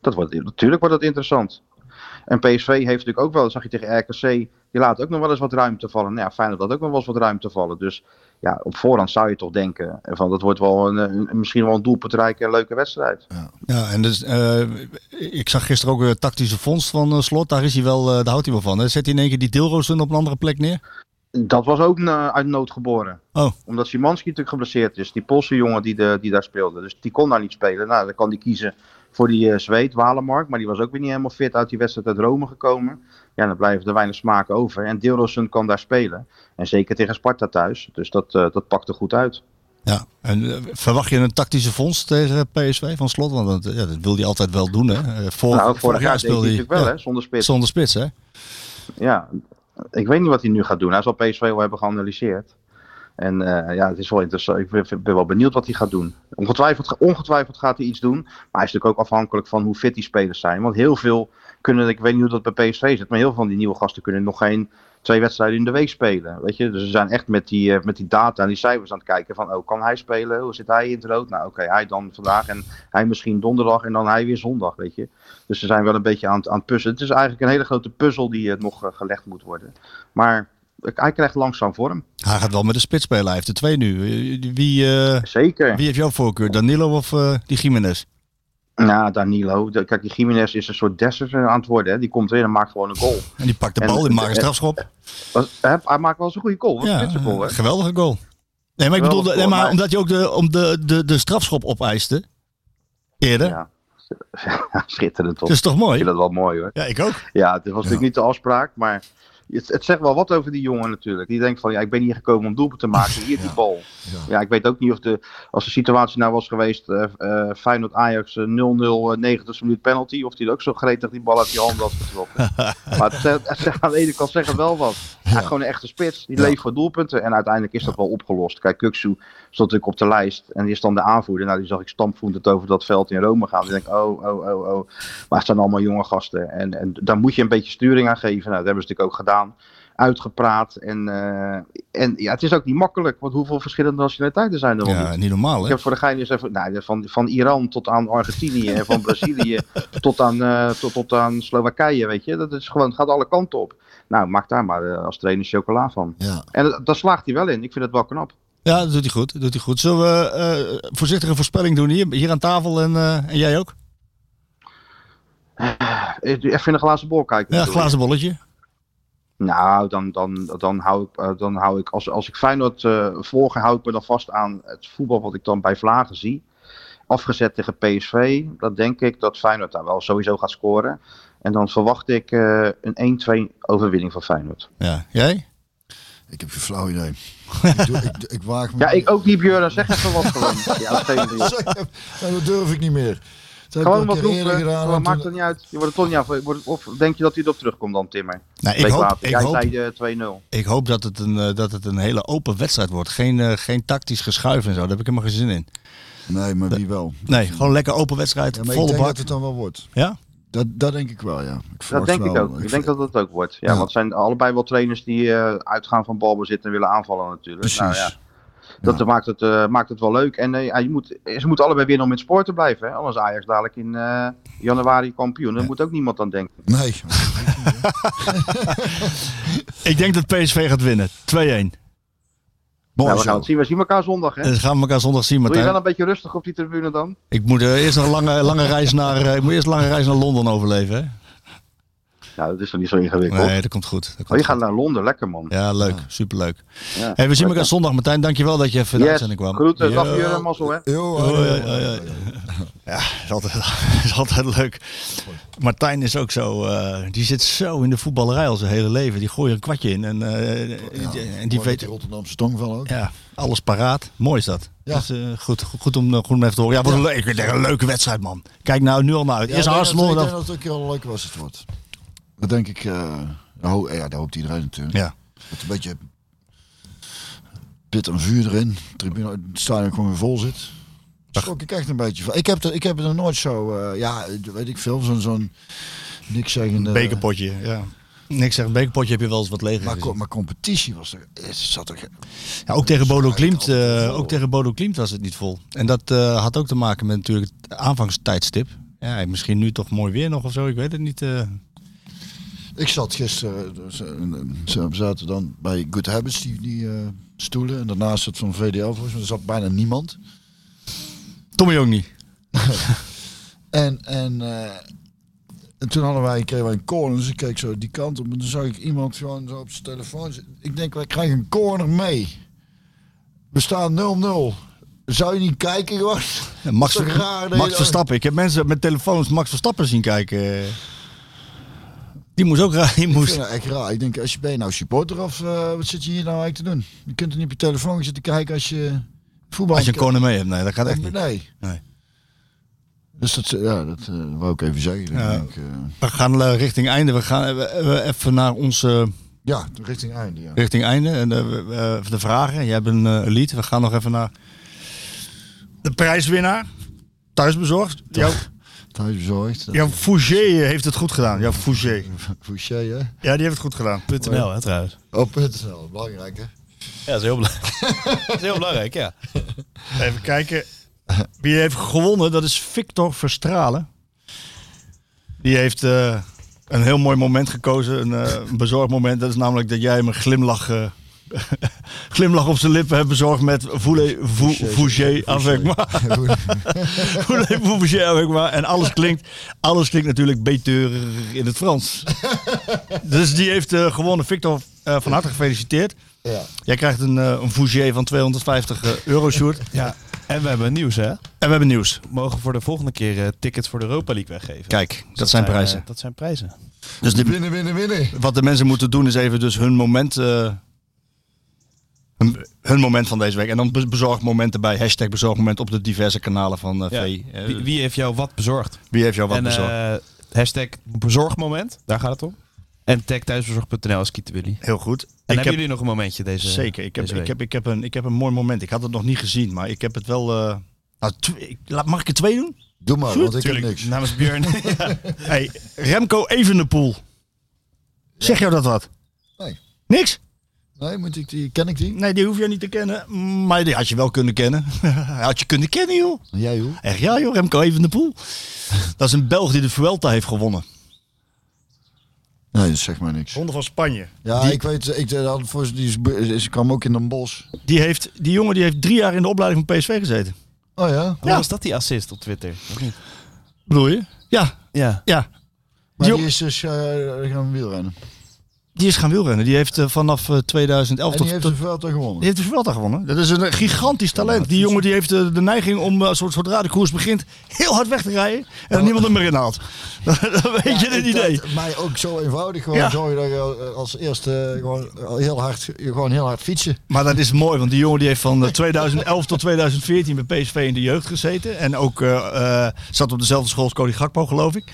H: Dat wordt, natuurlijk wordt dat interessant. En PSV heeft natuurlijk ook wel, dat zag je tegen RKC, die laat ook nog wel eens wat ruimte vallen. Nou ja, Feyenoord laat ook nog wel eens wat ruimte vallen. Dus ja, op voorhand zou je toch denken, eh, van, dat wordt wel een, een- misschien wel een doelpuntrijke en leuke wedstrijd.
G: Ja, en dus, eh, ik zag gisteren ook weer tactische vondst van eh, Slot. Daar, is hij wel, eh, daar houdt hij wel van. Hè? Zet hij in één keer die Dilrozen op een andere plek neer?
H: Dat was ook eh, uit nood geboren.
G: Oh.
H: Omdat Simanski natuurlijk geblesseerd is, die Poolse jongen die, de, die daar speelde. Dus die kon daar niet spelen. Nou, dan kan die kiezen voor die eh, Zweed, Walemark. Maar die was ook weer niet helemaal fit uit die wedstrijd uit Rome gekomen. Ja, dan blijven er weinig smaken over. En Dilrosun kan daar spelen. En zeker tegen Sparta thuis. Dus dat, eh, dat pakte goed uit.
G: Ja, en eh, verwacht je een tactische vondst tegen eh, PSV van Slot? Want dat, ja, dat wil hij altijd wel doen. Hè? Eh, Vor,
H: nou, vorig jaar deed hij natuurlijk wel,
G: ja,
H: hè, zonder spits.
G: zonder spits. Hè?
H: Ja, ik weet niet wat hij nu gaat doen. Hij zal PSV wel hebben geanalyseerd. En eh, ja, het is wel interessant. Ik ben, ben wel benieuwd wat hij gaat doen. Ongetwijfeld, ongetwijfeld gaat hij iets doen. Maar hij is natuurlijk ook afhankelijk van hoe fit die spelers zijn. Want heel veel kunnen, ik weet niet hoe dat bij PSV zit, maar heel veel van die nieuwe gasten kunnen nog geen twee wedstrijden in de week spelen. Weet je? Dus ze zijn echt met die, eh, met die data en die cijfers aan het kijken van, oh, kan hij spelen? Hoe zit hij in het rood? Nou, oké, hij dan vandaag en hij misschien donderdag en dan hij weer zondag, weet je. Dus ze zijn wel een beetje aan het, aan het puzzelen. Het is eigenlijk een hele grote puzzel die eh, nog eh, gelegd moet worden. Maar hij krijgt langzaam vorm.
G: Hij gaat wel met de spits spelen. Hij heeft er twee nu. Wie, eh,
H: Zeker.
G: wie heeft jouw voorkeur? Danilo of eh, die Jiménez?
H: Nou, Danilo. de- kijk, die Jiménez is een soort desert aan het worden. Hè. Die komt erin en maakt gewoon een goal.
G: En die pakt de
H: En-
G: bal, die maakt een
H: en-
G: strafschop.
H: Was- hè, hij maakt wel eens een goede goal. Een
G: Ja,
H: spitse goal, hè.
G: een geweldige goal. Nee, maar ik bedoel,
H: Geweldige
G: nee,
H: goal,
G: maar
H: maar-
G: omdat je ook de, om de, de, de strafschop opeiste eerder.
H: Ja. Schitterend toch?
G: Dat is toch
H: Ik vind
G: mooi?
H: dat wel mooi hoor.
G: Ja, ik ook.
H: Dus- Ja, het was natuurlijk niet de afspraak, maar het, het zegt wel wat over die jongen natuurlijk. Die denkt van, ja, ik ben hier gekomen om doelpunt te maken, hier die bal. Ja. ik weet ook niet of de, als de situatie nou was geweest, eh eh, Feyenoord-Ajax eh, 0-0, eh, 90 minuut penalty, of die ook zo gretig die bal uit die hand had getrokken. maar het, zegt- het zegt aan de ene kant zeggen wel wat. Hij is gewoon een echte spits, die leeft voor doelpunten en uiteindelijk is dat wel opgelost. Kijk, Kuksu stond natuurlijk op de lijst en die is dan de aanvoerder. Nou, die zag ik stampvoetend over dat veld in Rome gaan. Die denk ik, oh, oh, oh, oh. Maar het zijn allemaal jonge gasten. En, en daar moet je een beetje sturing aan geven. Nou, dat hebben ze natuurlijk ook gedaan. Uitgepraat. En, eh, en ja, het is ook niet makkelijk. Want hoeveel verschillende nationaliteiten zijn er wel
G: Ja,
H: niet?
G: niet normaal
H: Ik
G: hè?
H: heb voor de gein eens even... Nou, van, van Iran tot aan Argentinië. En van Brazilië tot, aan, eh, tot, tot aan Slowakije, weet je. Dat is gewoon, het gaat alle kanten op. Nou, maak daar maar eh, als trainer chocola van.
B: Ja.
H: En dat- daar slaagt hij wel in. Ik vind het wel knap.
G: Ja, dat doet hij goed. dat doet hij goed. Zullen we eh, voorzichtige voorspelling doen hier, hier aan tafel en, eh, en jij ook?
H: Eh, Even in een glazen bol kijken.
G: Ja,
H: bedoel je?
G: glazen bolletje.
H: Nou, dan, dan, dan hou ik, eh, dan hou ik als, als ik Feyenoord eh volg, hou ik me dan vast aan het voetbal wat ik dan bij Vlagen zie. Afgezet tegen PSV, dan denk ik dat Feyenoord daar wel sowieso gaat scoren. En dan verwacht ik eh, een 1-2 overwinning van Feyenoord.
G: Ja, jij?
B: Ik heb geen flauw idee. ik, doe, ik, ik waag me.
H: Ja, ik ook niet, Björn. Zeg even wat gewoon. Ja, dat geeft niet.
B: Zeg, nou, dat durf ik niet meer. Dat heb ik al
H: Gewoon
B: een
H: wat
B: keer eerder
H: roepen.
B: gedaan.
H: Gewoon,
B: en
H: maakt
B: toen-
H: het niet uit. Je wordt er toch niet af. je wordt- Of denk je dat hij erop terugkomt dan, Timmer?
G: Nou, ik
H: Week
G: hoop,
H: later.
G: ik
H: Jij
G: hoop,
H: zei eh, 2-0.
G: ik hoop dat, het een, eh, dat het een hele open wedstrijd wordt. Geen, eh, geen tactisch geschuif en zo. Daar heb ik helemaal geen zin in.
B: Nee, maar wie wel?
G: Nee, gewoon lekker open wedstrijd.
B: Ja, maar ik
G: volle
B: denk
G: bak.
B: dat het dan wel wordt.
G: Ja?
B: Dat, dat denk ik wel, ja. Ik
H: Dat
B: verwacht
H: denk
B: wel.
H: ik ook. Ik denk dat dat ook wordt. Ja,
B: Ja.
H: want het zijn allebei wel trainers die eh, uitgaan van balbezit en willen aanvallen natuurlijk.
B: Precies.
H: Nou ja, dat Maakt, het, eh, maakt het wel leuk. En eh, ja, je moet, ze moeten allebei winnen om in het spoor te blijven. Hè? Anders Ajax dadelijk in eh, januari kampioen. Daar moet ook niemand aan denken.
B: Nee.
G: Ik denk dat PSV gaat winnen. 2-1.
B: Mooi
H: Nou, we gaan
B: zo.
H: het zien. We zien elkaar zondag. Hè?
G: En dat gaan we elkaar zondag zien,
H: Doe je wel
G: Eh, Martijn.
H: een beetje rustig op die tribune dan?
G: Ik moet eh, eerst nog een lange, lange reis naar, eh, ik moet eerst een lange reis naar Londen overleven.
H: Nou, dat is toch niet zo
G: Hè?
H: ingewikkeld.
G: Nee, dat komt goed. Dat
H: Oh,
G: komt
H: je gaat
G: goed.
H: naar Londen. Lekker man.
G: Ja, leuk. Superleuk.
H: Ja.
G: Hey, we zien elkaar zondag, Martijn. Dankjewel dat je even in de
H: Yes,
G: uitzending kwam.
H: groeten. Dag
G: Ja.
H: Jurre Mazzel hè.
B: Yo,
G: Oh,
B: hey,
G: ja,
B: yo.
G: ja, ja. ja is, altijd, is altijd leuk. Martijn is ook zo, eh, die zit zo in de voetballerij al zijn hele leven. Die gooit er een kwartje in en, eh, en die
B: Mooi met
G: weet
B: die Rotterdamse tongval ook.
G: ja, alles paraat. Mooi is dat.
B: Ja.
G: Dus, eh, goed, goed, om, eh, goed om even te horen. Ja, wat een, leuk, ik denk een leuke wedstrijd, man. Kijk nou nu al naar uit.
B: Ja,
G: Eerst
B: ik denk
G: Arsenal en
B: dat- Ik
G: dan...
B: denk dat het ook heel leuk was het wordt. Dat denk ik. eh, ho- ja, daar hoopt iedereen natuurlijk.
G: Ja.
B: Met een beetje pit en vuur erin. Tribune, het stadion gewoon weer vol zit. Daar schrok ik echt een beetje van. Ik heb er, ik heb er nog nooit zo, eh, ja, weet ik veel, zo'n zo'n niks zeggende...
G: Bekerpotje, ja. Niks zeggen, bekerpotje heb je wel eens wat leeg
B: Eh, Maar,
G: gezien.
B: co- maar competitie was er, eh, zat er... ge-
G: Ja, ook tegen Bodo Klimt,
B: altijd
G: eh,
B: vol.
G: ook tegen Bodo Klimt was het niet vol. En dat eh, had ook te maken met natuurlijk het aanvangstijdstip. Ja, en misschien nu toch mooi weer nog of zo, ik weet het niet. eh.
B: Ik zat gisteren, dus, eh, eh, we zaten dan bij Good Habits, die, die eh, stoelen. En daarnaast het van VDL, volgens mij, er zat bijna niemand.
G: Tommy ook niet.
B: En, en, eh, en toen hadden wij, kregen wij een corner, dus ik keek zo die kant op. En toen zag ik iemand gewoon zo op zijn telefoon. zitten. Ik denk, wij krijgen een corner mee. We staan 0-0. Zou je niet kijken gewoon?
G: Ja, Max,
B: Dat is toch raar dat
G: Max
B: je-
G: Verstappen. Ik heb mensen met telefoons Max Verstappen zien kijken. Die moest ook raar. Die
B: Ik vind
G: moest...
B: dat echt raar. Ik denk, als je ben je nou supporter of eh, wat zit je hier nou eigenlijk te doen? Je kunt er niet op je telefoon gaan zitten kijken als je voetbal...
G: Als je een corner mee hebt, nee, dat gaat echt niet.
B: Nee.
G: Nee.
B: Dus dat, ja, dat eh, wou ik even zeggen. Ik denk,
G: Ja.
B: eh, Ja,
G: We gaan eh, richting einde. We gaan eh, we- we even naar onze eh,
B: richting einde. Ja.
G: richting einde. En eh, we- we- eh, de vragen. Jij hebt een eh, lied. We gaan nog even naar de prijswinnaar. Thuisbezorgd. Jouw,
B: Thuis bezorgd. eh,
G: jouw Fouché heeft het goed gedaan. Jouw Fouché.
B: Fouché, hè?
G: Ja, die heeft het goed gedaan.
D: .nl, hè, trouwens.
B: Op het Oh, is wel belangrijk, hè?
D: Ja, dat is heel belangrijk. dat is heel belangrijk, ja.
G: Even kijken. Wie heeft gewonnen? Dat is Victor Verstralen. Die heeft eh, een heel mooi moment gekozen. Een eh, een bezorgd moment. Dat is namelijk dat jij hem een glimlach, eh, glimlach op zijn lippen hebt bezorgd met voulez vous Fouché avec moi. Voulez vous Fouché avec moi. En alles klinkt, alles klinkt natuurlijk beter in het Frans. dus die heeft eh, gewonnen. Victor, eh, van harte gefeliciteerd.
B: Ja.
G: Jij krijgt een, eh een Fouché van 250 eh, euro, Sjoerd.
D: Ja. En we hebben nieuws, hè?
G: En we hebben nieuws.
D: We mogen voor de volgende keer eh, tickets voor de Europa League weggeven.
G: Kijk,
D: Dus
G: dat zijn prijzen.
D: eh, dat zijn prijzen.
G: Dus de,
B: Winnen, winnen, winnen.
G: wat de mensen moeten doen is even dus hun moment, eh, hun, hun moment van deze week. En dan be- bezorgd momenten bij hashtag bezorgmoment op de diverse kanalen van eh
D: Ja.
G: V. Eh,
D: Wie,
G: wie,
D: wie heeft jou wat bezorgd?
G: heeft jou wat
D: en,
G: bezorgd?
D: eh, hashtag bezorgmoment, daar gaat het om. En tag thuisbezorg.nl is Kiet Willy.
G: Heel goed.
D: En
G: ik
D: hebben
G: heb,
D: jullie nog een momentje deze
G: zeker, ik heb,
D: deze week?
G: ik, heb, ik, heb een, ik heb een mooi moment. Ik had het nog niet gezien, maar ik heb het wel... eh, nou, tw- ik- laat- mag ik er twee doen?
B: Doe maar, want ik
D: Tuurlijk,
B: heb niks.
D: namens Björn.
G: Hey, Remco Evenepoel. Zeg jou dat wat?
B: Nee.
G: Niks?
B: Nee, moet ik die, ken ik die?
G: Nee, die hoef je niet te kennen. Mm, Maar die had je wel kunnen kennen. had je kunnen kennen, joh.
B: Jij hoe?
G: Echt ja joh, Remco Evenepoel. Dat is een Belg die de Vuelta heeft gewonnen.
B: Nee, dat zegt maar niks.
G: Ronde van Spanje.
B: Ja,
G: Die-
B: ik weet, ik eh, had voor die is- is- kwam ook in een bos.
G: Die, heeft, die jongen die heeft drie jaar in de opleiding van PSV gezeten.
B: Oh ja?
D: Hoe was dat die assist op Twitter? Of niet?
G: Bedoel je? Ja,
D: Ja.
G: ja.
B: Maar
G: Die-
B: die is dus eh, gaan wielrennen.
G: Die is gaan wielrennen. Die heeft eh, vanaf eh, 2011
B: En die
G: tot...
B: heeft
G: tot-
B: de Vuelta
G: die
B: gewonnen.
G: heeft de Vuelta gewonnen. Dat is een eh, gigantisch talent. Die jongen die heeft eh, de neiging om, eh, zo- zodra de koers begint, heel hard weg te rijden. En dat niemand hem erin haalt. Dan weet je
B: Ja,
G: het
B: ik
G: idee.
B: dacht, Mij ook zo eenvoudig. Gewoon
G: Ja.
B: zorgen dat je eh, als eerste eh, gewoon heel hard, gewoon heel hard fietsen.
G: Maar dat is mooi, want die jongen die heeft van eh, 2011 tot 2014 bij PSV in de jeugd gezeten. En ook eh, eh, zat op dezelfde school als Cody Gakpo, geloof ik.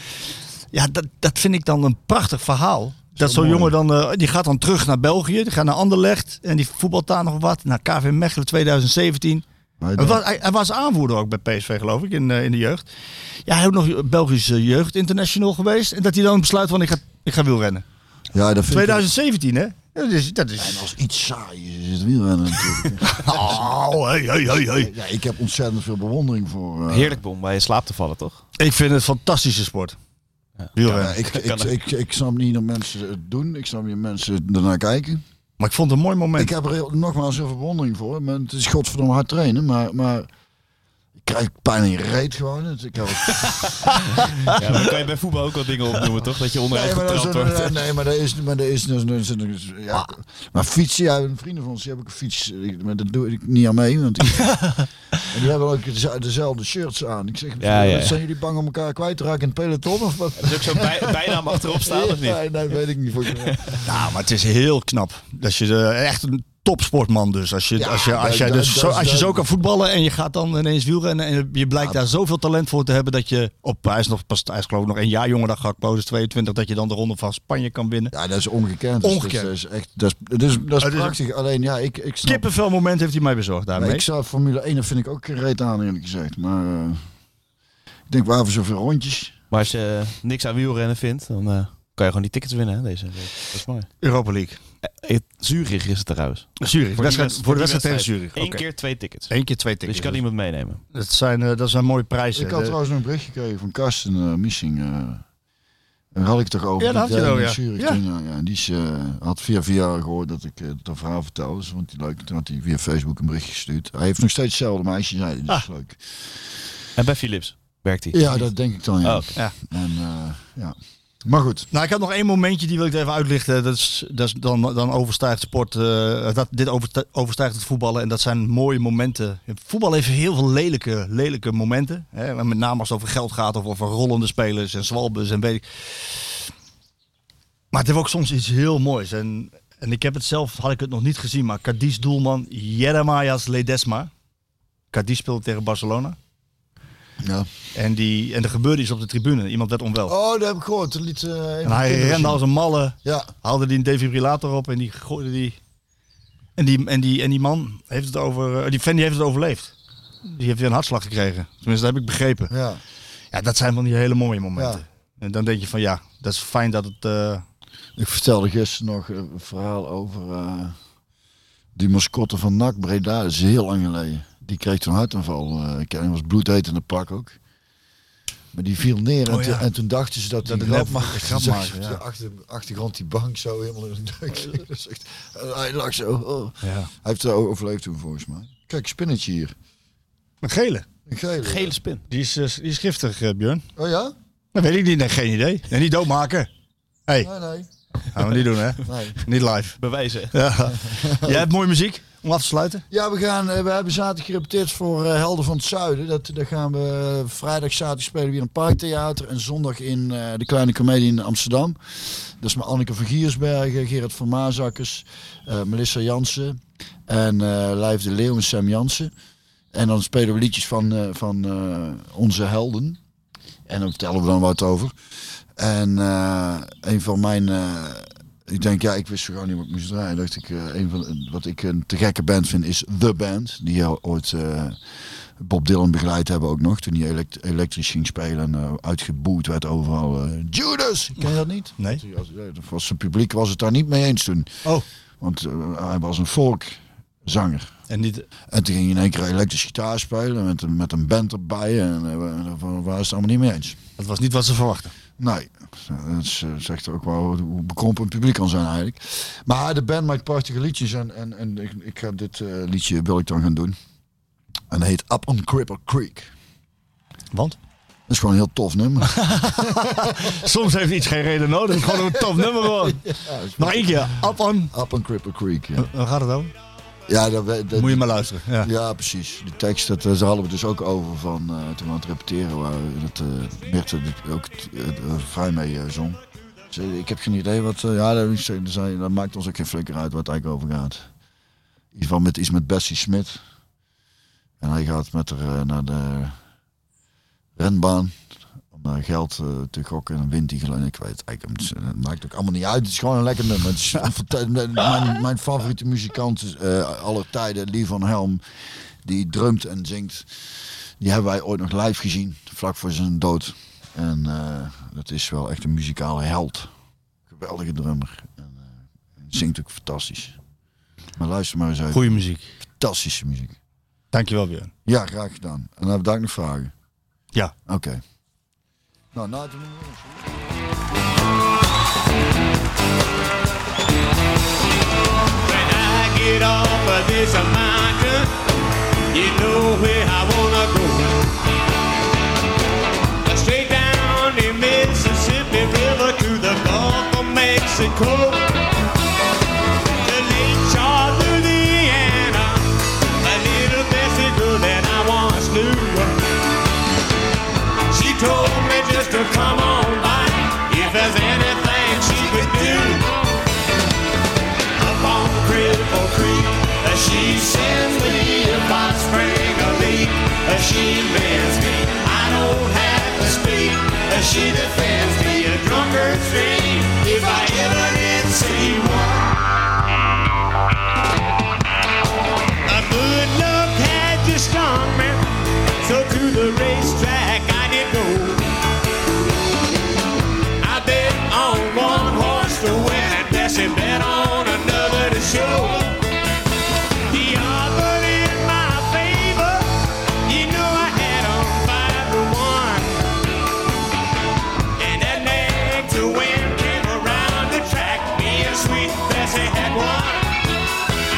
G: Ja, dat, dat vind ik dan een prachtig verhaal. Dat zo'n jongen dan, eh, die gaat dan terug naar België, die gaat naar Anderlecht. En die voetbalt daar nog wat, naar KV Mechelen 2017. Hij
B: Eh,
G: was, hij, hij was aanvoerder ook bij PSV, geloof ik, in, eh, in de jeugd. Ja, hij is ook nog Belgische jeugd international geweest. En dat hij dan besluit van, ik ga, ik ga wielrennen.
B: Ja, dat vind ik
G: 2017, hè? Dat is... Dat
B: En
G: is...
B: als iets saai is, is het wielrennen natuurlijk.
G: Oh, hey, hey, hey, hey.
B: ja, ik heb ontzettend veel bewondering voor. eh,
D: Heerlijk om bij je slaap te vallen, toch?
G: Ik vind het een fantastische sport. Wielrennen.
B: Ja, ik, ik, ik, ik, ik snap niet dat mensen het doen. Ik snap niet dat mensen ernaar kijken.
G: Maar ik vond het een mooi
B: Ik
G: moment.
B: heb er heel- nogmaals heel veel bewondering voor. Maar het is godverdomme hard trainen. Maar, maar ik krijg pijn in je reet gewoon. Het- Ik heb het-
D: Ja, maar dan kan je bij voetbal ook wat dingen opnoemen, toch? Dat je onderuit
B: nee, maar dat is,
D: getrapt Ah. wordt.
G: eh,
B: een- nee, maar dat is... Maar, dat is, dat is, dat is- dat is- ja. maar fietsen, ja, een vrienden van ons, die hebben ook een fiets. Ik- Maar dat doe ik niet aan mee. Want ik- en die hebben ook deze- dezelfde shirts aan. Ik zeg,
D: Ja, ja.
B: zijn jullie bang om elkaar kwijt te raken in het peloton? Of wat?
D: Is ook zo bij, bijnaam achterop staan, of niet?
B: Nee, nee, weet ik niet. Voor
G: Nou, maar het is heel knap. Dat je eh, echt een topsportman dus. Als je,
B: Ja,
G: als je, als
B: dat-
G: jij
B: dat-
G: dus
B: dat-
G: zo, als je
B: dat-
G: zo kan voetballen en je gaat dan ineens wielrennen en je blijkt daar zoveel talent voor te hebben dat je op hij is nog pas hij is geloof ik nog een jaar jonger dan Gakpo, dus 22 dat je dan de ronde van Spanje kan winnen.
B: Ja, dat is ongekend. Dus
G: Ongekend.
B: Dat is dat is echt, dat is, dat is, dat is
G: Het is
B: prachtig. Alleen ja, ik, ik snap...
G: Kippenvel moment heeft hij mij bezorgd daarmee.
B: Ik zou Formule 1, dat vind ik ook geen reet aan eerlijk gezegd. Maar eh, ik denk, waarvoor zoveel rondjes?
D: Maar als je eh, niks aan wielrennen vindt, dan eh, kan je gewoon die tickets winnen, hè, deze week. Dat is mooi.
G: Europa League.
D: Eh, eh, Zurich is het trouwens.
G: Zurich. Voor, wedstrijd,
D: die
G: voor de
D: wedst-
G: wedstrijd tegen Zurich.
D: Eén
G: Oké.
D: keer twee tickets.
G: Eén keer twee
D: dus
G: tickets.
D: je kan iemand meenemen.
G: dat, zijn, eh, dat zijn mooie prijzen. Eh,
B: Ik had
G: De-
B: trouwens nog een bericht gekregen van Karsten eh, Missing. eh daar had ik het toch over.
G: Ja, daar
B: Die
G: had je
B: deed
G: het
B: in
G: over, ja.
B: Zurich
G: Ja.
B: toen, ja. ja. En die is, eh, had via via gehoord dat ik eh, dat verhaal vertelde. Dus, Want die leuk, toen had hij via Facebook een berichtje gestuurd. Hij heeft nog steeds hetzelfde meisje, zei hij. Dus
G: Ah.
B: is leuk.
D: En bij Philips werkt hij.
B: Ja, dat denk ik dan, ja.
D: Oh, oké.
G: Ja.
B: En, eh, ja. Maar goed,
G: Nou, ik had nog één momentje, die wil ik even uitlichten. Dat is, dat is dan, dan overstijgt sport, eh, dat, dit oversta- overstijgt het voetballen. En dat zijn mooie momenten. Voetbal heeft heel veel lelijke, lelijke momenten. Hè? maar Met name als het over geld gaat of over rollende spelers en zwalbes en weet ik. Maar het heeft ook soms iets heel moois. En, en ik heb het zelf, had ik het nog niet gezien, maar Cadiz doelman Jeremias Ledesma. Cadiz speelde tegen Barcelona.
B: ja.
G: En, die, en er gebeurde iets op de tribune. Iemand werd onwel.
B: Oh, dat heb ik gehoord. Dat liet, eh, een van
G: en
B: de
G: hij
B: kinderen
G: rende
B: zien.
G: als een malle
B: Ja,
G: haalde die een defibrillator op en die gooide die. En die, en die, en die man heeft het over. eh, die fan die heeft het overleefd. Die heeft weer een hartslag gekregen. Tenminste, dat heb ik begrepen.
B: ja.
G: Ja, dat zijn van die hele mooie momenten. En dan denk je van ja, dat is fijn dat het. eh,
B: Ik vertelde gisteren nog een verhaal over eh, die mascotte van NAC Breda. Dat is heel lang geleden. Die kreeg toen hartaanval. eh, Ik ken hem, was bloedheet in de pak ook. Maar die viel neer en,
D: Oh, ja.
B: toen- en toen dachten ze dat,
D: Dat
B: die
D: het net
B: grap maakte.
D: een grap
B: Zag
D: maakte,
B: je op
D: ja.
B: de achter, achtergrond die bank zo helemaal in de duik. liggen. Dat is echt- en Hij lag zo. oh. Hij heeft het overleefd toen volgens mij. Kijk, spinnetje hier.
D: Een gele.
B: Een gele.
D: Gele spin.
G: Die is, eh, die is giftig, eh, Björn.
B: Oh ja?
D: Dat weet ik niet. Nee, geen idee. En niet doodmaken.
B: Nee, nee.
G: Gaan we niet doen, hè?
B: nee.
G: Niet live.
D: Bewijzen.
G: Ja. Jij hebt mooie muziek om af te sluiten.
B: Ja, we, gaan, eh, we hebben zaterdag gerepeteerd voor eh, Helden van het Zuiden. Dat, daar gaan we eh, vrijdag, zaterdag spelen we hier in het Parktheater. En zondag in eh, de Kleine Comedie in Amsterdam. Dat is met Anneke van Giersbergen, Gerard van Maazakkers, eh, Melissa Jansen en eh Lijf de Leeuw en Sam Jansen. En dan spelen we liedjes van, eh, van eh, onze helden. En dan vertellen we dan wat over. En eh, een van mijn... eh, ik denk, ja, ik wist gewoon niet wat ik moest draaien. Dacht ik, eh, een van, wat ik een te gekke band vind is The Band. Die al ooit eh, Bob Dylan begeleid hebben ook nog. Toen hij elekt- elektrisch ging spelen en eh, uitgeboeid werd overal. eh, Judas! Ken je dat niet?
G: Nee.
B: Ja, dat was zijn publiek was het daar niet mee eens toen.
G: Oh.
B: Want eh, hij was een volkszanger.
G: En niet...
B: En toen ging hij in één keer elektrisch gitaar spelen met, een- met een band erbij. En eh, daar waren ze het allemaal niet mee eens.
G: Dat was niet wat ze verwachten.
B: Nee, dat is, eh, zegt ook wel hoe- hoe bekrompen een publiek kan zijn eigenlijk. Maar de band maakt prachtige liedjes en, en, en ik, ik ga dit eh, liedje wil ik dan gaan doen. En het heet Up on Cripple Creek.
G: Want?
B: Dat is gewoon een heel tof nummer.
D: Soms heeft iets geen reden nodig. Gewoon een tof nummer gewoon. Nog één keer. Up on.
B: Up on Cripple Creek, ja.
G: Waar gaat het over?
B: Ja, dat, we- dat,
G: Moet je maar luisteren. Ja.
B: Ja, precies. Die tekst, dat, eh, daar hadden we dus ook over van eh, toen we aan het repeteren waren. Dat eh Mirte dit ook eh, er vrij mee eh, zong. Ze- ik heb geen idee wat... eh, ja, dat, ze- zei, dat maakt ons ook geen flikker uit waar het eigenlijk over gaat. Iets, van met, iets met Bessie Smit. En hij gaat met haar eh, naar de renbaan. Om daar geld eh, te gokken en dan wint hij geloof ik. Ik weet het eigenlijk niet. eh, Het maakt ook allemaal niet uit. Het is gewoon een lekker nummer. Het is een fanta- mijn, mijn favoriete muzikant is, eh aller tijden, Lee van Helm. Die drumt en zingt. Die hebben wij ooit nog live gezien. Vlak voor zijn dood. En eh, dat is wel echt een muzikale held. Geweldige drummer. En, eh, zingt ook fantastisch. Maar luister maar eens uit.
G: Goeie muziek.
B: Fantastische muziek.
G: Dankjewel, Björn.
B: Ja, graag gedaan. En dan heb ik daar ook nog vragen.
G: Ja.
B: Oké. Nou, nou, doen we ons.
E: When I get off of this mountain, you know where I wanna go. Straight down the Mississippi River to the Gulf of Mexico. To Lake Charles, Louisiana, a little Bessie girl that I once knew. She told me just to come on by if there's anything she could do up on Cripple Creek. Uh, She sends me if I spring a leak. Uh, She mends me. I don't have to speak. Uh, She defends me a drunkard's dream. If I ever did see one. A good luck had you stung me. So to the racetrack I did go. I bet on one horse to win and Bessie bet on another to show. He offered in my favor. You know I had on five to one. And that night to win came around the track. Me and sweet Bessie had won.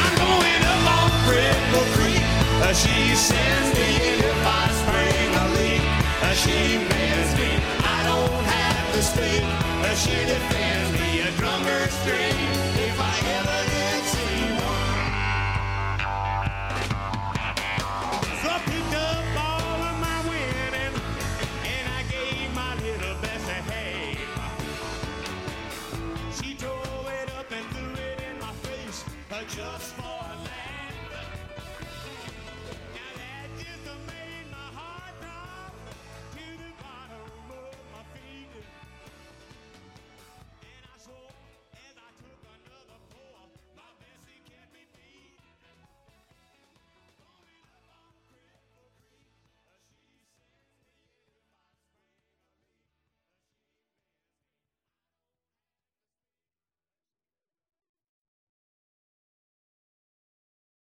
E: I'm going up on Cripple Creek. Uh, She sends me if I spring a leak. Uh, She mends me. I don't have to speak. Uh, She defends me a drunkard's dream. If I ever did see one. So I picked up all of my winning, and I gave my little best a hey. She tore it up and threw it in my face, uh, just for